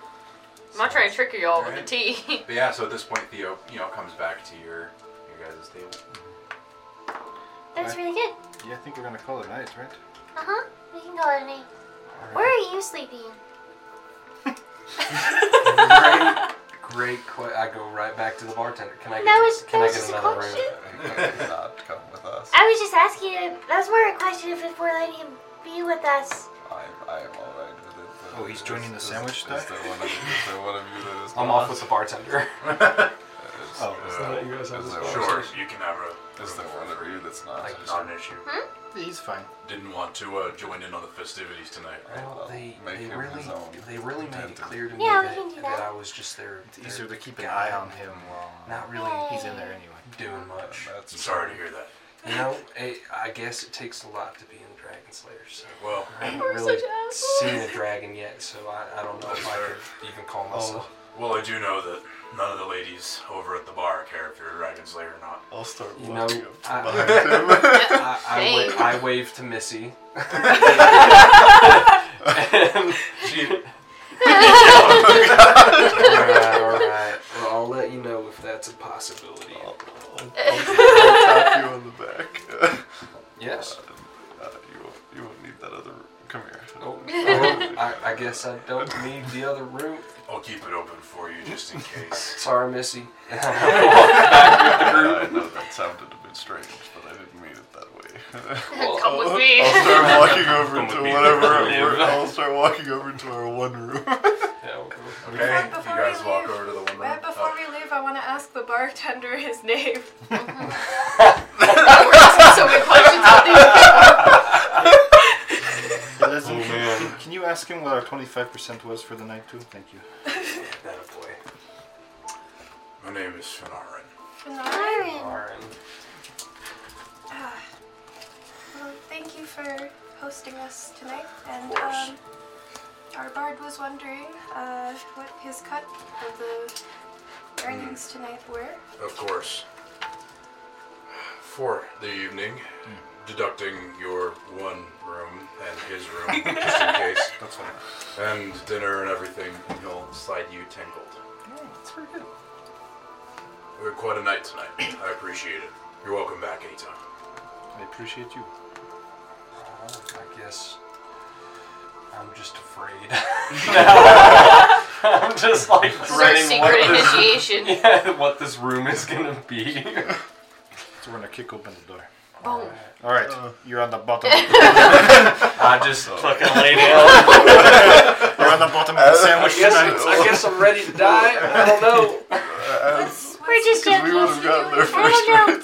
I'm not trying to trick you all *laughs* with the
Alright.
tea. *laughs*
But yeah. So at this point, Theo, you know, comes back to your your guys' table.
*laughs* That's really good.
Yeah, I think we're gonna call it night, right?
Uh huh. We can go at any.
All
Where are you sleeping?
Great, great. Que- I go right back to the bartender. Can I get,
That was-
can
that
I
was
get
just a
another room?
question.
He's not coming with us.
I was just asking. If, that was more a question of if we're letting him be with us.
I, I am alright with it.
Oh, he's joining the
Is-
sandwich
is, is
stuff?
there one of you, is there one of you that
*laughs*
is
I'm
not?
off with the
*laughs*
bartender.
Is-
Oh, it's not that you guys have
is
this
there one-
Sure, you can have a.
Is there one of you that's not?
not an issue.
Hmm?
He's fine.
Didn't want to uh, join in on the festivities tonight.
Well, they,
Make
they
him
really
his own
they really made it clear to me
Yeah, we
that,
can do
that I
that.
was just there.
It's easier to keep an eye on him while uh,
Not really
he's in there anyway.
doing much.
That's
I'm sorry to hear that.
You know, it, I guess it takes a lot to be in the Dragon Slayer. So
Well,
I haven't
We're
really
such assholes.
seen a dragon yet, so I, I don't know if I could even call
Oh.
myself.
well, I do know that none of the ladies over at the bar care if you're a dragon slayer or not.
I'll start
You know,
walking up
I-
to
*laughs*
*laughs* behind him.
I, I, wa- I wave
*laughs*
to *laughs* Missy. and, *laughs*
She,
all right, all right. Well, I'll let you know if that's a possibility.
I'll, I'll, I'll
*laughs*
tap you on the back.
Yes.
Uh, you, won't, you won't need that other room. Come here.
Oh, oh, *laughs* I, I guess I don't need the other room.
I'll keep it open for you just in case.
*laughs* Sorry, Missy.
I know that sounded a bit strange, but I didn't mean it that way.
Come with me. *laughs*
I'll start walking over
Come with
to
me.
whatever.
Yeah.
we're- I'll start walking over to our one room. *laughs*
Okay,
Right
you
before
guys
we
walk
leave-
over to the one room.
Right before we leave, I want to ask the bartender his name.
*laughs*
so many questions out there.
Yeah, that's-
Oh, man.
Can you ask him what our 25% was for the night, too? Thank you.
My name is Fenaren.
Lauren.
Lauren.
Ah. Well, thank you for hosting us tonight. And
Of course.
um, our bard was wondering uh, what his cut of the earnings
Mm.
tonight were.
Of course. For the evening,
Hmm.
deducting your one room and his room, just in case,
That's fine.
and dinner and everything, he'll slide you tangled.
that's pretty good.
We had quite a night tonight. I appreciate it. You're welcome back anytime.
I appreciate you.
I guess I'm just afraid. *laughs* Now. *laughs* I'm just like
This is our
dreading
secret
what this, *laughs*
initiation.
yeah, what this room is gonna be.
So we're going to kick open the door.
Boom.
All right. You're on the
*laughs*
bottom. Oh.
I just
*laughs*
fucking lay down.
You're on the bottom
*laughs*
of the sandwich
I guess,
tonight.
I guess I'm ready to die. I don't know.
What's,
We're just
*laughs* Because *laughs*
joking.
we would have gotten there
I don't know.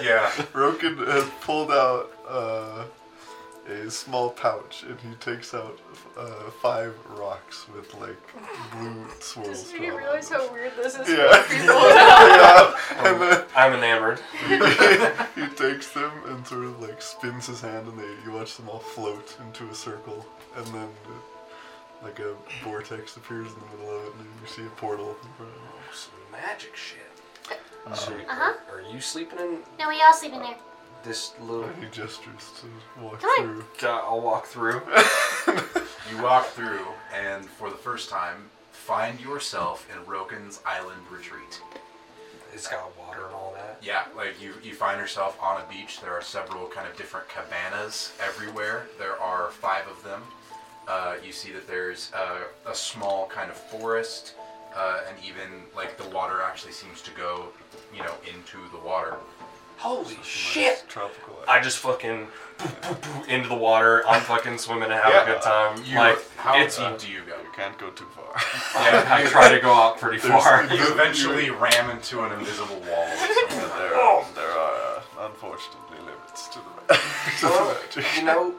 *laughs*
Yeah.
Roken has pulled out uh, a small pouch and he takes out uh, five rocks with like blue swirls.
Does you
drawn on
realize
them.
how weird this is?
Yeah. *laughs* yeah. And then
I'm enamored.
*laughs* he takes them and sort of like spins his hand and they you watch them all float into a circle and then uh, like a vortex appears in the middle of it and you see a portal in front of you.
Some magic shit. So, are, are you sleeping in
Uh-huh. No, we all sleep in there.
this little?
And he gestures to walk
Come on.
through.
I'll walk through. *laughs*
You walk through, and for the first time, find yourself in Roken's Island Retreat.
It's got water and all that.
Yeah, like you, you find yourself on a beach. There are several kind of different cabanas everywhere. There are five of them. Uh, you see that there's uh, a, a small kind of forest, uh, and even like the water actually seems to go, you know, into the water.
Holy shit!
Tropical.
I just fucking poof, poof, poof, into the water. I'm fucking swimming and having a good time.
You,
like
how
it's.
deep
uh,
do you go?
You can't go too far.
I try to go out pretty
There's- *laughs*
far.
there's-
You eventually ram into an invisible wall. Or something.
there, are, there are uh, unfortunately limits to the, to
Well,
the magic. *laughs*
you know,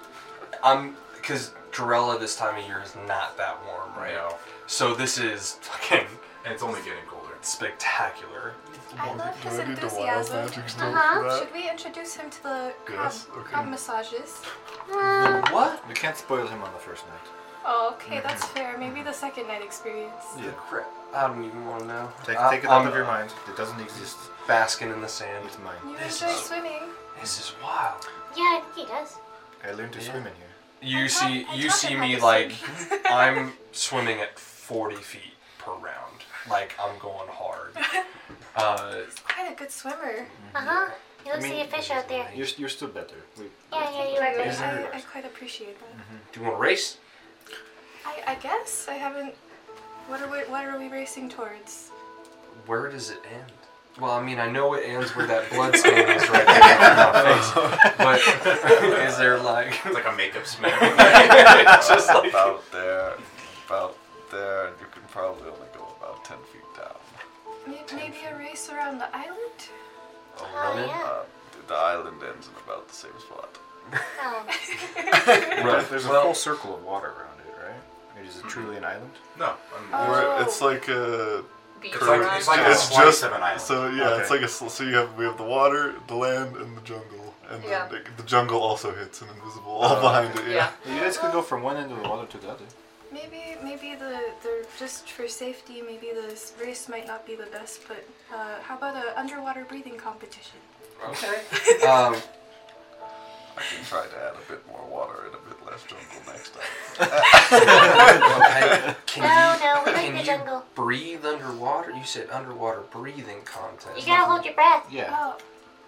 I'm because Torella this time of year is not that warm
I
right now.
know.
So this is fucking
And it's only getting colder.
spectacular.
I love
Do
his
I need the wild
enthusiasm.
magic still for
Uh-huh.
that?
Should we introduce him to the crab,
Yes, okay.
crab massages?
Uh,
What?
We can't spoil him on the first night.
Oh, okay, that's fair. Maybe the second night experience.
The crap. I don't even want to know.
Take,
I-
take it out
I'm
of your mind. It doesn't exist.
Basking in the sand.
It's mine.
You
This
enjoy
is-
swimming.
This is wild.
Yeah, I think he does.
I learned to
Yeah.
swim in here.
You
I
see,
taught- I
you
taught
see
him
me
how to
like
swim. *laughs*
I'm swimming at 40 feet per round. Like I'm going
*laughs*
hard. Uh,
He's quite a good swimmer.
Uh huh. He
I
looks
mean,
like a fish out there.
You're, you're still better. We, Mm-hmm.
Yeah, yeah, you
I,
are.
I,
good.
I quite appreciate that.
do you want to race?
I, I guess I haven't. What are we? What are we racing towards?
Where does it end? Well, I mean, I know it ends where that blood stain is right there on my face, but *laughs* is there like
It's *laughs* like a
*laughs*
makeup smear.
*laughs* just like
about there, about there, and you can probably only go about ten feet down.
May- Maybe a race around the island.
Oh,
really? yeah.
Uh, the island ends in about the same spot.
Um,
There's, there's a whole circle of water around it, right? Is it truly an island?
No.
We're- it's like a.
Beach
curve.
around. It's like a
slice of an island.
So yeah, it's
Okay.
like a sl- so you have we have the water, the land, and the jungle, and then
Yeah.
the, the jungle also hits an invisible
Oh,
all behind it. Yeah.
You guys could go from one end of the water to the other.
*laughs* Maybe, maybe the, the just for safety, maybe this race might not be the best. But uh, how about a underwater breathing competition?
Okay.
um,
I can try to add a bit more water and a bit less jungle next
okay.
time.
Can
No,
you,
no, we like
can
the
you
jungle.
breathe underwater? You said underwater breathing contest.
You gotta hold your breath.
Oh,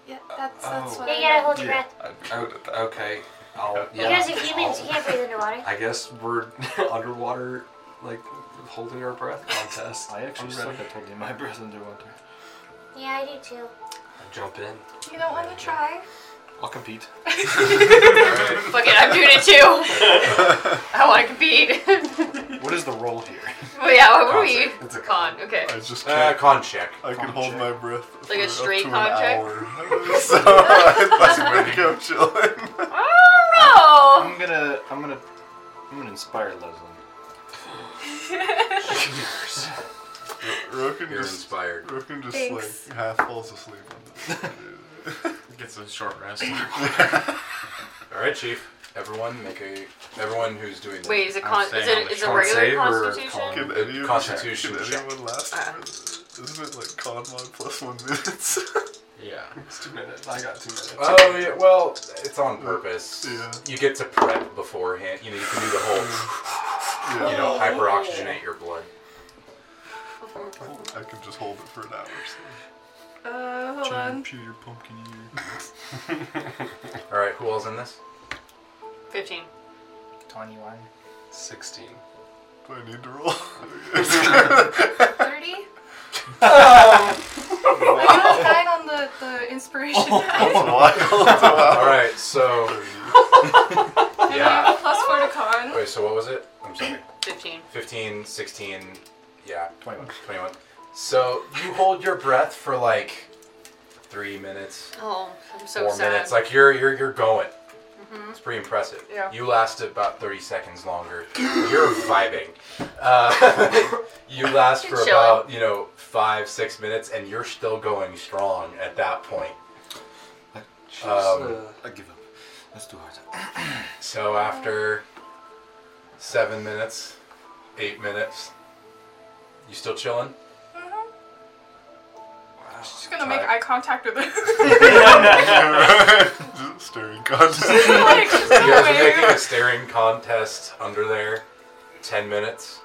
yeah, that's that's
Oh.
what.
You
I
gotta
meant.
hold your breath.
Okay. I'll,
You
yeah.
guys are humans. You
I'll-
can't breathe underwater.
*laughs* I guess we're underwater, like holding our breath contest. I
actually suck at holding my breath underwater.
Yeah, I do too.
Jump in.
You don't want to try?
I'll compete.
*laughs* Fuck it, I'm doing it too.
*laughs*
I want to compete. *laughs*
What is the role here?
well, yeah, what were we?
Concert. It's a
con. Okay.
I just
Uh,
can't-
con check.
I can hold my breath.
Like a
for
straight
up to
con
an
check? *laughs*
Hour. *laughs* so I think I'm chilling.
Oh
I'm gonna, I'm gonna, I'm gonna inspire Leslie.
Roken
You're
just,
inspired.
Roken just
Thanks.
like half falls asleep on this.
Gets a short
*laughs*
rest.
All right, chief. Everyone, make a. Everyone who's doing.
no! Wait, is it
I'm
con? Is
staying on
it
the
is it
con
regular
save or
constitution?
con- uh,
Can any of
Constitution
Can
check.
anyone last?
Uh.
for this? Isn't it like con mod plus one minutes? *laughs*
Yeah.
It's two minutes. I got two minutes.
Oh yeah. Well, it's on purpose.
Yeah.
You get to prep beforehand. You know, you can do the whole. You know, hyperoxygenate your
*laughs*
blood.
I can just hold it for an hour.
Uh, hold on. *laughs*
Peter Pumpkin
All right. Who all's in
*laughs*
this?
*laughs* Fifteen.
Twenty-one.
Sixteen.
Do I need to roll? *laughs*
Thirty. I
Wow.
got a nine on the the inspiration.
Oh,
*laughs*
*laughs*
All right.
*laughs*
So. yeah.
Plus four to con.
Wait. So what was it? I'm sorry.
Fifteen.
15, 16, yeah.
21.
21. So you hold your breath for like three minutes,
Oh, I'm so
four
sad. Mm-hmm.
minutes. Like you're you're you're going. It's pretty impressive.
Yeah.
You lasted about 30 seconds longer. you're vibing. Uh, *laughs* you last for
Chilling.
about you know five six minutes, and you're still going strong at that point. Um,
I give up. That's too hard.
*clears throat* So after seven minutes, eight minutes, you still chilling?
Just gonna make eye
*laughs*
contact with her. *laughs*
just *laughs*
*laughs*
staring contest.
*laughs* You guys are making a staring contest under there. 10 minutes,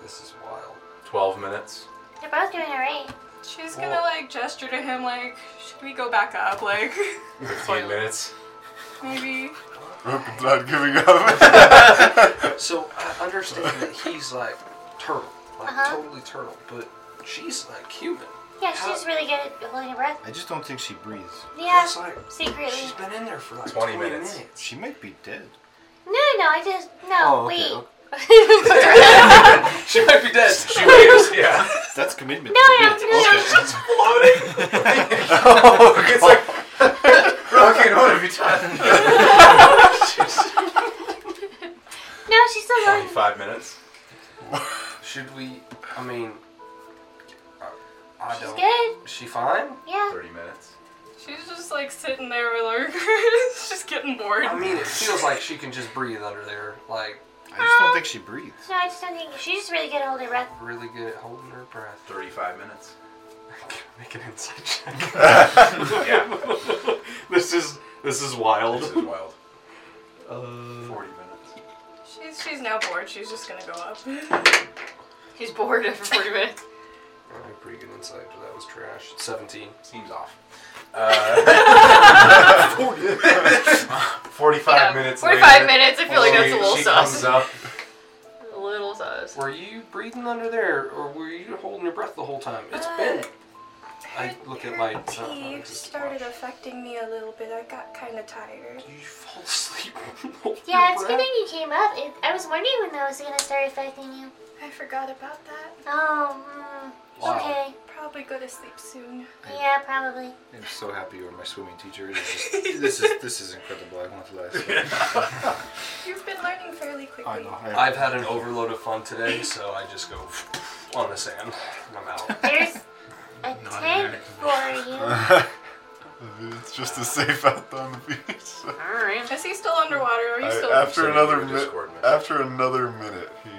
This is wild.
12 minutes.
They're both doing alright.
She's gonna like gesture to him like, should we go back up? Like, *laughs*
15 minutes.
maybe.
Roken's not giving up.
*laughs* So I understand that he's like turtle, like
Uh-huh.
totally turtle, but she's like human.
Yeah,
How-
she's really good at holding her breath.
I just don't think she breathes.
Yeah,
It's like
secretly.
she's been in there for like
20
20,
minutes.
minutes.
She might be
*laughs*
dead.
No, no, I just no.
Oh, okay,
wait.
okay.
*laughs*
She might be dead.
She waves, yeah.
That's commitment. to
No, no,
it.
no.
Okay.
*laughs*
It's like, *laughs* okay, what have you done?
no, she's still going.
25 minutes.
Should we? I mean, I, I
She's
don't.
good.
Is she fine?
Yeah.
30 minutes.
She's just like sitting there with her. *laughs* She's just getting bored.
I mean, it feels like she can just breathe under there, like
I just don't think she breathes.
No, I just don't think she's just really good at holding her breath.
really good at holding her breath.
35 minutes.
Make an inside
*laughs*
check.
Yeah.
this is this is
This
wild.
is wild.
Uh,
40 minutes.
She's she's now bored. She's just gonna go up.
He's bored after 40 minutes.
I had pretty good insight, but that was trash. Seventeen.
Seems off. Uh, *laughs* 45
Yeah,
minutes
45
later,
minutes, I feel like that's a
she-
little
she
sus.
comes up
those.
Were you breathing under there, or were you holding your breath the whole time? It's
Uh,
been. I look at my.
Tea started affecting me a little bit. I got kind of tired.
You fall asleep. Hold
Yeah,
your
it's a
breath.
good thing you came up. It, I was wondering when that was gonna start affecting you.
I forgot about that.
Oh, mm,
Wow.
okay.
Probably go to sleep soon.
Yeah, probably.
I'm so happy you're my swimming teacher. This
*laughs*
is, this is, this is incredible. I want to last.
You've been learning fairly quickly.
I know. I-
I've had an overload of fun today, so I just go on the sand. and I'm out.
There's a tent
*laughs*
for you.
It's just as safe out on the beach.
Alright.
Is he still underwater? Are you
I-
still
after another
your
minute,
Discord message.
after another minute, he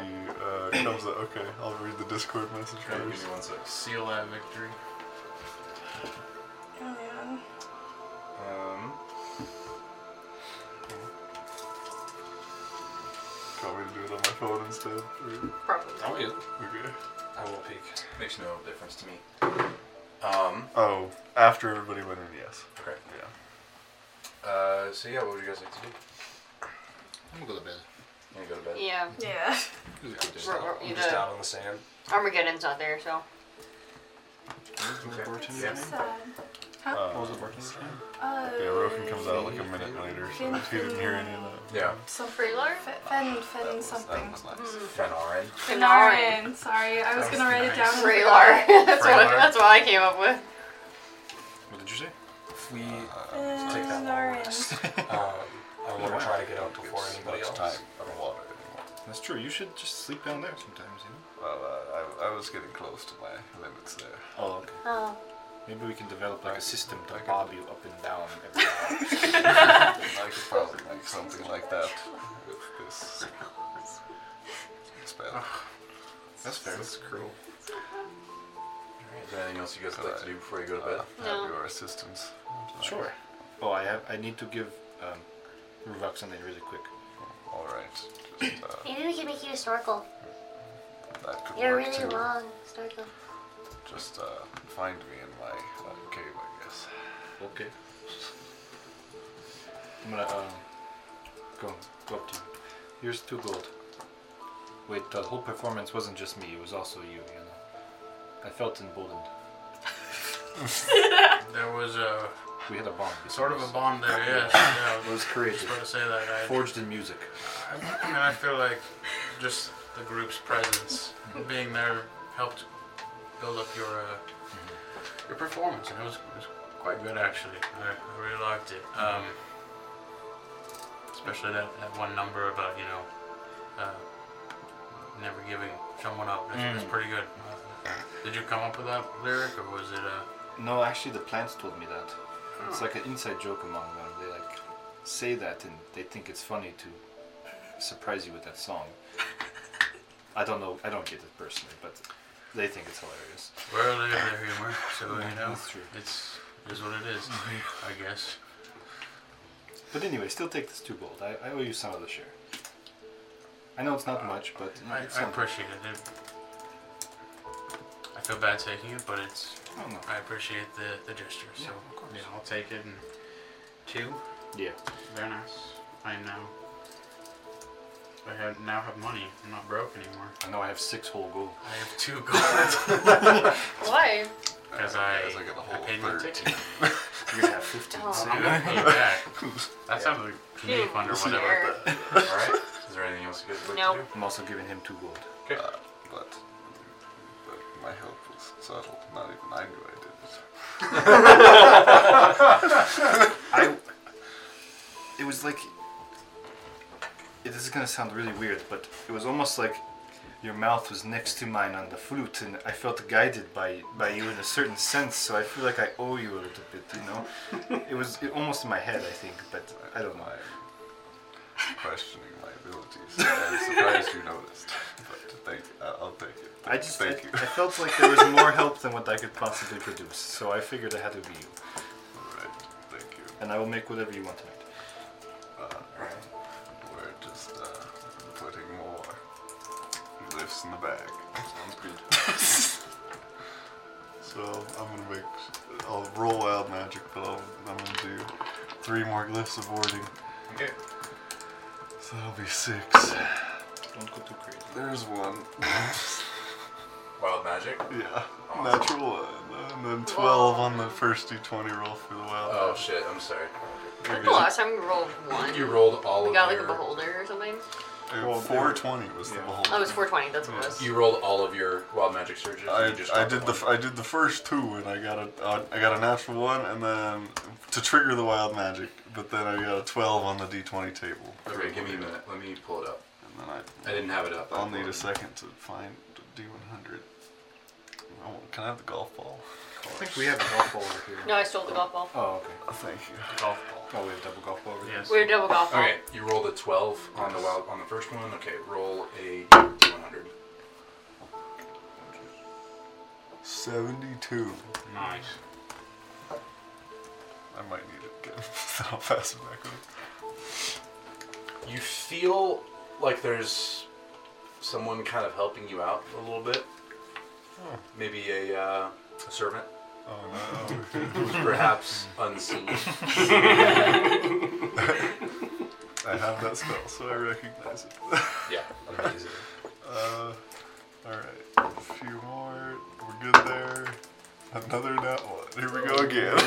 uh, comes up. Okay, I'll read the Discord message
Okay, give me
first.
one sec. Seal that victory.
Oh, man.
Um,
Want me to do it on my phone instead? or-
Probably.
Oh,
How are you?
*laughs* Okay.
I will peek.
makes no difference to me. Um,
Oh, after everybody went in, yes.
okay.
Yeah.
Uh, so yeah, what would you guys like to do?
I'm gonna go to bed.
You gonna go to bed?
Yeah.
Yeah.
I'm just,
We're- we're
I'm just
either-
out on the sand.
Armageddon's not there, so.
Okay.
So sad. Huh?
Uh,
Uh,
yeah, Roken comes out like a minute later, so he didn't hear any of that.
Yeah.
Uh, Some
Freelar?
fe- fen, fen something.
Fenorin.
Fenaren. Sorry, I was
That
gonna
was
write it
nice.
down. and
Freelar.
forgot.
*laughs* that's, what,
Freelar.
that's what I came up with.
What did you say?
We uh, take that long
Fenaren.
rest.
*laughs*
*laughs*
um, I want to try to get up before anybody
much
else.
time on water anymore.
That's true. You should just sleep down there sometimes, you know?
Well, uh, I, I was getting close to my limits there.
Oh, okay.
Oh,
Maybe we can develop like a system to bob you up and down every hour.
I could probably make something like that with this spell.
That's fair. That's cruel.
Alright, Is there anything else you guys would like to do before you go to bed?
No.
Have your assistance.
Sure. Oh, I have. I need to give um, Ruvok something really quick.
All right.
*clears throat*
Just, uh,
maybe we can make you a snorkel.
that could
You're
work
really
too.
long snorkel.
Just uh, find me in my uh, cave, I guess.
Okay. I'm gonna um, go go up to you. Here's two gold. Wait, the whole performance wasn't just me; it was also you. You know, I felt emboldened.
There was a
We had a bond.
sort of a
between
bond there, yes. Yeah,
us.
I
It
was
was created,
just about to say that. I,
forged in music.
I, I mean, I feel like just the group's presence,
Mm-hmm.
being there, helped build up your uh,
Mm-hmm.
your performance, and it was, it was quite good actually. I, I really liked it,
Mm-hmm.
um, especially that, that one number about you know uh, never giving someone up. That's,
Mm.
that's pretty good. Uh, Did you come up with that lyric, or was it uh,
No, actually, the plants told me that. It's like an inside joke among them. They like say that, and they think it's funny to surprise you with that song. I don't know. I don't get it personally, but they think it's hilarious.
"Well, there's their humor"? So
*laughs*
you know,
That's true. Mm-hmm.
it's it is what it is, I guess.
But anyway, still take this two gold. I, I owe you some of the share. I know it's not much, but
Uh, I,
it's
I
something.
appreciate it. it. I feel bad taking it, but it's
Oh, no.
I appreciate the, the gesture.
Yeah,
so
of course.
yeah, I'll take it. And two,
Yeah.
very nice. I now I have now have money. I'm not broke anymore.
I know I have six whole gold.
I have two gold
*laughs*
*laughs*
Why?
because
Uh,
I,
guys, I got
I
the whole
paid my
13.
*laughs*
ticket.
You're gonna have fifteen.
Oh.
I'm gonna pay you
*laughs*
back. That sounds like to me
You
fun or whatever.
jerk.
Alright. Is there anything else you guys would like
Nope.
to do?
I'm also giving him two gold.
Uh, but, but my help was subtle. Not even I knew I did *laughs* it.
I. It was like. It, this is gonna sound really weird, but it was almost like your mouth was next to mine on the flute, and I felt guided by by you in a certain sense. So I feel like I owe you a little bit, you
*laughs*
know. it was it, almost in my head, I think, but I don't know.
Questioning my abilities. I'm surprised you noticed. But thank you. I- I'll take it.
*laughs* I just I,
thank you.
I felt like there was more help than what I could possibly produce, so I figured it had to be you.
All right. Thank you. Uh,
And I will make whatever you want tonight.
We're just uh, putting more lifts in the bag. Sounds good. *laughs*
So I'm gonna make. I'll roll wild magic, but I'll, I'm gonna do three more glyphs of warding.
Okay.
So that'll be six.
Don't go too crazy.
There's one.
*laughs* Wild magic?
Yeah. Natural one. And then 12 on the first d20 roll for the wild.
Oh shit, I'm sorry.
I think the last time we rolled one.
You rolled all
we
of
got like
your-
a beholder or something.
Uh, 420 was the whole.
Oh, it was 420. That's what it was.
You rolled all of your wild magic surges.
I,
and you just
I
rolled
did
one.
the f- I did the first two and I got a uh, I got a natural one and then to trigger the wild magic, but then I got a twelve on the d twenty table.
Okay, give me a minute. Let me pull it up.
And then I
I didn't have it up.
I'll need a second to find d one hundred.
Oh,
Can I have the golf ball?
I think we have a golf ball over here.
No, I stole the golf ball.
Oh, okay.
Thank you.
Golf ball. Oh, we have double golf ball over here.
Yes. We have double golf ball.
Okay, you rolled a 12 on the wild on the first one. Okay, roll a 100.
Seventy two.
Nice.
I might need it again. then *laughs* I'll pass it back on.
You feel like there's someone kind of helping you out a little bit. Maybe a, uh, a servant.
Oh no.
*laughs* Who's perhaps unseen.
*laughs* I have that spell, so I recognize it. *laughs*
yeah, amazing.
Uh, alright. A few more. We're good there. Another nat one. Here we go again.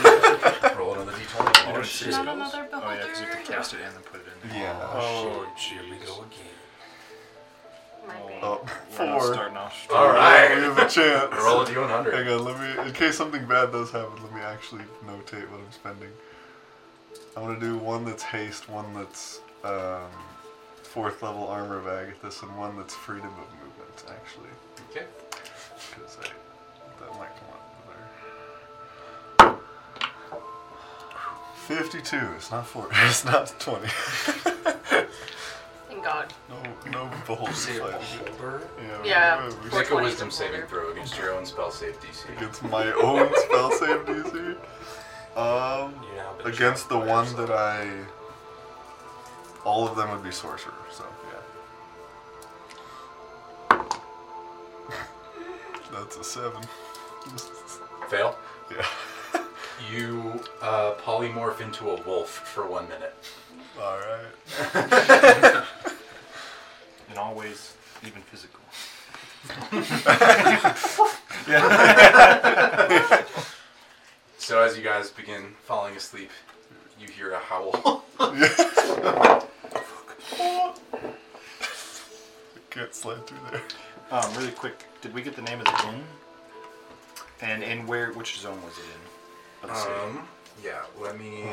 *laughs* Roll another d20.
You don't
shit.
see
Not
spells?
another
Oh, yeah, because you can
beholder.
cast it and then put it in. there.
Yeah.
Oh,
Here we go
jeez.
again.
My bad.
Oh,
*laughs* We're not
four.
starting off strong.
All right.
We have a chance.
*laughs* Roll a d100.
Hang on, let me. In case something bad does happen, let me actually notate what I'm spending. I'm gonna do one that's haste, one that's um, fourth level armor of Agathis, and one that's freedom of movement. Actually,
Okay.
because I that might come up there. Fifty-two. It's not four. *laughs* It's not twenty.
Thank God.
no, no beholder.
Beholder?
*laughs*
Yeah.
Yeah.
we- we-
Make a
420
wisdom
is
saving
beholder.
throw against your own spell save DC.
Against my own spell save DC. Um,
You now bitch
against the
by
one
yourself.
that I. All of them would be sorcerer, so yeah. *laughs* That's a seven.
Fail.
yeah.
*laughs* You uh, polymorph into a wolf for one minute.
All right.
*laughs* In all ways, even physical.
*laughs* So as you guys begin falling asleep, you hear a howl. *laughs*
Can't slide through there.
Um, really quick, did we get the name of the inn? And in where? Which zone was it in? Oh. Of the city?
um, yeah, let me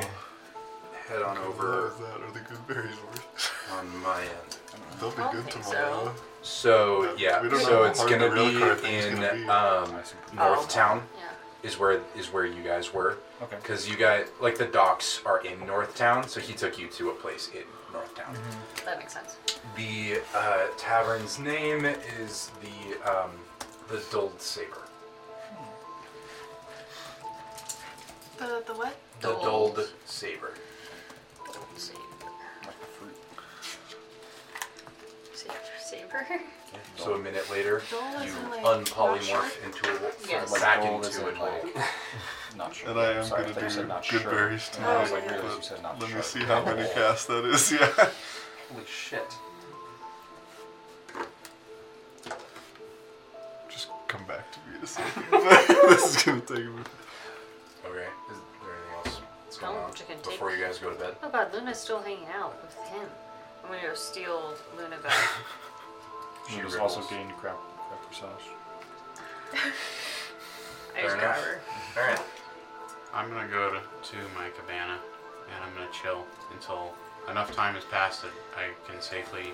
head on over
What was that? Are the good berries worth?
on my end.
They'll
I
be good
think
tomorrow.
So yeah,
We don't know
so
how
it's
hard
gonna
the rail
be
car thing's
in
gonna be.
um, North Town
Oh, Yeah.
is where is where you guys were.
Okay.
Because you guys like the docks are in North Town, so he took you to a place in North Town.
That makes sense.
The uh, tavern's name is the um, the Dulled Saber.
The, the what?
The
Dulled.
Dulled Saber.
Don't save. Save- Saver.
So a minute later,
Dull
you
is in, like, not
unpolymorph into a wolf,
Yes.
or back
*laughs* Like dull
into
as
a
in, *laughs*
wolf.
like- Not sure.
And I am
Sorry,
gonna
thought you
do
said not
good
sure.
berries
And I was
tonight,
like, really, you said not
Let me
sure.
see how many
Oh.
casts that is. Yeah.
Holy shit.
Just come back to me in a second. *laughs* this is gonna take a minute.
Okay. Is there anything else that's
No,
going on
Oh, chicken take.
before you guys go to bed?
Oh god, Luna's still hanging out with him. I'm gonna go steal Luna back.
She was
rebels.
also getting crap, crap herself.
I just
*laughs* Fair
grab
enough.
her.
*laughs* All right.
I'm gonna go to, to my cabana and I'm gonna chill until enough time has passed that I can safely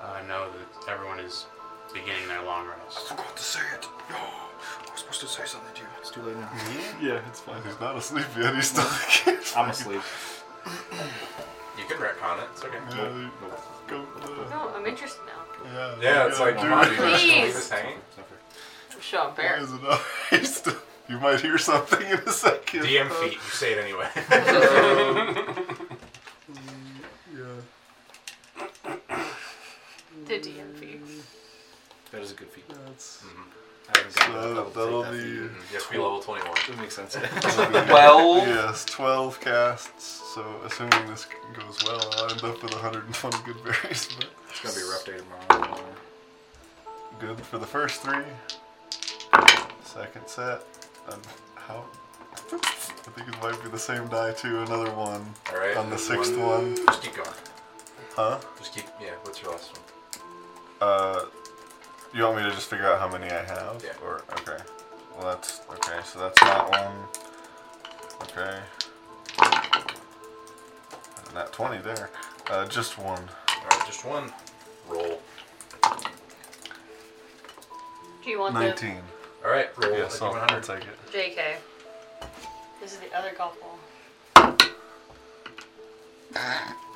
uh, know that everyone is beginning their long rest.
forgot to say it. *gasps* No, I was supposed to say something to you. It's too late now. *laughs*
Yeah, it's fine. He's not asleep yet. He's still.
Mm-hmm. I'm asleep.
You can retcon it. It's okay.
Yeah, go, uh,
No, I'm interested now.
yeah,
Yeah, it's
yeah,
like,
do
come on,
it.
you guys don't leave
Please.
this
*laughs*
hanging.
It's not fair.
I'm so embarrassed.
Why is it not- *laughs* he's still- You might hear something in a second.
DM feet. You say it anyway.
Yeah.
The DMV.
That is a good feat.
That's
Mm-hmm.
Mhm.
So that'll
*laughs*
be.
Yes, be level 21.
That
*laughs*
makes sense.
Yes, 12 casts. So assuming this goes well, I'll end up with 120 good berries. But
It's gonna be a rough day tomorrow.
Good for the first three. Second set. Um, how? I think it might be the same die too. Another one.
All right.
On the
and
sixth one.
Just keep going.
Huh?
Just keep. Yeah.
*laughs*
What's your last one?
Uh, you want me to just figure out how many I have?
Yeah.
Or okay. Well, that's okay. So that's that one. Okay. And that twenty there. Uh, just one.
All right. Just one. Roll.
Do you want
Nineteen.
All right. Roll.
Yes, I'll, I'll take it.
the JK? This is the other couple.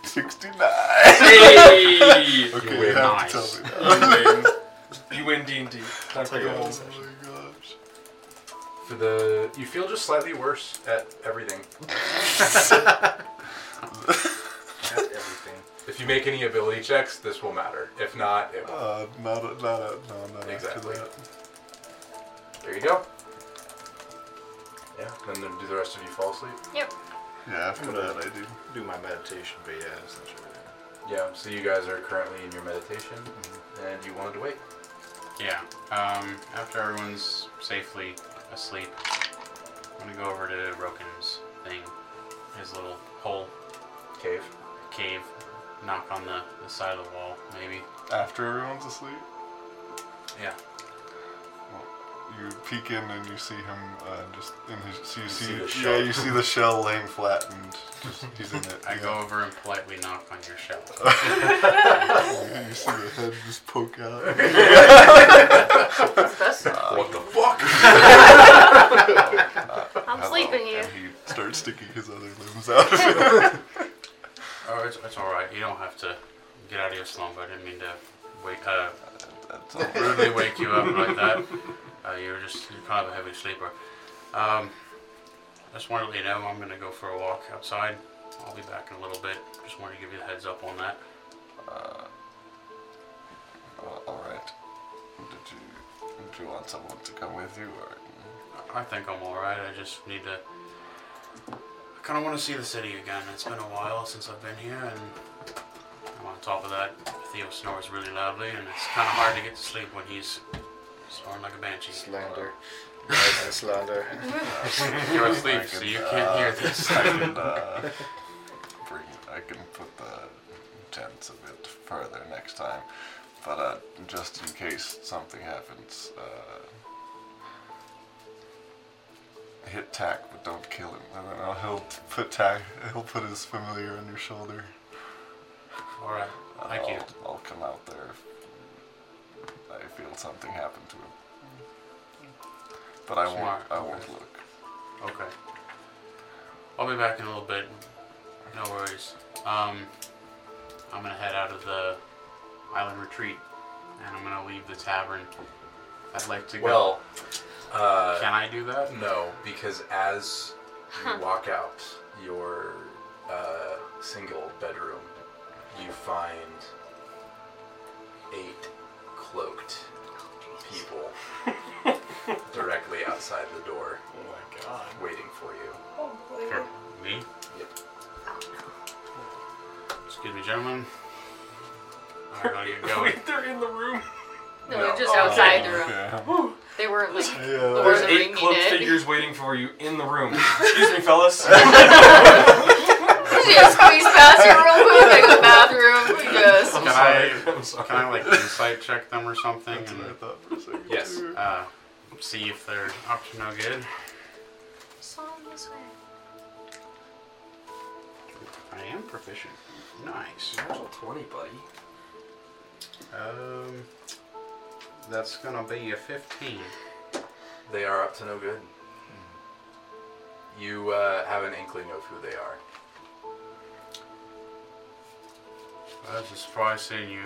Sixty-nine.
Hey!
okay,
You
you
win.
have to
Nice.
tell me that.
You win D&D. Time for
you
the
what.
whole
Oh
session.
For the you feel just slightly worse at
*laughs*
everything.
everything.
If you make any ability checks, this will matter. If not, it won't.
Uh, not a, not a, no, not
Exactly.
after that.
There you go. Yeah. And then do the rest of you fall asleep?
Yep.
Yeah, after
I'm gonna
that I do.
Do my meditation, but yeah, that's not sure.
Yeah. So you guys are currently in your meditation,
Mm-hmm.
and you wanted to wait.
Yeah. Um, after everyone's safely asleep, I'm gonna go over to Roken's thing, his little hole,
Cave.
cave, knock on the, the side of the wall, maybe.
After everyone's asleep,
Yeah.
you peek in and you see him uh, just in his. So you,
see
see,
the
yeah,
shell.
you see
*laughs*
the shell laying flattened. Just, he's in it.
*laughs* I
yeah.
go over and politely knock on your
*laughs*
shell. *laughs*
you see the head *laughs* just poke
*laughs*
*laughs*
out.
what the *laughs*
*laughs*
fuck?
I'm sleeping here.
And he starts sticking his other limbs out.
oh, it's, it's all right. You don't have to get out of your slumber. I didn't mean to wake uh,
That's all
rudely wake you up like
*laughs*
that. Uh, you're just you're kind of a heavy sleeper. Um, I just wanted to let you know I'm gonna go for a walk outside. I'll be back in a little bit. Just wanted to give you the heads up on that.
Uh, all right. Did you did you want someone to come with you or?
I think I'm all right. I just need to. I kind of want to see the city again. It's been a while since I've been here, and, and on top of that, Theo snores really loudly, and it's kind of hard to get to sleep when he's snoring like a banshee. *laughs*
Slander. Nice slander.
You're asleep, so you can't hear
*laughs*
this.
I can uh, bring. I can put the tents a bit further next time, but uh, just in case something happens, uh, hit tack, but don't kill him.
I don't know. He'll put tag. He'll put his familiar on your shoulder.
All right. Thank you.
I'll, I'll come out there if I feel something happened to him. But I
Smart.
won't. I won't look.
Okay. I'll be back in a little bit. No worries. Um, I'm gonna head out of the island retreat, and I'm gonna leave the tavern. I'd like to go.
Well, uh,
Can I do that?
No, because as you walk out your uh, single bedroom, you find eight cloaked
*laughs*
people directly outside the door.
Oh
Waiting for you.
Oh, boy.
For me? Excuse me, gentlemen. I gotta get going.
Wait, *laughs* they're in the room.
No, they're just outside the room.
Whew.
They were like,
Yeah.
There's
the
eight
ring
cloaked
needed.
figures waiting for you in the *laughs* room. Excuse me, *laughs* fellas.
you just squeeze past you real quick, like the bathroom. You just.
Can
sorry,
I,
I'm sorry.
can I like insight check them or something and
thought for a second.
Yes.
too.
uh, see if they're up to no good?
Song Oh, this way.
I am proficient. Nice.
Natural 20, buddy.
Um, that's gonna be a 15.
They are up to no good. You uh, have an inkling of who they are.
That's a surprise seeing you.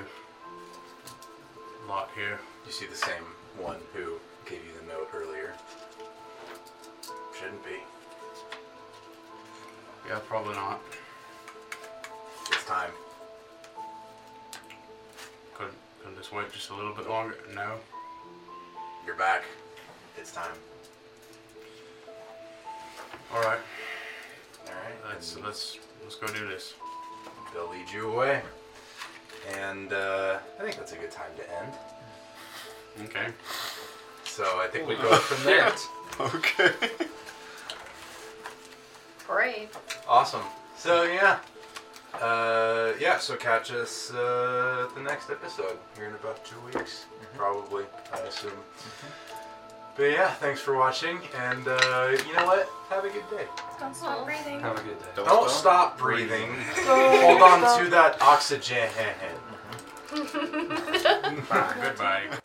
lot here.
You see the same one who gave you the note earlier. Shouldn't be.
Yeah, probably not.
It's time.
Could, could this wait just a little bit longer? No.
You're
You're back. It's time. All right.
All right.
Let's let's let's go do this.
They'll lead you away, and uh, I think that's a good time to end.
Okay.
So I think we go from there.
okay.
Brave.
Awesome. So yeah, uh, yeah. So catch us uh, at the next episode here in about two weeks, probably. I assume. But yeah, thanks for watching, and uh, you know what? Have a good day.
Don't stop breathing.
Have a good
day.
Don't,
Don't
stop,
stop
breathing. *laughs*
breathing.
Hold *laughs* on to that oxygen.
Goodbye.